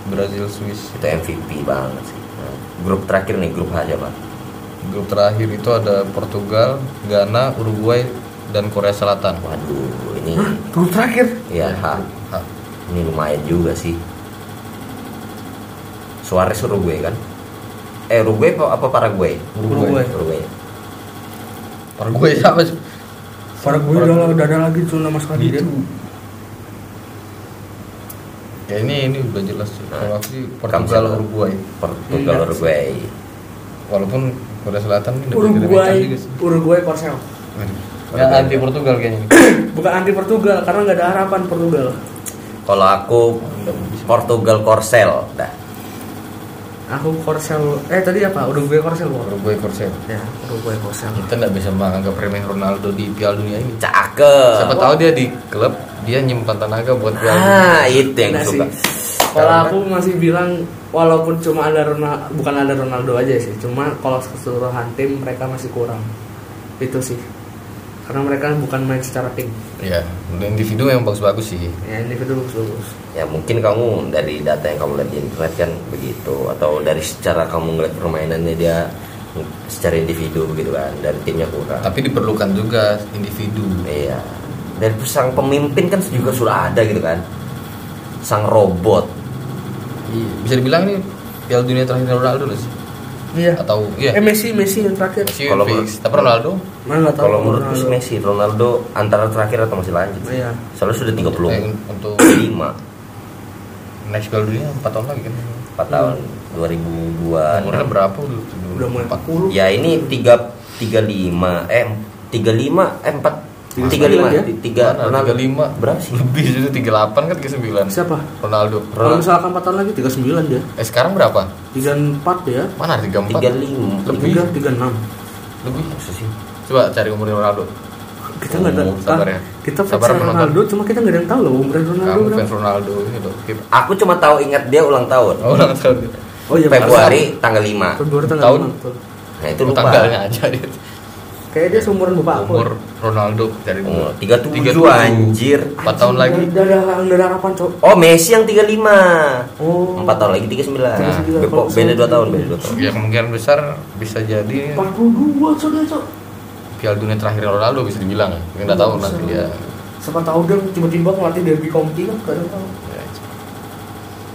Speaker 5: Brazil Swiss
Speaker 4: Itu MVP banget sih. Nah, grup terakhir nih grup H siapa?
Speaker 5: grup terakhir itu ada Portugal Ghana Uruguay dan Korea Selatan
Speaker 4: Waduh, ini
Speaker 1: Grup terakhir.
Speaker 4: ya H.
Speaker 5: Ah,
Speaker 4: Ini lumayan juga sih. Suarez Uruguay kan? Eh Uruguay apa, apa Paraguay?
Speaker 1: Uruguay.
Speaker 4: Uruguay.
Speaker 5: Paraguay siapa sih
Speaker 1: Para gue udah udah ada lagi tuh nama sekali
Speaker 5: Gitu.
Speaker 1: dia.
Speaker 5: ya ini ini udah jelas sih
Speaker 4: Nah,
Speaker 5: kalau aku sih
Speaker 4: siapa?
Speaker 5: Portugal Uruguay
Speaker 4: Portugal
Speaker 1: Iya.
Speaker 4: Uruguay.
Speaker 5: walaupun Korea Selatan ini udah
Speaker 1: Uruguay,
Speaker 5: juga sih.
Speaker 1: Uruguay Korsel.
Speaker 5: Waduh. ya anti Portugal kayaknya ini.
Speaker 1: Bukan anti Portugal karena nggak ada harapan Portugal.
Speaker 4: Kalau aku Portugal Korsel dah.
Speaker 1: Aku Korsel. Eh tadi apa? Uruguay Korsel. Bang.
Speaker 5: Uruguay Korsel
Speaker 1: Ya, Uruguay Korsel.
Speaker 5: kita nggak bisa menganggap remeh Ronaldo di Piala Dunia ini
Speaker 4: Cakep.
Speaker 5: siapa tahu dia di klub dia nyimpan tenaga buat Piala Dunia
Speaker 4: Ah, itu yang
Speaker 1: Nah,
Speaker 4: gue suka.
Speaker 1: sih. Kalau aku masih bilang walaupun cuma ada Ronaldo, bukan ada Ronaldo aja sih, cuma kalau keseluruhan tim mereka masih kurang. Itu sih. Karena mereka bukan main secara tim.
Speaker 5: ya individu yang bagus-bagus sih
Speaker 1: Ya individu bagus.
Speaker 4: Ya mungkin kamu dari data yang kamu lihat di internet kan begitu atau dari secara kamu ngeliat permainannya dia secara individu begitu kan dari timnya kurang.
Speaker 5: tapi diperlukan juga individu
Speaker 4: Iya. Dan sang pemimpin kan juga sudah ada gitu kan. Sang robot.
Speaker 5: Iya. bisa dibilang ini Piala Dunia terakhir Ronaldo loh sih
Speaker 1: Iya.
Speaker 5: atau
Speaker 1: Eh
Speaker 5: iya
Speaker 1: Messi, Messi yang terakhir.
Speaker 5: Messi
Speaker 4: Kalau
Speaker 5: fix tapi Ronaldo
Speaker 1: Mana nggak tahu.
Speaker 4: Kalau menurutku sih
Speaker 1: Ronaldo.
Speaker 4: Messi, Ronaldo antara terakhir atau masih lanjut. sih.
Speaker 1: Iya.
Speaker 4: Soalnya sudah
Speaker 5: eh,
Speaker 4: 35
Speaker 5: untuk
Speaker 4: 4
Speaker 5: next Piala Dunia 4 tahun lagi kan
Speaker 4: tahun 2002.
Speaker 5: umurnya berapa dulu
Speaker 1: Udah mulai 40.
Speaker 4: Ya ini 3 35 eh 35 eh 4 35 tiga
Speaker 5: Mana?
Speaker 4: Ronaldo
Speaker 5: 35
Speaker 4: berapa sih?
Speaker 5: lebih itu 38 kan ke 9
Speaker 1: Siapa?
Speaker 5: Ronaldo
Speaker 1: Kalau
Speaker 4: Ronaldo
Speaker 1: misalkan 4 tahun lagi 39 dia.
Speaker 5: eh sekarang berapa
Speaker 1: 34 ya.
Speaker 5: mana 34
Speaker 4: 35
Speaker 5: Lebih.
Speaker 1: 3 36.
Speaker 5: lebih
Speaker 4: Masa sih?
Speaker 5: coba cari umurnya Ronaldo
Speaker 1: Kita nggak ada.
Speaker 5: Oh, sabar ya.
Speaker 1: ah, Kita fans
Speaker 5: Sabar penonton.
Speaker 1: Ronaldo, cuma kita nggak ada yang tahu loh umur Ronaldo
Speaker 5: kamu fans
Speaker 1: berapa.
Speaker 5: Ronaldo ini loh Kip.
Speaker 4: Aku cuma tahu ingat dia ulang tahun.
Speaker 5: oh Ronaldo
Speaker 1: Oh iya,
Speaker 4: Februari tanggal 5.
Speaker 1: Februari tanggal
Speaker 5: Tahun.
Speaker 1: 6 betul.
Speaker 4: Nah, itu lupa.
Speaker 5: Oh, tanggalnya aja dia
Speaker 1: Kayaknya dia seumuran bapak aku.
Speaker 5: umur Ronaldo cari
Speaker 4: Oh,
Speaker 5: umur
Speaker 4: 37
Speaker 5: 37.
Speaker 4: anjir.
Speaker 5: 4 tahun lagi
Speaker 1: Udah ada udah ada harapan, Cok.
Speaker 4: Oh, Messi yang 35.
Speaker 1: Oh.
Speaker 4: 4 tahun lagi 39. Nah,
Speaker 1: 39.
Speaker 4: be- kok beda 2 tahun, beda
Speaker 1: Iya.
Speaker 4: 2 tahun.
Speaker 5: ya kemungkinan besar bisa jadi
Speaker 1: 42 Cok dia, Cok.
Speaker 5: Piala Dunia terakhir Ronaldo bisa dibilang ya. mungkin nggak tahu nanti dia
Speaker 1: Siapa tahu dia tiba-tiba ngelatih derby county kan gak ada yang tahu.
Speaker 5: ya,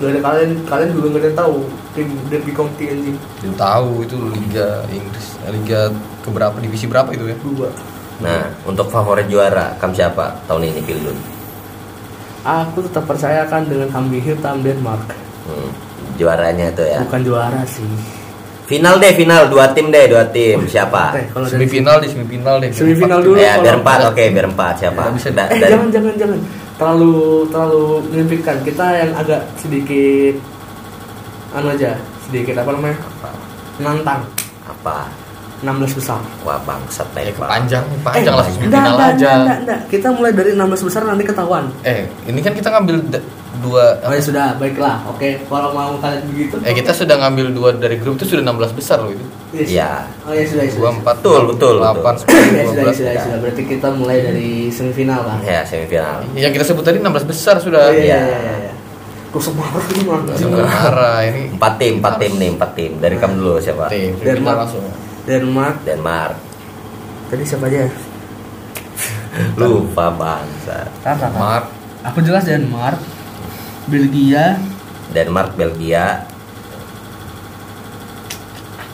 Speaker 1: Gak ada kalian kalian juga gak ada yang tahu tim derby county anjing.
Speaker 5: dia tahu itu Liga Inggris Liga keberapa divisi berapa itu ya
Speaker 1: Dua.
Speaker 4: Nah, untuk favorit juara, kamu siapa tahun ini Pildun?
Speaker 1: Aku tetap percayakan dengan Hamdi Hitam Denmark.
Speaker 4: Hmm, juaranya tuh ya.
Speaker 1: Bukan juara sih.
Speaker 4: Final deh, final dua tim deh, dua tim.
Speaker 1: Eh,
Speaker 5: Ah,
Speaker 4: Siapa?
Speaker 1: kalau dari
Speaker 5: semifinal di semifinal deh
Speaker 1: Semifinal dulu.
Speaker 4: Ya, biar
Speaker 1: kalau-
Speaker 4: empat, oke, biar empat. Siapa?
Speaker 5: Nggak bisa.
Speaker 4: Da-
Speaker 1: Eh
Speaker 4: dari-
Speaker 1: jangan jangan jangan terlalu terlalu menyempitkan kita yang agak sedikit anu aja sedikit apa namanya menantang
Speaker 4: apa?
Speaker 1: 16 besar. Eh,
Speaker 4: Wah, bangsat
Speaker 5: ya
Speaker 4: naik Pak.
Speaker 5: panjang panjang lah
Speaker 1: Enggak,
Speaker 5: semifinal
Speaker 1: enggak,
Speaker 5: aja
Speaker 1: enggak, enggak, enggak. Kita mulai dari 16 besar nanti ketahuan.
Speaker 5: eh ini kan kita ngambil da- dua
Speaker 1: Oh ya sudah, baiklah. Oke, kalau mau kalian begitu.
Speaker 5: eh kita sudah ngambil dua dari grup itu sudah 16 besar loh itu
Speaker 1: Yes.
Speaker 4: Iya.
Speaker 1: Oh ya sudah, (laughs) ya
Speaker 5: dua
Speaker 1: sudah.
Speaker 5: empat
Speaker 4: Betul, betul,
Speaker 5: delapan
Speaker 4: betul.
Speaker 5: sepuluh
Speaker 1: Ya
Speaker 5: dua
Speaker 1: sudah, ya
Speaker 5: belas
Speaker 1: sudah, ya
Speaker 4: ya.
Speaker 1: sudah. Berarti kita mulai
Speaker 5: Hmm.
Speaker 1: dari semifinal kan.
Speaker 4: Ya, semifinal.
Speaker 5: yang kita sebut tadi 16 besar
Speaker 1: Oh,
Speaker 5: sudah
Speaker 1: iya,
Speaker 5: Ya.
Speaker 4: Iya.
Speaker 1: iya, iya, iya. Kok semarah ini
Speaker 5: Jangan
Speaker 1: anjing.
Speaker 5: marah ini
Speaker 4: Empat tim, empat tim nih, empat tim. Dari kamu dulu siapa?
Speaker 5: tim kita
Speaker 1: Denmark.
Speaker 5: langsung
Speaker 1: Denmark.
Speaker 4: Denmark.
Speaker 1: Tadi siapa aja?
Speaker 4: Lupa bangsat.
Speaker 1: Tar, tar, tar.
Speaker 5: Denmark
Speaker 1: Aku jelas Denmark, Belgia,
Speaker 4: Denmark, Belgia,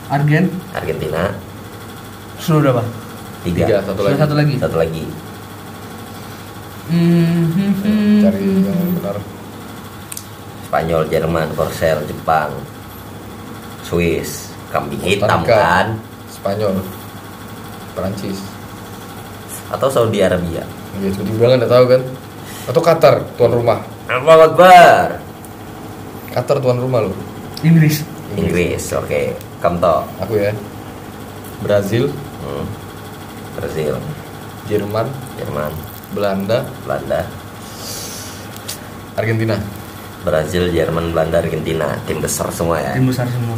Speaker 1: Argen,
Speaker 4: Argentina,
Speaker 1: sudah berapa?
Speaker 4: tiga.
Speaker 5: tiga satu
Speaker 1: Sudah
Speaker 5: lagi
Speaker 1: satu lagi.
Speaker 4: Satu lagi.
Speaker 1: Hmm, hmm, hmm,
Speaker 5: cari
Speaker 1: hmm.
Speaker 5: yang benar
Speaker 4: Spanyol, Jerman, Korsel, Jepang, Swiss, kambing hitam
Speaker 5: Costa Rica.
Speaker 4: kan?
Speaker 5: Spanyol Perancis
Speaker 4: Atau Saudi Arabia?
Speaker 5: ya tiba-tiba kan nggak tahu kan atau Qatar tuan rumah
Speaker 4: Allahu Akbar.
Speaker 5: Qatar tuan rumah loh
Speaker 1: Inggris,
Speaker 4: Inggris, oke. Kamto,
Speaker 5: aku ya Brazil
Speaker 4: hmm. Brazil,
Speaker 5: Jerman
Speaker 4: Jerman,
Speaker 5: Belanda
Speaker 4: Belanda,
Speaker 5: Argentina
Speaker 4: Brazil, Jerman, Belanda, Argentina, tim besar semua ya.
Speaker 1: tim Eh, besar semua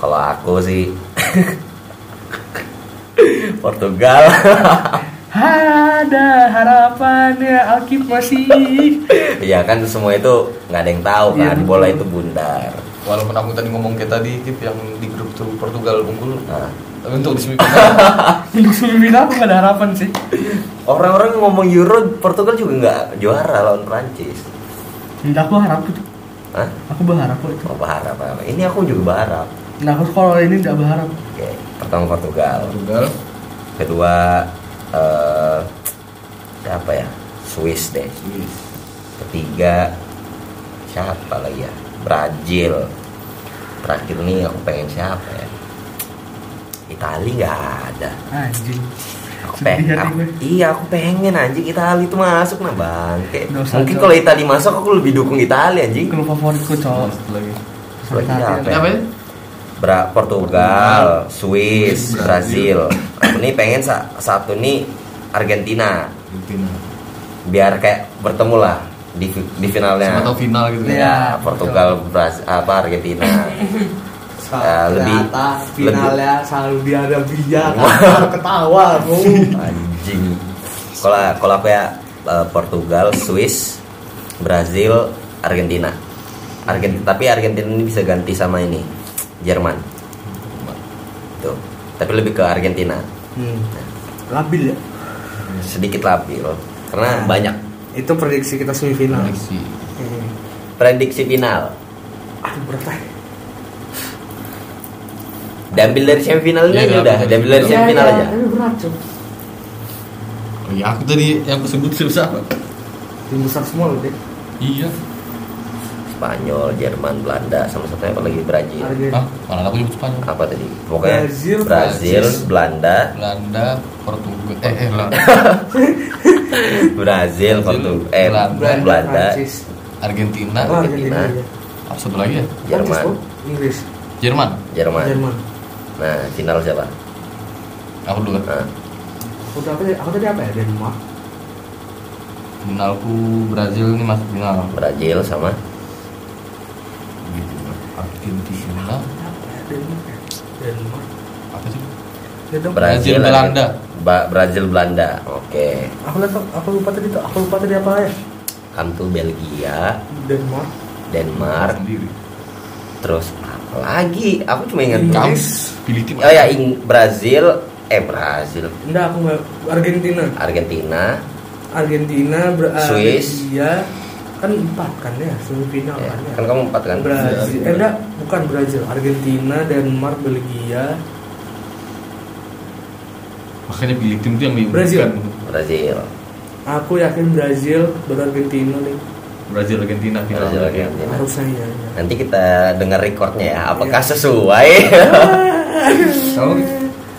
Speaker 4: Kalau aku sih (laughs) Portugal. (laughs)
Speaker 1: ada harapannya Alkif masih
Speaker 4: ya kan semua itu nggak ada yang tahu
Speaker 1: Iya,
Speaker 4: kan
Speaker 1: betul.
Speaker 4: bola itu bundar.
Speaker 5: Walaupun aku tadi ngomong kayak tadi tip yang di grup tuh Portugal unggul,
Speaker 4: Nah,
Speaker 5: tapi untuk di (laughs) semifinal
Speaker 1: untuk semifinal aku gak ada harapan sih
Speaker 4: Orang-orang ngomong Euro Portugal juga nggak juara lawan Prancis.
Speaker 1: enggak aku harap itu
Speaker 4: Hah?
Speaker 1: aku berharap kok itu
Speaker 4: Mau berharap apa? Ini aku juga berharap.
Speaker 1: nah aku kalau ini gak berharap
Speaker 4: Oke, pertama Portugal,
Speaker 5: Portugal,
Speaker 4: kedua eh apa ya? Swiss deh.
Speaker 5: Swiss,
Speaker 4: Ketiga siapa lagi ya? Brazil. Terakhir nih aku pengen siapa ya? Itali nggak ada.
Speaker 1: anjing
Speaker 4: Aku
Speaker 1: Sedih
Speaker 4: pengen,
Speaker 1: hati gue.
Speaker 4: iya aku pengen anjing Itali itu masuk nah bangke.
Speaker 1: Nggak usah,
Speaker 4: Mungkin
Speaker 1: Cok.
Speaker 4: kalau Itali masuk aku lebih dukung Itali anjing.
Speaker 1: klub favoritku cowok
Speaker 5: lagi.
Speaker 1: sakit hati
Speaker 4: Iya.
Speaker 5: Kenapa ya?
Speaker 4: Bra Portugal, Swiss,
Speaker 5: Brazil.
Speaker 4: Brazil. Aku nih pengen sa- satu nih Argentina
Speaker 5: Argentina.
Speaker 4: biar kayak bertemu lah di, fi- di finalnya.
Speaker 5: Sama tau final gitu ya.
Speaker 4: Ya, Portugal, Brazil, apa Argentina. Ya, lebih-
Speaker 1: ternyata finalnya Saudi Arabia ketawa
Speaker 4: (laughs)
Speaker 1: bu
Speaker 4: Iya. Anjing. Kalau kalau apa ya eh, Portugal, Swiss, Brazil, Argentina. Argentina tapi Argentina ini bisa ganti sama ini Jerman. Tuh. Tapi lebih ke Argentina.
Speaker 1: hmm. labil ya
Speaker 4: Sedikit labil karena banyak
Speaker 1: itu prediksi kita semifinal
Speaker 5: Prediksi.
Speaker 1: hmm.
Speaker 4: prediksi final.
Speaker 1: aduh berat ah.
Speaker 4: Diambil dari semifinalnya
Speaker 5: Iya,
Speaker 4: aja
Speaker 5: iya,
Speaker 4: udah,
Speaker 5: iya.
Speaker 4: diambil dari
Speaker 5: Iya,
Speaker 4: semifinal aja.
Speaker 1: tapi berat cok
Speaker 5: Oh iya, aku tadi yang aku sebut sih siapa?
Speaker 1: tim besar semua loh deh
Speaker 5: Iya.
Speaker 4: Spanyol, Jerman, Belanda, sama satunya apa lagi Brazil.
Speaker 5: Hah?
Speaker 1: Argentina
Speaker 5: Malah aku nyebut Spanyol.
Speaker 4: Apa tadi? Pokoknya
Speaker 1: Brazil,
Speaker 4: Brazil,
Speaker 5: Prancis. (laughs)
Speaker 4: Belanda,
Speaker 5: Belanda, Portugal, eh, eh Belanda.
Speaker 4: Brazil, Portugal, eh,
Speaker 5: Belanda,
Speaker 4: Belanda,
Speaker 1: Prancis
Speaker 5: Argentina,
Speaker 1: Oh, Argentina
Speaker 4: Argentina,
Speaker 1: aja.
Speaker 5: apa satu lagi ya?
Speaker 1: Prancis,
Speaker 4: Jerman,
Speaker 1: Bu. Inggris
Speaker 5: Jerman.
Speaker 4: Jerman.
Speaker 1: Jerman
Speaker 4: Nah, final siapa?
Speaker 5: Aku dulu.
Speaker 4: Nah,
Speaker 1: udah apa tadi- aku tadi apa ya Denmark
Speaker 5: Finalku Brazil ini masuk final.
Speaker 4: Brazil sama
Speaker 5: Gitu. Argentina,
Speaker 1: apa ya Denmark ya? Denmark
Speaker 5: apa sih?
Speaker 1: ya dong
Speaker 5: Berat. Brazil,
Speaker 4: Brazil,
Speaker 5: Belanda.
Speaker 4: Ba- Brazil, Belanda. Oke.
Speaker 1: aku lupa aku lupa tadi tuh aku lupa tadi apa ya
Speaker 4: Kantu Kan Belgia,
Speaker 1: Denmark
Speaker 4: Denmark,
Speaker 5: Sendiri.
Speaker 4: terus apa lagi? Aku cuma ingat
Speaker 5: Kamu
Speaker 1: Inggris.
Speaker 5: pilih tim.
Speaker 4: Oh ya, Ing- Brazil, eh Brazil,
Speaker 1: enggak aku nggak Argentina
Speaker 4: Argentina,
Speaker 1: Argentina Bra-
Speaker 4: Swiss.
Speaker 1: Argentina kan empat kan ya semifinal
Speaker 4: Ya,
Speaker 1: kan ya
Speaker 4: kan kamu empat kan?
Speaker 1: Brazil eh enggak bukan Brazil Argentina Denmark Belgia
Speaker 5: Makanya pilih tim tuh yang diunggulkan.
Speaker 1: Brazil.
Speaker 4: Brazil,
Speaker 1: aku yakin Brazil berargentina nih
Speaker 5: Brazil Argentina final.
Speaker 4: Brazil,
Speaker 5: Ya.
Speaker 4: Argentina.
Speaker 1: harusnya ya, ya.
Speaker 4: Nanti kita dengar recordnya ya, apakah
Speaker 1: Iya. (laughs)
Speaker 4: sesuai?
Speaker 5: Kamu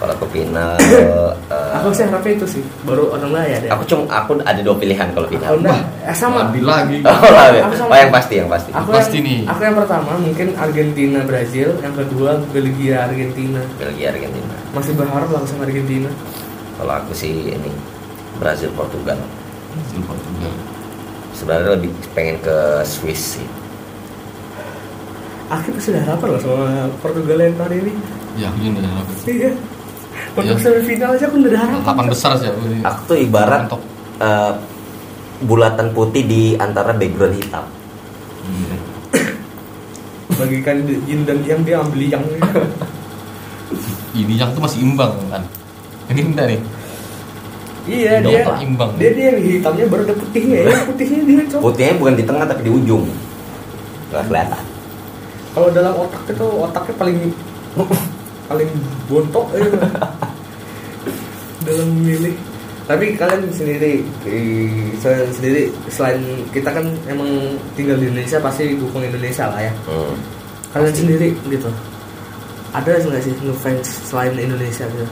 Speaker 4: Kalau ke final, eh,
Speaker 1: aku sih harapnya itu sih baru orang lain ya
Speaker 4: aku cuma aku ada dua pilihan kalau
Speaker 1: aku
Speaker 4: final.
Speaker 1: enggak eh, sama
Speaker 5: Ambil lagi.
Speaker 4: Oh, lah, ya.
Speaker 1: Aku sama.
Speaker 4: Oh, yang pasti, yang pasti.
Speaker 1: Aku
Speaker 5: Pasti
Speaker 1: yang,
Speaker 5: nih.
Speaker 1: Aku yang pertama mungkin Argentina Brazil, yang kedua Belgia Argentina.
Speaker 4: Belgia, Argentina.
Speaker 1: Masih berharap lah sama Argentina.
Speaker 4: Kalau aku sih ini Brazil, Portugal.
Speaker 5: Brazil Portugal.
Speaker 4: Sebenarnya lebih pengen ke Swiss sih.
Speaker 1: Aku pasti udah harapan loh sama Portugal yang tahun ini.
Speaker 5: Ya, aku juga nggak tahu.
Speaker 1: Iya. Untuk
Speaker 5: Iya.
Speaker 1: semifinal aja aku udah ada harapan.
Speaker 5: Lapan besar sih aku.
Speaker 4: Aku tuh ibarat
Speaker 5: Mantap.
Speaker 4: eh, bulatan putih di antara background hitam.
Speaker 5: Iya.
Speaker 1: Bagikan yin dan yang dia ambil yang.
Speaker 5: Ini yang tuh masih imbang kan. Ini enggak nih.
Speaker 1: (laughs) iya
Speaker 5: Dong,
Speaker 1: dia.
Speaker 5: imbang.
Speaker 1: Dia dia yang hitamnya baru ada putihnya
Speaker 5: (laughs)
Speaker 1: ya. Putihnya dia cowok.
Speaker 4: Putihnya bukan di tengah tapi di ujung. Gak kelihatan.
Speaker 1: Kalau dalam otak itu otaknya paling
Speaker 5: (laughs)
Speaker 1: paling bontok eh. dalam memilih. Tapi kalian sendiri eh, saya sendiri selain kita kan emang tinggal di Indonesia pasti dukung Indonesia lah ya.
Speaker 4: Hmm.
Speaker 1: Kalian
Speaker 4: Pasti.
Speaker 1: sendiri gitu. Ada nggak sih ngefans selain Indonesia gitu?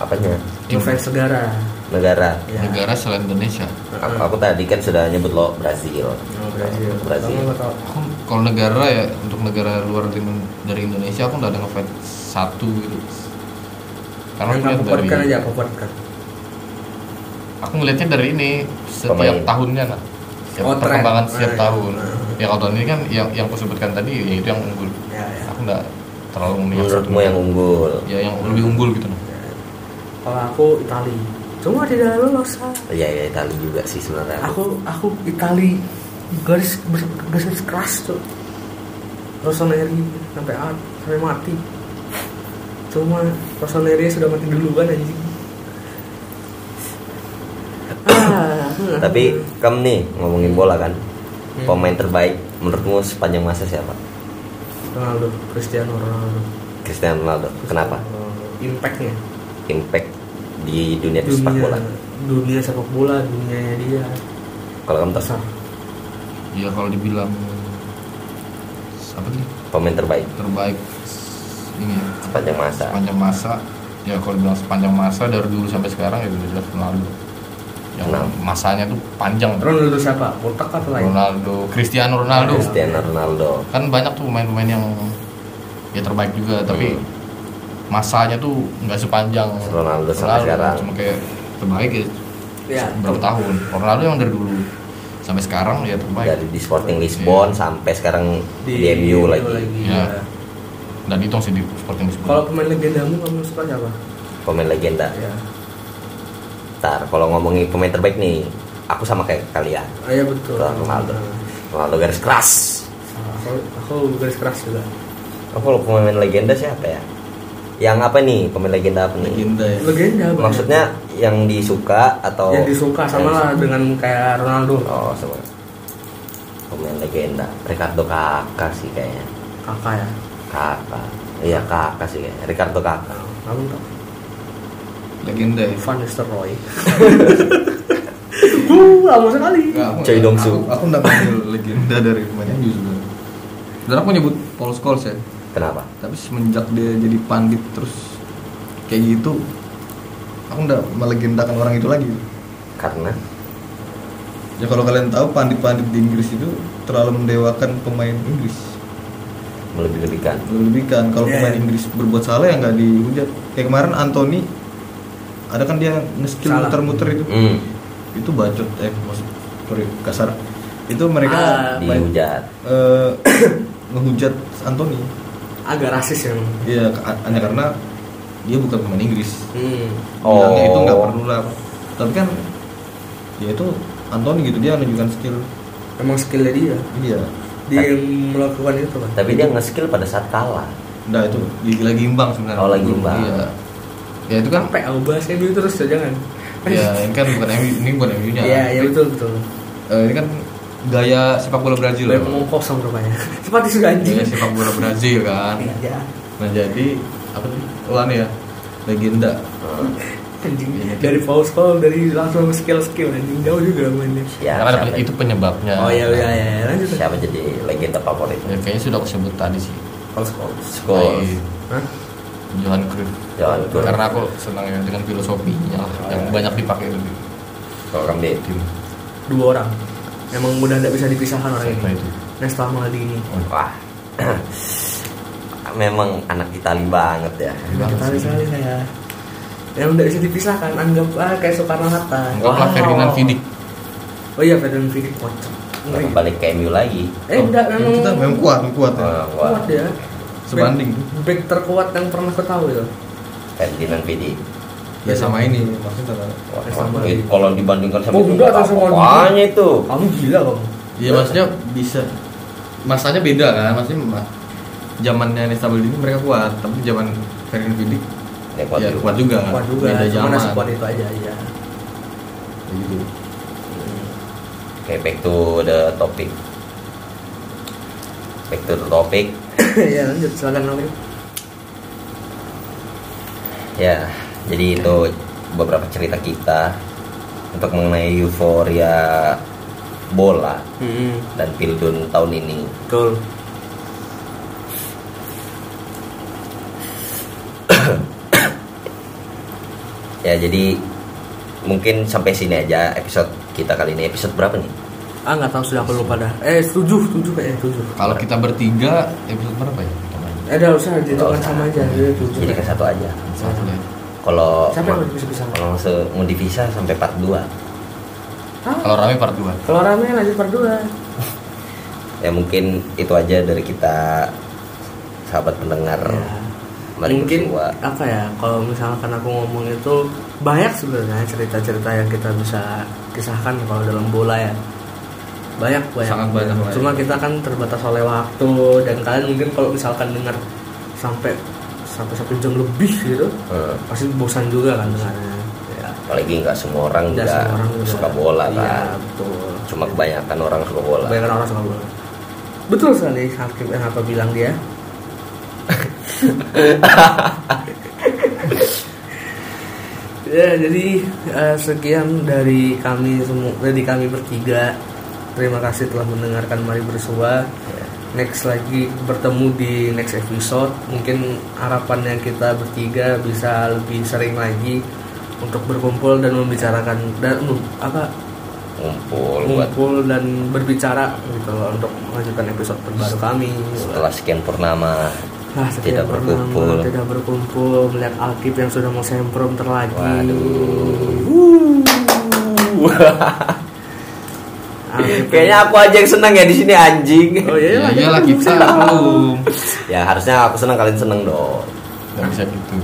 Speaker 4: Apanya?
Speaker 1: Ngefans negara.
Speaker 4: Negara.
Speaker 1: Ya.
Speaker 5: Negara selain Indonesia.
Speaker 4: Aku, aku tadi kan sudah nyebut lo Brazil.
Speaker 1: Oh, Brazil.
Speaker 4: Brazil.
Speaker 1: Kamu nggak tahu.
Speaker 5: Aku kalau negara ya untuk negara luar dari, dari Indonesia aku nggak ada ngefans satu gitu. Karena
Speaker 1: Yang kamu
Speaker 5: aku lihat dari
Speaker 1: favoritkan aja, kan? favoritkan.
Speaker 5: aku ngelihatnya dari ini setiap
Speaker 4: Pemain.
Speaker 5: tahunnya nah. Setiap
Speaker 1: Oh, tren.
Speaker 5: perkembangan setiap
Speaker 1: Nah,
Speaker 5: tahun.
Speaker 1: nah.
Speaker 5: ya kalau tahun ini kan yang yang aku sebutkan tadi ya itu yang unggul
Speaker 1: Ya, ya.
Speaker 5: aku nggak terlalu memihak
Speaker 4: menurutmu yang unggul
Speaker 5: ya yang lebih unggul gitu loh
Speaker 1: Kalau aku Itali. Cuma tidak lolos. Sal.
Speaker 4: iya ya Itali juga sih sebenarnya
Speaker 1: Aku aku Itali garis ber- garis, garis keras tuh. Rossoneri sampai a- sampai mati. Cuma Rossoneri sudah mati duluan anjing. Ah, aku nggak-
Speaker 4: tapi kamu nih ngomongin bola kan pemain terbaik menurutmu sepanjang masa siapa
Speaker 1: Ronaldo, Cristiano Ronaldo. Oh,
Speaker 4: Cristiano Ronaldo kenapa
Speaker 1: Impactnya
Speaker 4: impact Iya, di dunia sepak
Speaker 1: dunia
Speaker 4: bola
Speaker 1: dunia sepak bola dunianya dia
Speaker 4: kalau kamu tahu
Speaker 1: besar.
Speaker 5: ya kalau dibilang apa sih
Speaker 4: pemain terbaik
Speaker 5: terbaik ini ya
Speaker 4: sepanjang masa
Speaker 5: sepanjang masa ya kalau dibilang sepanjang masa dari dulu sampai sekarang ya udah jelas Ronaldo yang
Speaker 4: Nah.
Speaker 5: masanya tuh panjang tuh.
Speaker 1: Ronaldo siapa? Botak atau lain?
Speaker 5: Ronaldo Cristiano Ronaldo
Speaker 4: Cristiano Ronaldo
Speaker 5: kan banyak tuh pemain-pemain yang ya terbaik juga tapi masanya tuh nggak sepanjang
Speaker 4: Hmm. Ronaldo sampai sekarang.
Speaker 5: cuma kayak terbaik ya
Speaker 1: Ya.
Speaker 5: berapa tahun Ronaldo yang dari dulu sampai sekarang ya terbaik
Speaker 4: dari di Sporting Lisbon sampai sekarang di, MU lagi.
Speaker 1: ya.
Speaker 5: Ya. dan dihitung sih di Sporting Lisbon
Speaker 1: Kalau pemain legendamu kamu suka siapa?
Speaker 4: pemain legenda.
Speaker 1: Ya.
Speaker 4: Ntar kalau ngomongin pemain terbaik nih, aku sama kayak kalian.
Speaker 1: Ah, ya betul.
Speaker 4: Ronaldo. Ronaldo garis keras.
Speaker 1: Ah, Aku, aku garis keras juga.
Speaker 4: Apa kalau pemain legenda siapa ya? Yang apa nih pemain legenda apa nih?
Speaker 2: legenda ya
Speaker 1: Legenda. banyak.
Speaker 4: Maksudnya oh. yang disuka atau
Speaker 1: yang disuka sama lah dengan kayak Ronaldo.
Speaker 4: Oh, sama. Pemain legenda Ricardo Kakak sih kayaknya.
Speaker 1: Kakak ya.
Speaker 4: Kakak. Iya Kakak sih kayaknya. Ricardo Kakak.
Speaker 1: Nah, Kamu tau?
Speaker 2: legenda ya
Speaker 1: Van Nistelrooy. (laughs) Wuh, lama sekali.
Speaker 2: Nggak, aku-
Speaker 4: Choi Dong Soo.
Speaker 2: aku, aku nggak panggil legenda dari pemain MU sebenarnya dan aku nyebut Paul Scholes ya
Speaker 4: Kenapa?
Speaker 2: tapi semenjak dia jadi pandit terus kayak gitu aku nggak melegendakan orang itu lagi
Speaker 4: Karena
Speaker 2: ya kalau kalian tahu pandit-pandit di Inggris itu terlalu mendewakan pemain Inggris
Speaker 4: melebih-lebihkan.
Speaker 2: melebihkan kalau
Speaker 1: Iya,
Speaker 2: pemain
Speaker 1: iya.
Speaker 2: Inggris berbuat salah ya nggak dihujat kayak kemarin Anthony ada kan dia nge-skill
Speaker 1: Salah.
Speaker 2: muter-muter itu
Speaker 1: ya?
Speaker 4: Hmm,
Speaker 2: itu bacot eh maksud sorry kasar itu mereka
Speaker 1: Ah.
Speaker 2: main-
Speaker 4: dihujat.
Speaker 2: eh, (coughs) ngehujat Anthony
Speaker 1: Agak rasis ya. memang.
Speaker 2: ya ka- hanya karena dia bukan pemain Inggris
Speaker 1: Hmm.
Speaker 4: Oh.
Speaker 2: Bilangnya itu nggak perlu lah tapi kan ya itu Anthony gitu dia menunjukkan skill ya,
Speaker 1: Emang skillnya dia.
Speaker 2: dia
Speaker 1: Dia yang melakukan itu kan.
Speaker 4: Tapi dia nge-skill pada saat kalah.
Speaker 2: nah itu lagi lagi imbang sebenarnya
Speaker 4: Oh, lagi imbang.
Speaker 5: Iya. ya itu kan
Speaker 1: sampai aku bahas MU terus ya, jangan.
Speaker 5: ya ini kan bukan MU ini bukan MU nya
Speaker 1: Iya, ya betul betul.
Speaker 2: Eh,
Speaker 5: ini kan gaya sepak bola Brazil
Speaker 1: Lebih mau kosong rupanya. (laughs) Seperti sudah anjing.
Speaker 5: gaya Iya, sepak bola Brazil kan
Speaker 1: Iya,
Speaker 5: nah jadi apa sih
Speaker 2: Lan ya legenda
Speaker 1: anjing.
Speaker 5: Iya,
Speaker 1: Dari pause call, dari langsung skill skill anjing jauh juga mainnya.
Speaker 4: Ya,
Speaker 5: karena
Speaker 4: siapa-
Speaker 5: itu penyebabnya
Speaker 1: Oh ya udah ya ya, lanjut.
Speaker 4: siapa jadi legenda favorit?
Speaker 5: Ya, kayaknya sudah aku sebut tadi sih
Speaker 1: Pause call.
Speaker 4: Scholes,
Speaker 5: Kayak
Speaker 1: Hah?
Speaker 5: Johan Cruyff
Speaker 4: Johan Cruyff.
Speaker 5: karena aku senang ya dengan filosofinya
Speaker 2: Oh,
Speaker 5: lah, yang
Speaker 2: iya.
Speaker 5: banyak dipakai itu di
Speaker 4: kalau kamu Dit?
Speaker 5: tim
Speaker 1: Dua orang. Emang mudah tidak bisa dipisahkan orang ini.
Speaker 5: Siapa
Speaker 1: Nah,
Speaker 5: itu?
Speaker 1: Nesta Maldini.
Speaker 4: wah, (clears throat) memang anak Itali banget ya.
Speaker 5: banget
Speaker 1: Sekali
Speaker 5: sih.
Speaker 1: sekali saya. Yang tidak bisa dipisahkan anggap ah, kayak Soekarno Hatta.
Speaker 5: anggaplah Ferdinand Vidic
Speaker 1: Oh iya Ferdinand Vidic kocok. Ngeri.
Speaker 4: Kembali ke MU lagi.
Speaker 1: Eh enggak memang
Speaker 2: kita memang kuat memang kuat ya.
Speaker 4: Wah, wah,
Speaker 1: kuat ya.
Speaker 2: sebanding
Speaker 1: Back, back terkuat yang pernah aku tahu itu.
Speaker 4: Ferdinand Vidi.
Speaker 2: ya sama ini maksudnya sama-
Speaker 4: Wah,
Speaker 1: Sama.
Speaker 4: itu kalau dibandingkan
Speaker 1: Oh,
Speaker 4: sama itu,
Speaker 1: enggak,
Speaker 4: nggak
Speaker 1: sama
Speaker 4: apa-apa.
Speaker 1: dia.
Speaker 4: Apanya itu.
Speaker 1: Kamu gila kamu.
Speaker 2: Iya maksudnya bisa masanya beda kan maksudnya ma- zamannya Nesta ini mereka kuat tapi zaman Ferdinand Vidic
Speaker 4: Ya, kuat
Speaker 2: ya
Speaker 4: juga.
Speaker 2: kuat juga
Speaker 1: Kuat juga.
Speaker 2: beda zaman
Speaker 1: Cuma sekuat itu aja ya.
Speaker 2: Ya gitu
Speaker 4: Oke, back to the topic. Back to the topic.
Speaker 1: ya lanjut silakan Nawi.
Speaker 4: Ya, jadi itu beberapa cerita kita untuk mengenai euforia bola
Speaker 1: Hmm.
Speaker 4: dan Pildun tahun ini.
Speaker 1: Betul.
Speaker 4: Ya, jadi mungkin sampai sini aja episode kita kali ini. Episode berapa nih?
Speaker 1: Ah nggak tahu sudah aku lupa dah. Eh tujuh tujuh kayaknya tujuh.
Speaker 5: kalau kita bertiga episode berapa ya kita main?
Speaker 1: Eh udah usah ditentukan
Speaker 4: Nggak usah.
Speaker 1: sama aja. Jadi tujuh.
Speaker 4: Jadi ke satu aja.
Speaker 5: satu ya
Speaker 4: Kalau
Speaker 1: Siapa yang bisa bisa?
Speaker 4: kalau se- mau dipisah sampai part 2.
Speaker 1: Ah,
Speaker 5: kalau rame part 2
Speaker 1: Kalau rame lanjut per dua.
Speaker 4: ya mungkin itu aja dari kita sahabat pendengar
Speaker 1: Ya.
Speaker 4: mari
Speaker 1: mungkin
Speaker 4: berdoa.
Speaker 1: apa ya kalau misalkan aku ngomong itu banyak sebenarnya cerita-cerita yang kita bisa kisahkan kalau dalam bola ya banyak banyak
Speaker 2: Sangat banyak, banyak.
Speaker 1: cuma kita kan terbatas oleh waktu dan kalian mungkin kalau misalkan dengar sampai sampai satu jam lebih gitu
Speaker 4: Hmm,
Speaker 1: pasti bosan juga kan dengarnya ya
Speaker 4: apalagi nggak semua orang
Speaker 1: Nggak
Speaker 4: nggak
Speaker 1: semua orang juga.
Speaker 4: suka bola kan
Speaker 1: Iya, betul Iya.
Speaker 4: cuma kebanyakan orang suka bola
Speaker 1: kebanyakan orang suka bola betul sekali hakim yang apa bilang (laughs) dia ya jadi eh, sekian dari kami semua dari kami bertiga terima kasih telah mendengarkan mari bersua
Speaker 4: Ya,
Speaker 1: next lagi bertemu di next episode mungkin harapannya kita bertiga bisa lebih sering lagi untuk berkumpul dan membicarakan dan apa
Speaker 4: ngumpul
Speaker 1: Hmm.
Speaker 4: buat
Speaker 1: ngumpul dan berbicara gitu loh, untuk melanjutkan episode terbaru kami.
Speaker 4: setelah sekian purnama
Speaker 1: Nah, sekian
Speaker 4: tidak
Speaker 1: pernah
Speaker 4: berkumpul.
Speaker 1: mah, tidak berkumpul melihat Alkif yang sudah mau semprom terlagi.
Speaker 4: waduh (laughs)
Speaker 1: Alkif
Speaker 4: kayaknya aku aja yang seneng ya di sini anjing
Speaker 1: yang- Oh iya lah.
Speaker 2: iyalah kita belum
Speaker 4: ya harusnya aku seneng kalian seneng dong
Speaker 5: nggak bisa gitu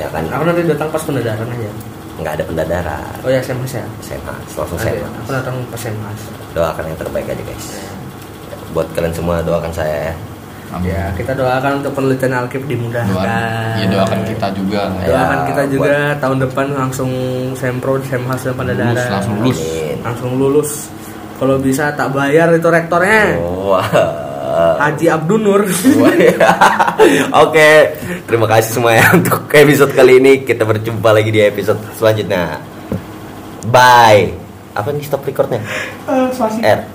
Speaker 4: ya kan
Speaker 1: Aku nanti datang pas pendadaran aja.
Speaker 4: nggak ada pendadaran
Speaker 1: Oh ya SMS ya.
Speaker 4: SMA langsung
Speaker 1: Nanti
Speaker 4: SMA
Speaker 1: Aku datang pas SMS.
Speaker 4: doakan yang terbaik aja guys Ya, buat kalian semua doakan saya ya
Speaker 5: amin
Speaker 1: Ya, kita doakan untuk penelitian Alkif dimudahkan.
Speaker 5: doakan ya doakan kita juga
Speaker 1: Doakan
Speaker 4: Ya,
Speaker 1: kita juga tahun depan langsung sempro semhas dan pendadaran.
Speaker 5: lulus langsung lulus
Speaker 4: Amin.
Speaker 1: Langsung lulus. Kalau bisa tak bayar itu rektornya.
Speaker 4: Wah.
Speaker 1: Haji Abdul Nur.
Speaker 4: Wah. (laughs) Oke, terima kasih semua ya (laughs) untuk episode kali ini. Kita berjumpa lagi di episode selanjutnya. Bye. Apa nih stop recordnya?
Speaker 1: Eh, spasi.
Speaker 4: R.